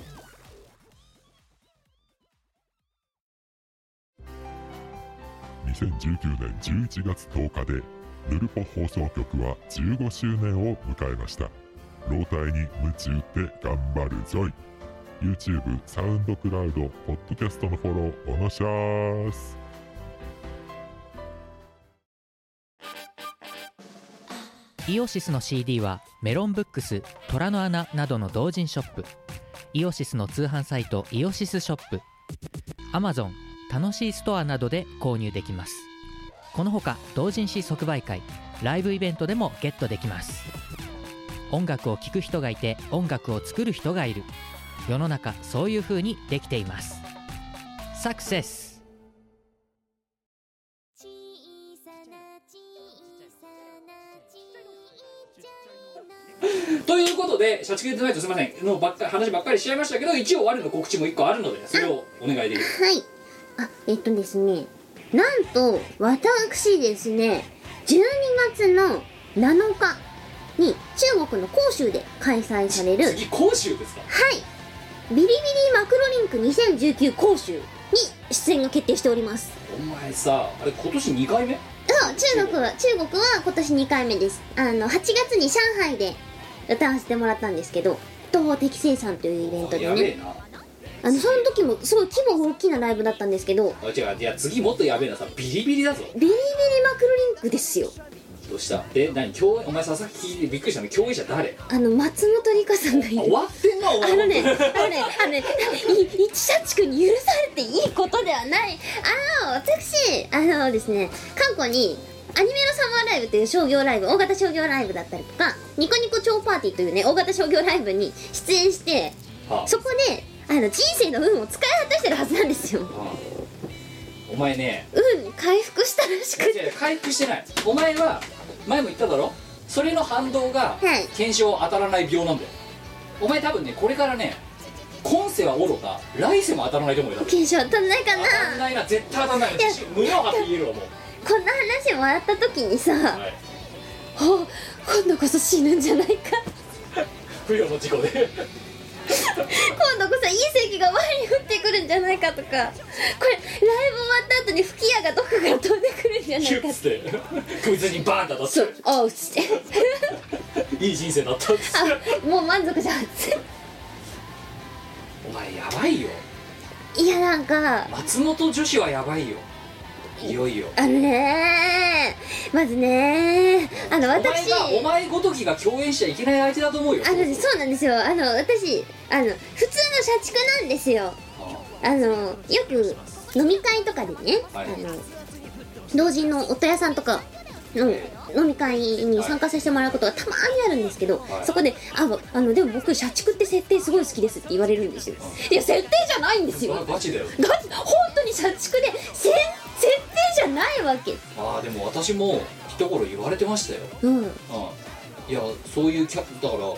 Speaker 6: 2019年11月10日でヌルポ放送局は15周年を迎えました老体に鞭打って頑張るぞい YouTube サウンドクラウドポッドキャストのフォローおのしゃーす
Speaker 2: イオシスの CD はメロンブックス虎の穴などの同人ショップイオシスの通販サイトイオシスショップ Amazon 楽しいストアなどで購入できますこのほか同人誌即売会ライブイベントでもゲットできます音楽を聴く人がいて音楽を作る人がいる世の中そういう風にできていますサクセス
Speaker 7: 小さな小さな小さ
Speaker 4: ということで、社畜でないとすみません、のばっか話ばっかりしちゃいましたけど、一応、あるの告知も一個あるので、それをお願いできる。
Speaker 1: はい。あ、えっとですね。なんと、私ですね、12月の7日に中国の広州で開催される、はい。
Speaker 4: 次、広州ですか
Speaker 1: ビリビリマクロリンク2019広州に出演が決定しております。
Speaker 4: お前さ、あれ、今年2回目
Speaker 1: そう、中国は、中国は今年2回目です。あの、8月に上海で歌わせてもらったんですけど、東方適生さんというイベントで
Speaker 4: やべえ
Speaker 1: ね。
Speaker 4: な。
Speaker 1: あの、その時もすごい規模が大きなライブだったんですけど、
Speaker 4: あ違う、いや、次もっとやべえなさ、ビリビリだぞ。
Speaker 1: ビリビリマクロリンクですよ。
Speaker 4: どうしたで、何、共演、お前、佐々木聞いてびっくりしたの、共演者 誰あ
Speaker 1: あの松本里香さんがい
Speaker 4: 終
Speaker 1: る
Speaker 4: わってんな、お
Speaker 1: あ
Speaker 4: 前。
Speaker 1: のね、あのね、あのね、い一社畜に許されていいことではない。あの、私、あのですね、過去に、アニメのサマーライブという商業ライブ、大型商業ライブだったりとか、ニコニコ超パーティーというね、大型商業ライブに出演して、
Speaker 4: はあ
Speaker 1: そこで、あの、人生の運を使い果たしてるはずなんですよ。
Speaker 4: はあお前ね、
Speaker 1: 運回復したらしく
Speaker 4: 違う違う回復してない。お前は、前も言っただろそれの反動が
Speaker 1: はい、
Speaker 4: 検証当たらない病なんだよ。お前多分ね、これからね、今世はおろか、来世も当たらないと思うよ。
Speaker 1: 検証足んないかな
Speaker 4: 当たらないな絶対当たらない
Speaker 1: いや
Speaker 4: 胸を張って言えるわもう、
Speaker 1: こんな話もらった時にさ、
Speaker 4: はい、
Speaker 1: ほ今度こそ死ぬんじゃないか
Speaker 4: 不慮の事故で
Speaker 1: 今度こそ隕石が前に降ってくるんじゃないかとかこれライブ終わった後に吹き矢がどこから飛んでくるんじゃな
Speaker 4: ヒュ
Speaker 1: いか
Speaker 4: ッ
Speaker 1: と
Speaker 4: つって首筋にバーンと当た
Speaker 1: そ
Speaker 4: っ
Speaker 1: うあうっつって
Speaker 4: ていい人生だったっつって
Speaker 1: あもう満足じゃんつっ
Speaker 4: お前やばいよ
Speaker 1: ていやなんか
Speaker 4: 松本女子はやばいよいよいよ
Speaker 1: あのねまずねあの
Speaker 4: お前が
Speaker 1: 私
Speaker 4: お前ごときが共演しちゃいけない相手だと思うよ
Speaker 1: あのねそうなんですよあの私あの普通の社畜なんですよあのよく飲み会とかでね、
Speaker 4: は
Speaker 1: あ
Speaker 4: い
Speaker 1: の同人のお屋さんとかの飲み会に参加させてもらうことがたまにあるんですけど、
Speaker 4: はい
Speaker 1: そこで「ああのでも僕社畜って設定すごい好きです」って言われるんですよいや設定じゃないんです
Speaker 4: それは
Speaker 1: よ
Speaker 4: ガチだよ
Speaker 1: ガチ本当に社畜でせ設定じゃないわけ
Speaker 4: ああでも私も一頃言われてましたよ
Speaker 1: うん
Speaker 4: うんいやそういうキャだから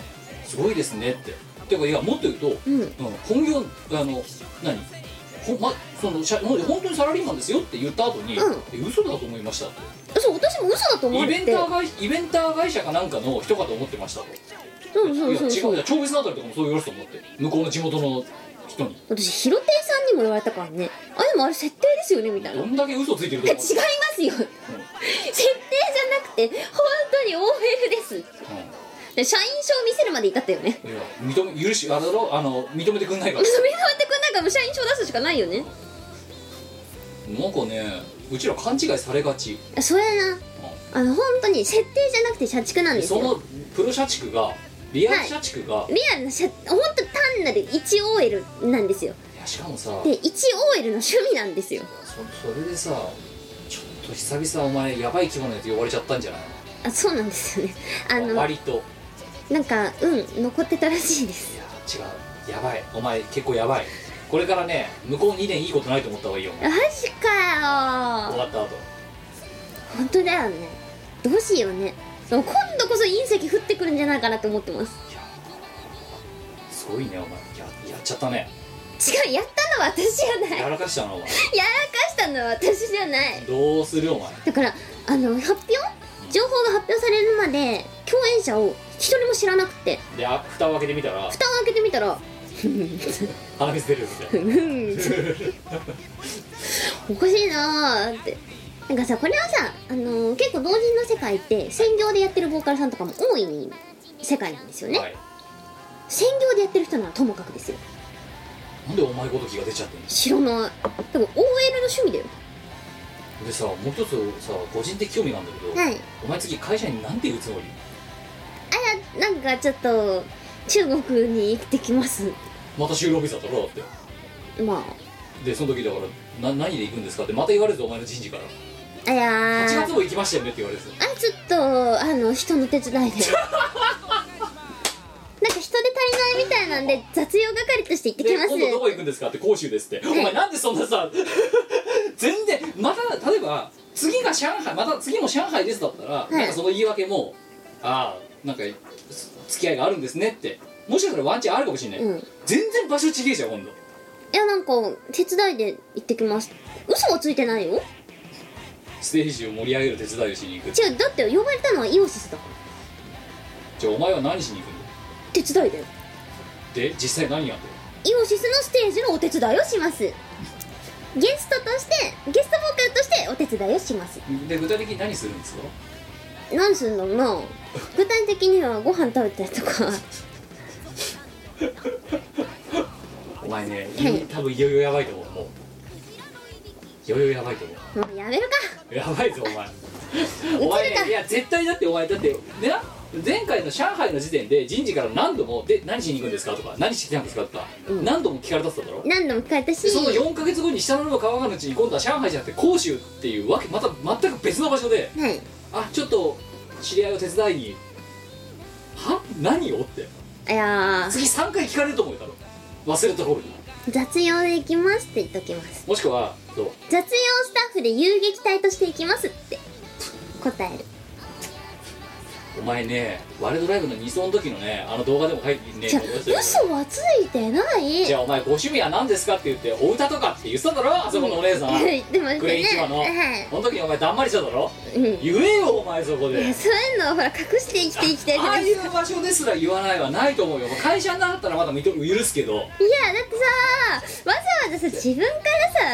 Speaker 4: すごいですねっててかいやもっと言うと、
Speaker 1: うん
Speaker 4: 本業あの何ほんまその社もう本当にサラリーマンですよって言った後に、
Speaker 1: うん
Speaker 4: え嘘だと思いましたって
Speaker 1: そう私も嘘だと思
Speaker 4: イ
Speaker 1: って
Speaker 4: ベンター会イベンター会社かなんかの人かと思ってましたと
Speaker 1: そうそう
Speaker 4: い
Speaker 1: そ
Speaker 4: や
Speaker 1: う
Speaker 4: 違
Speaker 1: そうう
Speaker 4: いや超別のあたりとかもそう言われてたと思って向こうの地元の人に
Speaker 1: 私ヒロテイさんにも言われたからねあでもあれ設定ですよねみたいな
Speaker 4: どんだけ嘘ついてる
Speaker 1: いや
Speaker 4: と
Speaker 1: 違い
Speaker 4: 思
Speaker 1: ま
Speaker 4: う
Speaker 1: すよ設定じゃなくて本当に OL ですで社員証見せるまでいたったよね
Speaker 4: うんいや認め許しあれだろあの認めてくんないか
Speaker 1: 認め
Speaker 4: ら
Speaker 1: てくんないからもう社員証出すしかないよね
Speaker 4: なんかねうちら勘違いされがち
Speaker 1: あそれなあの本当に設定じゃなくて社畜なん
Speaker 4: で
Speaker 1: です
Speaker 4: そ
Speaker 1: よ
Speaker 4: のプロ社畜がリアル社畜が、い、
Speaker 1: リアルな社本当単なる 1OL なんですよ
Speaker 4: やしかもさ
Speaker 1: で 1OL の趣味なんですよ
Speaker 4: そそれでさちょっと久々お前やばい着物のやつ呼ばれちゃったんじゃない
Speaker 1: あそうなんですよねあの
Speaker 4: 割と
Speaker 1: なんかうん残ってたらしいです
Speaker 4: いや違うやばいお前結構やばいこれからね向こう2年いいことないと思った方がいいよお前
Speaker 1: マジか
Speaker 4: 終
Speaker 1: よ
Speaker 4: わった後
Speaker 1: 本当だよねどうしようねそう今度こそ隕石降ってくるんじゃないかなと思ってます
Speaker 4: ごいねお前ややっちゃったね
Speaker 1: 違うやったのは私じゃない
Speaker 4: やらかしたなお前
Speaker 1: やらかしたのは私じゃない
Speaker 4: どうするお前
Speaker 1: だからあの発表情報が発表されるまで共演者を一人も知らなくて
Speaker 4: であ蓋を開けてみたら
Speaker 1: 蓋を開けてみたら
Speaker 4: 鼻水出るみたいな
Speaker 1: うんおかしいなーってなんかさこれはさ、あのー結構同人の世界って専業でやってるボーカルさんとかも多い世界なんですよね、
Speaker 4: はい、
Speaker 1: 専業でやってる人ならともかくですよ
Speaker 4: なんでお前ごときが出ちゃってんの
Speaker 1: 知らない多分 OL の趣味だよ
Speaker 4: でさもう一つさ個人的興味なんだけど、
Speaker 1: はい
Speaker 4: お前次会社になんて言うつもり
Speaker 1: あらなんかちょっと中国に行ってきます
Speaker 4: また就労ビザ取ろうって
Speaker 1: ま
Speaker 4: でその時だからな何で行くんですかってまた言われるぞお前の人事から
Speaker 1: ああやー
Speaker 4: 8月も行きましたよねって言われるぞ
Speaker 1: あちょっとあの人の手 伝いでなんか人で足りないみたいなんで雑用係として行ってき
Speaker 4: で
Speaker 1: ます
Speaker 4: 今度どこ行くんですかって甲州ですって、お前なんでそんなさ 全然また例えば次が上海また次も上海ですだったら、
Speaker 1: い
Speaker 4: なんかその言い訳もああなんかす付き合いがあるんですねってもしかしたらワンチャンあるかもしれない、
Speaker 1: うん
Speaker 4: 全然場所違えじゃん今度
Speaker 1: いやなんか手伝いで行ってきます嘘はついてないよ
Speaker 4: ステージを盛り上げる手伝いをしに行く
Speaker 1: 違うだって呼ばれたのはイオシスだから
Speaker 4: じゃあお前は何しに行くんだよ
Speaker 1: 手伝いだよ
Speaker 4: で実際何やってる
Speaker 1: イオシスのステージのお手伝いをしますゲストとしてゲストボーカルとしてお手伝いをします
Speaker 4: で具体的に何するんですか
Speaker 1: 何すんのな具体的にはご飯食べたりとか
Speaker 4: お前ね、
Speaker 1: はい
Speaker 4: 多分いよいよやばいと思うもういよいよやばいと思う
Speaker 1: もうやめるか
Speaker 4: やばいぞ お前お前
Speaker 1: 映るか
Speaker 4: ねいや絶対だってお前だってね前回の上海の時点で人事から何度も「で何しに行くんですか?」とか「何してきたんですか?」とか、
Speaker 1: うん
Speaker 4: 何度も聞かれたってただろ
Speaker 1: 何度も聞かれたし
Speaker 4: でその4か月後に下の野の川のうちに今度は上海じゃなくて広州っていうわけまた全く別の場所で
Speaker 1: はい
Speaker 4: 「あちょっと知り合いを手伝いに」は何をって
Speaker 1: いやー
Speaker 4: 次3回聞かれると思うよ多分忘れた頃に
Speaker 1: 雑用で行きますって言っときます
Speaker 4: もしくはそう
Speaker 1: 雑用スタッフで遊撃隊として行きますって答える
Speaker 4: お前ねワルドライブの2層の時のねあの動画でも書いてね
Speaker 1: じゃ
Speaker 4: 思い出したけ
Speaker 1: 嘘
Speaker 4: ど
Speaker 1: はついてない
Speaker 4: じゃあお前ご趣味は何ですかって言ってお歌とかって言ってただろあそこのお姉さん、
Speaker 1: はい でもね
Speaker 4: グレイチマの、
Speaker 1: はい
Speaker 4: この時にお前だんまりしただろ
Speaker 1: うん
Speaker 4: 言えよお前そこ
Speaker 1: いや
Speaker 4: で
Speaker 1: そういうのをほら隠して生きて生きてるじゃ
Speaker 4: ああ
Speaker 1: ない
Speaker 4: い
Speaker 1: です
Speaker 4: う場所ですら言わないはないと思うよお前会社になったらまだ見と許すけど
Speaker 1: いやだってさわざわざさ自分から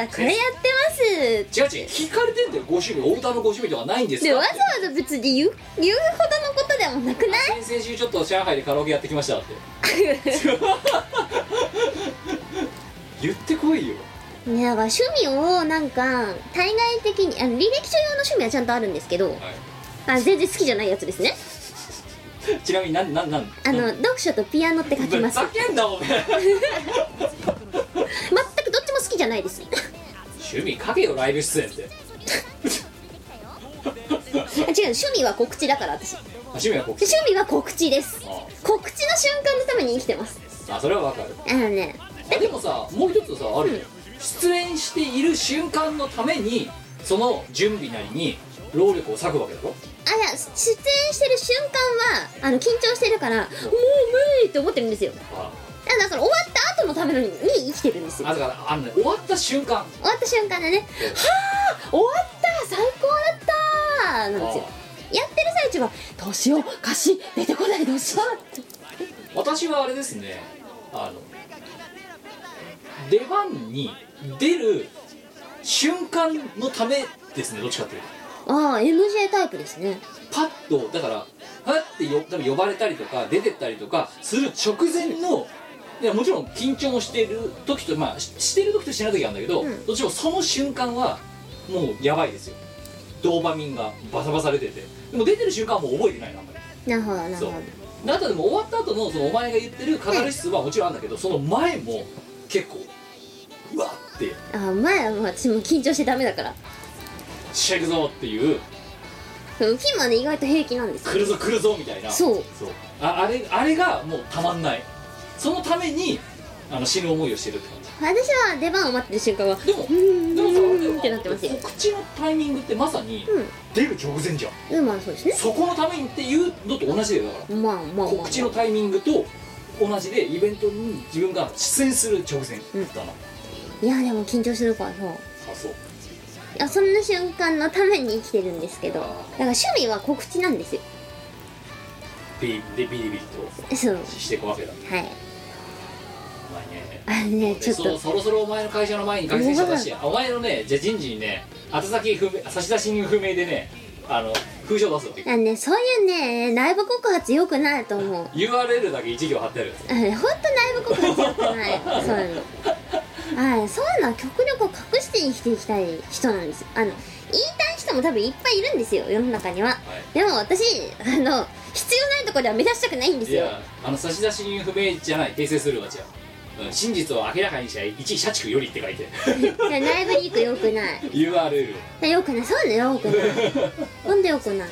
Speaker 1: さこれやってま
Speaker 4: 違う違う聞かれてんだよご趣味お歌のご趣味とかないんですす
Speaker 1: で
Speaker 4: か
Speaker 1: わ
Speaker 4: っ
Speaker 1: ざ
Speaker 4: て
Speaker 1: わざ別に言う言うほどのことでもなくない
Speaker 4: 先々週ちょっと上海でカラオケやってきましたって 言ってこいよ
Speaker 1: ねだから趣味をなんか対外的にあの履歴書用の趣味はちゃんとあるんですけど、あ全然好きじゃないやつですね
Speaker 4: ちなみになんなんなん
Speaker 1: あの読書とピアノって書き
Speaker 4: ふ
Speaker 1: ます
Speaker 4: ざけんなお前
Speaker 1: 全くどっちも好きじゃないですあ
Speaker 4: 趣味書けよライブ出演って
Speaker 1: 違う趣味は告知だから私
Speaker 4: あ趣味はこう
Speaker 1: 趣味は告知です
Speaker 4: あ
Speaker 1: 告知の瞬間のために生きてます
Speaker 4: あそれはわかる
Speaker 1: あのね
Speaker 4: あでもさもう一つさあるよ出演している瞬間のためにその準備なりに労力を割くわけだろ
Speaker 1: あいや出演してる瞬間はあの緊張してるからもう無理って思ってるんですよ
Speaker 4: あ
Speaker 1: あだから終わった後のために生きてるんですよ
Speaker 4: あだからあの、ね、終わった瞬間
Speaker 1: 終わった瞬間でねはあ終わった最高だったなんですよ
Speaker 4: あ
Speaker 1: やってる最中はどうしよう歌詞出てこないどうしよう
Speaker 4: 私はあれですねあの出番に出る瞬間のためですねどっちかっていうと
Speaker 1: ああ MJ タイプですね
Speaker 4: パッとだからパッてよ多分呼ばれたりとか出てったりとかする直前のいやもちろん緊張もしてる時とまあししてる時としてない時あるんだけど、
Speaker 1: うん
Speaker 4: どっちもその瞬間はもうやばいですよドーパミンがバサバサ出ててでも出てる瞬間はもう覚えてないなあんまり
Speaker 1: なるほどなるほ
Speaker 4: そう
Speaker 1: ど
Speaker 4: であとでも終わった後のそのお前が言ってるカタルシスはもちろんあるんだけどその前も結構うわって
Speaker 1: ああ前はもう私も緊張してダメだから
Speaker 4: 試合行くぞっていう
Speaker 1: そうキンマンね意外と平気なんですよ
Speaker 4: 来るぞ来るぞみたいな
Speaker 1: そう
Speaker 4: ああれあれがもうたまんないそのためにあの死ぬ思いをしてるって感じ
Speaker 1: 私は出番を待ってる瞬間は
Speaker 4: でも
Speaker 1: うーん
Speaker 4: でもさ
Speaker 1: うーんってなってますよ
Speaker 4: 告知のタイミングってまさに
Speaker 1: うん
Speaker 4: 出る直前じゃん
Speaker 1: うんまあそうですね
Speaker 4: そこのためにっていうのと同じだよだから
Speaker 1: まあまあまあ
Speaker 4: 告知のタイミングと同じでイベントに自分が出演する直前だな、
Speaker 1: いやでも緊張するからそう
Speaker 4: あそう
Speaker 1: いやそんな瞬間のために生きてるんですけどだから趣味は告知なんですよ
Speaker 4: ビでビリビリ
Speaker 1: そう
Speaker 4: としていくわけだ
Speaker 1: はい
Speaker 4: お前ね
Speaker 1: あのねちょっ
Speaker 4: そ
Speaker 1: と
Speaker 4: そろそろお前の会社の前に学生者出してお前のねじゃあ人事にね宛先不明差出人不明でねあの封書出すよって
Speaker 1: あのねそういうね内部告発よくないと思う
Speaker 4: URL だけ一行貼ってあるやつ
Speaker 1: うんほんと内部告発よくないそういうのはいそういうのは極力隠して生きていきたい人なんですあの言いたい人も多分いっぱいいるんですよ世の中にはでも私あの必要ないとこでは目指したくないんです
Speaker 4: い
Speaker 1: よ
Speaker 4: やあの差出人不明じゃない訂正するわじゃあ、うん、真実を明らかにしたい一社畜よりって書い て
Speaker 1: いや内部リークよくない
Speaker 4: URL
Speaker 1: い
Speaker 4: を
Speaker 1: やよくないそういうのよくないほんでよくない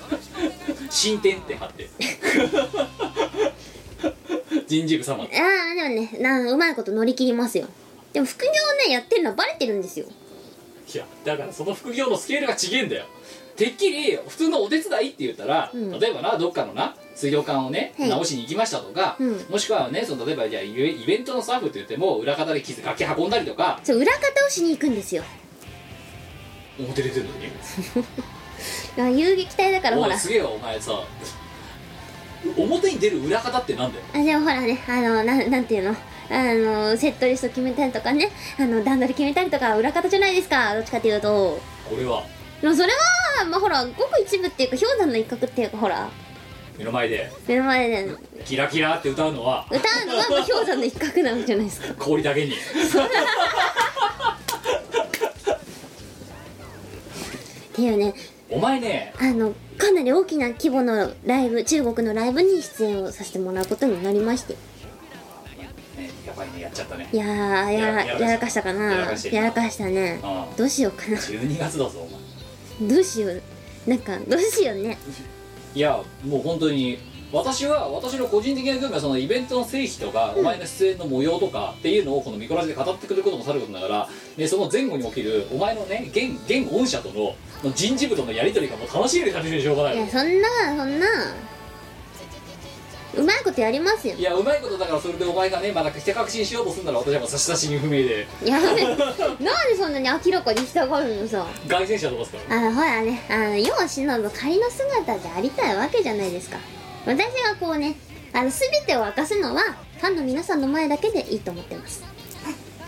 Speaker 4: 進展って貼 って人事部様
Speaker 1: ああでもねなんうまいこと乗り切りますよでも副業をねやってるのはバレてるんですよ
Speaker 4: いやだからその副業のスケールがちげえんだよてっきり普通のお手伝いって言ったら、
Speaker 1: うん
Speaker 4: 例えばなどっかのな水道管をね、
Speaker 1: はい
Speaker 4: 直しに行きましたとか、
Speaker 1: うん
Speaker 4: もしくはねその例えばじゃあイベイベントのスタッフって言っても裏方で傷楽器運んだりとか
Speaker 1: そう裏方をしに行くんですよ
Speaker 4: 表出てるのに
Speaker 1: だから遊撃隊だからほ
Speaker 4: お
Speaker 1: ら
Speaker 4: いすげえよお前さ表に出る裏方ってなんだよ
Speaker 1: あでもほらねあのなんなんていうのあのセットリスト決めたりとかねあの段取り決めたりとか裏方じゃないですかどっちかっていうと
Speaker 4: これは
Speaker 1: でもそれはまあほらごく一部っていうか氷山の一角っていうかほら
Speaker 4: 目の前で
Speaker 1: 目の前で
Speaker 4: 「キラキラ」って歌うのは
Speaker 1: 歌うのはまあ氷山の一角なわけじゃないですか
Speaker 4: 氷だけに
Speaker 1: っていうね
Speaker 4: お前ね
Speaker 1: あのかなり大きな規模のライブ中国のライブに出演をさせてもらうことになりまして
Speaker 4: ねやばいねやっちゃったね
Speaker 1: いやー
Speaker 4: や
Speaker 1: や
Speaker 4: ら
Speaker 1: ら
Speaker 4: や
Speaker 1: やら
Speaker 4: らかした
Speaker 1: かしたかな
Speaker 4: や
Speaker 1: や
Speaker 4: ら
Speaker 1: ら
Speaker 4: か
Speaker 1: か
Speaker 4: して
Speaker 1: し
Speaker 4: るな
Speaker 1: たね
Speaker 4: ああ
Speaker 1: どうしようかな
Speaker 4: 12月だぞお前
Speaker 1: どうしようなんかどうしようね
Speaker 4: いやもう本当に私は私の個人的な興味はそのイベントの成否とか、お前の出演の模様とかっていうのをこのミコラジで語ってくれることもさることながら、ね、その前後に起きるお前のね現現御社とのの人事部とのやり取りがもう楽しみで楽しみでしょうがないい
Speaker 1: やそんなそんなうまいことやりますよ
Speaker 4: いやうまいことだからそれでお前がねまだ手隠しにしようとするなら私はもう差し出しに不明で
Speaker 1: や めなんでそんなに明らかにしたがるのさ
Speaker 4: 凱旋者とかですか
Speaker 1: あ
Speaker 4: ら
Speaker 1: のほらねあの世を忍ぶ仮の姿でありたいわけじゃないですか私がこうねあの全てを明かすのはファンの皆さんの前だけでいいと思ってます
Speaker 4: だか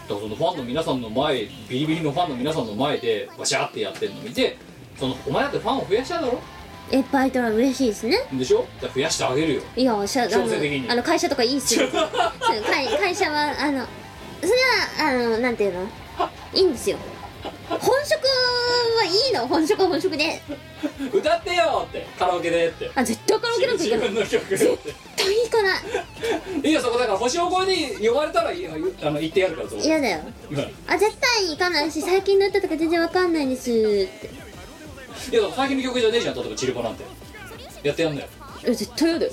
Speaker 4: らそのファンの皆さんの前ビリビリのファンの皆さんの前でバシャーってやってるの見てそのお前だってファンを増やしただろ
Speaker 1: いっぱいいたら嬉しいですね
Speaker 4: でしょだから増やしてあげるよ
Speaker 1: いやしゃあ
Speaker 4: 強制的に
Speaker 1: のあの会社とかいいっ すよそう会会社はあのそれはあのなんていうのいいんですよ本職はいいの本職は本職で
Speaker 4: 歌ってよってカラオケでって
Speaker 1: あ絶対カラオケなんか
Speaker 4: 自
Speaker 1: 行かない
Speaker 4: 分の曲でっ
Speaker 1: 絶対行かない
Speaker 4: ていいよそこだから星を越えて呼ばれたらいいよあの言ってやるからそこ
Speaker 1: 嫌だよ
Speaker 4: うんい
Speaker 1: あ絶対行かないし最近の歌とか全然わかんないですって
Speaker 4: や最近の曲じゃねえじゃん例えばチルコなんてやってやんのよ
Speaker 1: え絶対嫌だよ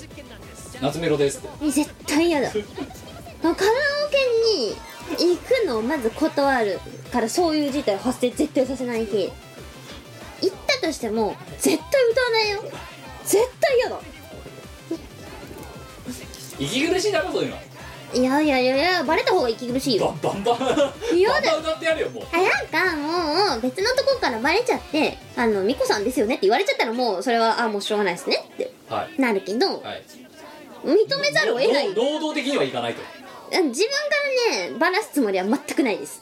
Speaker 4: 夏メロですって
Speaker 1: え絶対嫌だもうカラオケに行くのをまず断るからそういう事態を発生絶対させない日行ったとしても絶対歌わないよ絶対嫌だ
Speaker 4: 息苦しいだろそういうの
Speaker 1: いやいやいやいやバレた方が息苦しいよ
Speaker 4: バンバンバン
Speaker 1: 嫌
Speaker 4: バン
Speaker 1: だ
Speaker 4: バン
Speaker 1: よ
Speaker 4: 歌ってやるよもう
Speaker 1: あなんかもう別のとこからバレちゃって「あのミコさんですよね」って言われちゃったらもうそれはあもうしょうがないですねって
Speaker 4: はい
Speaker 1: なるけど
Speaker 4: はい
Speaker 1: 認めざるを得ない
Speaker 4: 能動的にはいかないと
Speaker 1: うん自分からねバラすつもりは全くないです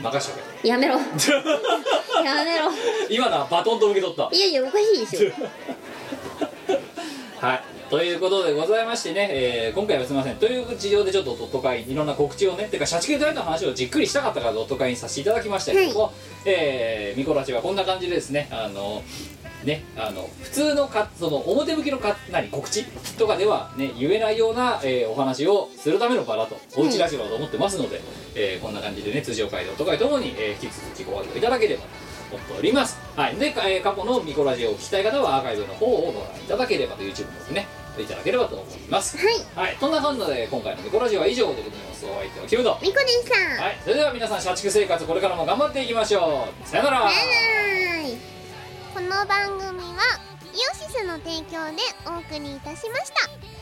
Speaker 4: 任しと
Speaker 1: やめろ
Speaker 4: け
Speaker 1: やめろ
Speaker 4: 今のはバトンと受け取った
Speaker 1: いやいやおかしいでしょ
Speaker 4: はい、ということでございましてね、えー今回はすみませんという事情でちょっとドット会いろんな告知をねてか社畜大の話をじっくりしたかったからドット会にさせていただきましたけども、えーミコラチはこんな感じでですねあのねあの普通のかその表向きのか何告知とかではね言えないような、えーお話をするための場だとおうちラジオだと思ってますので、えーこんな感じでね通常会ドット会ともに、えー引き続きご愛顧いただければと思っております。はい、で、えー過去のミコラジオを聞きたい方はアーカイブの方をご覧いただければと YouTube もですね、いただければと思います。はい。そんな感じで今回のミコラジオは以上でございます。お相手はキムド。は
Speaker 1: みこでした
Speaker 4: い。それでは皆さん、社畜生活これからも頑張っていきましょう。さよなら。
Speaker 1: はい
Speaker 7: この番組はイオシスの提供でお送りいたしました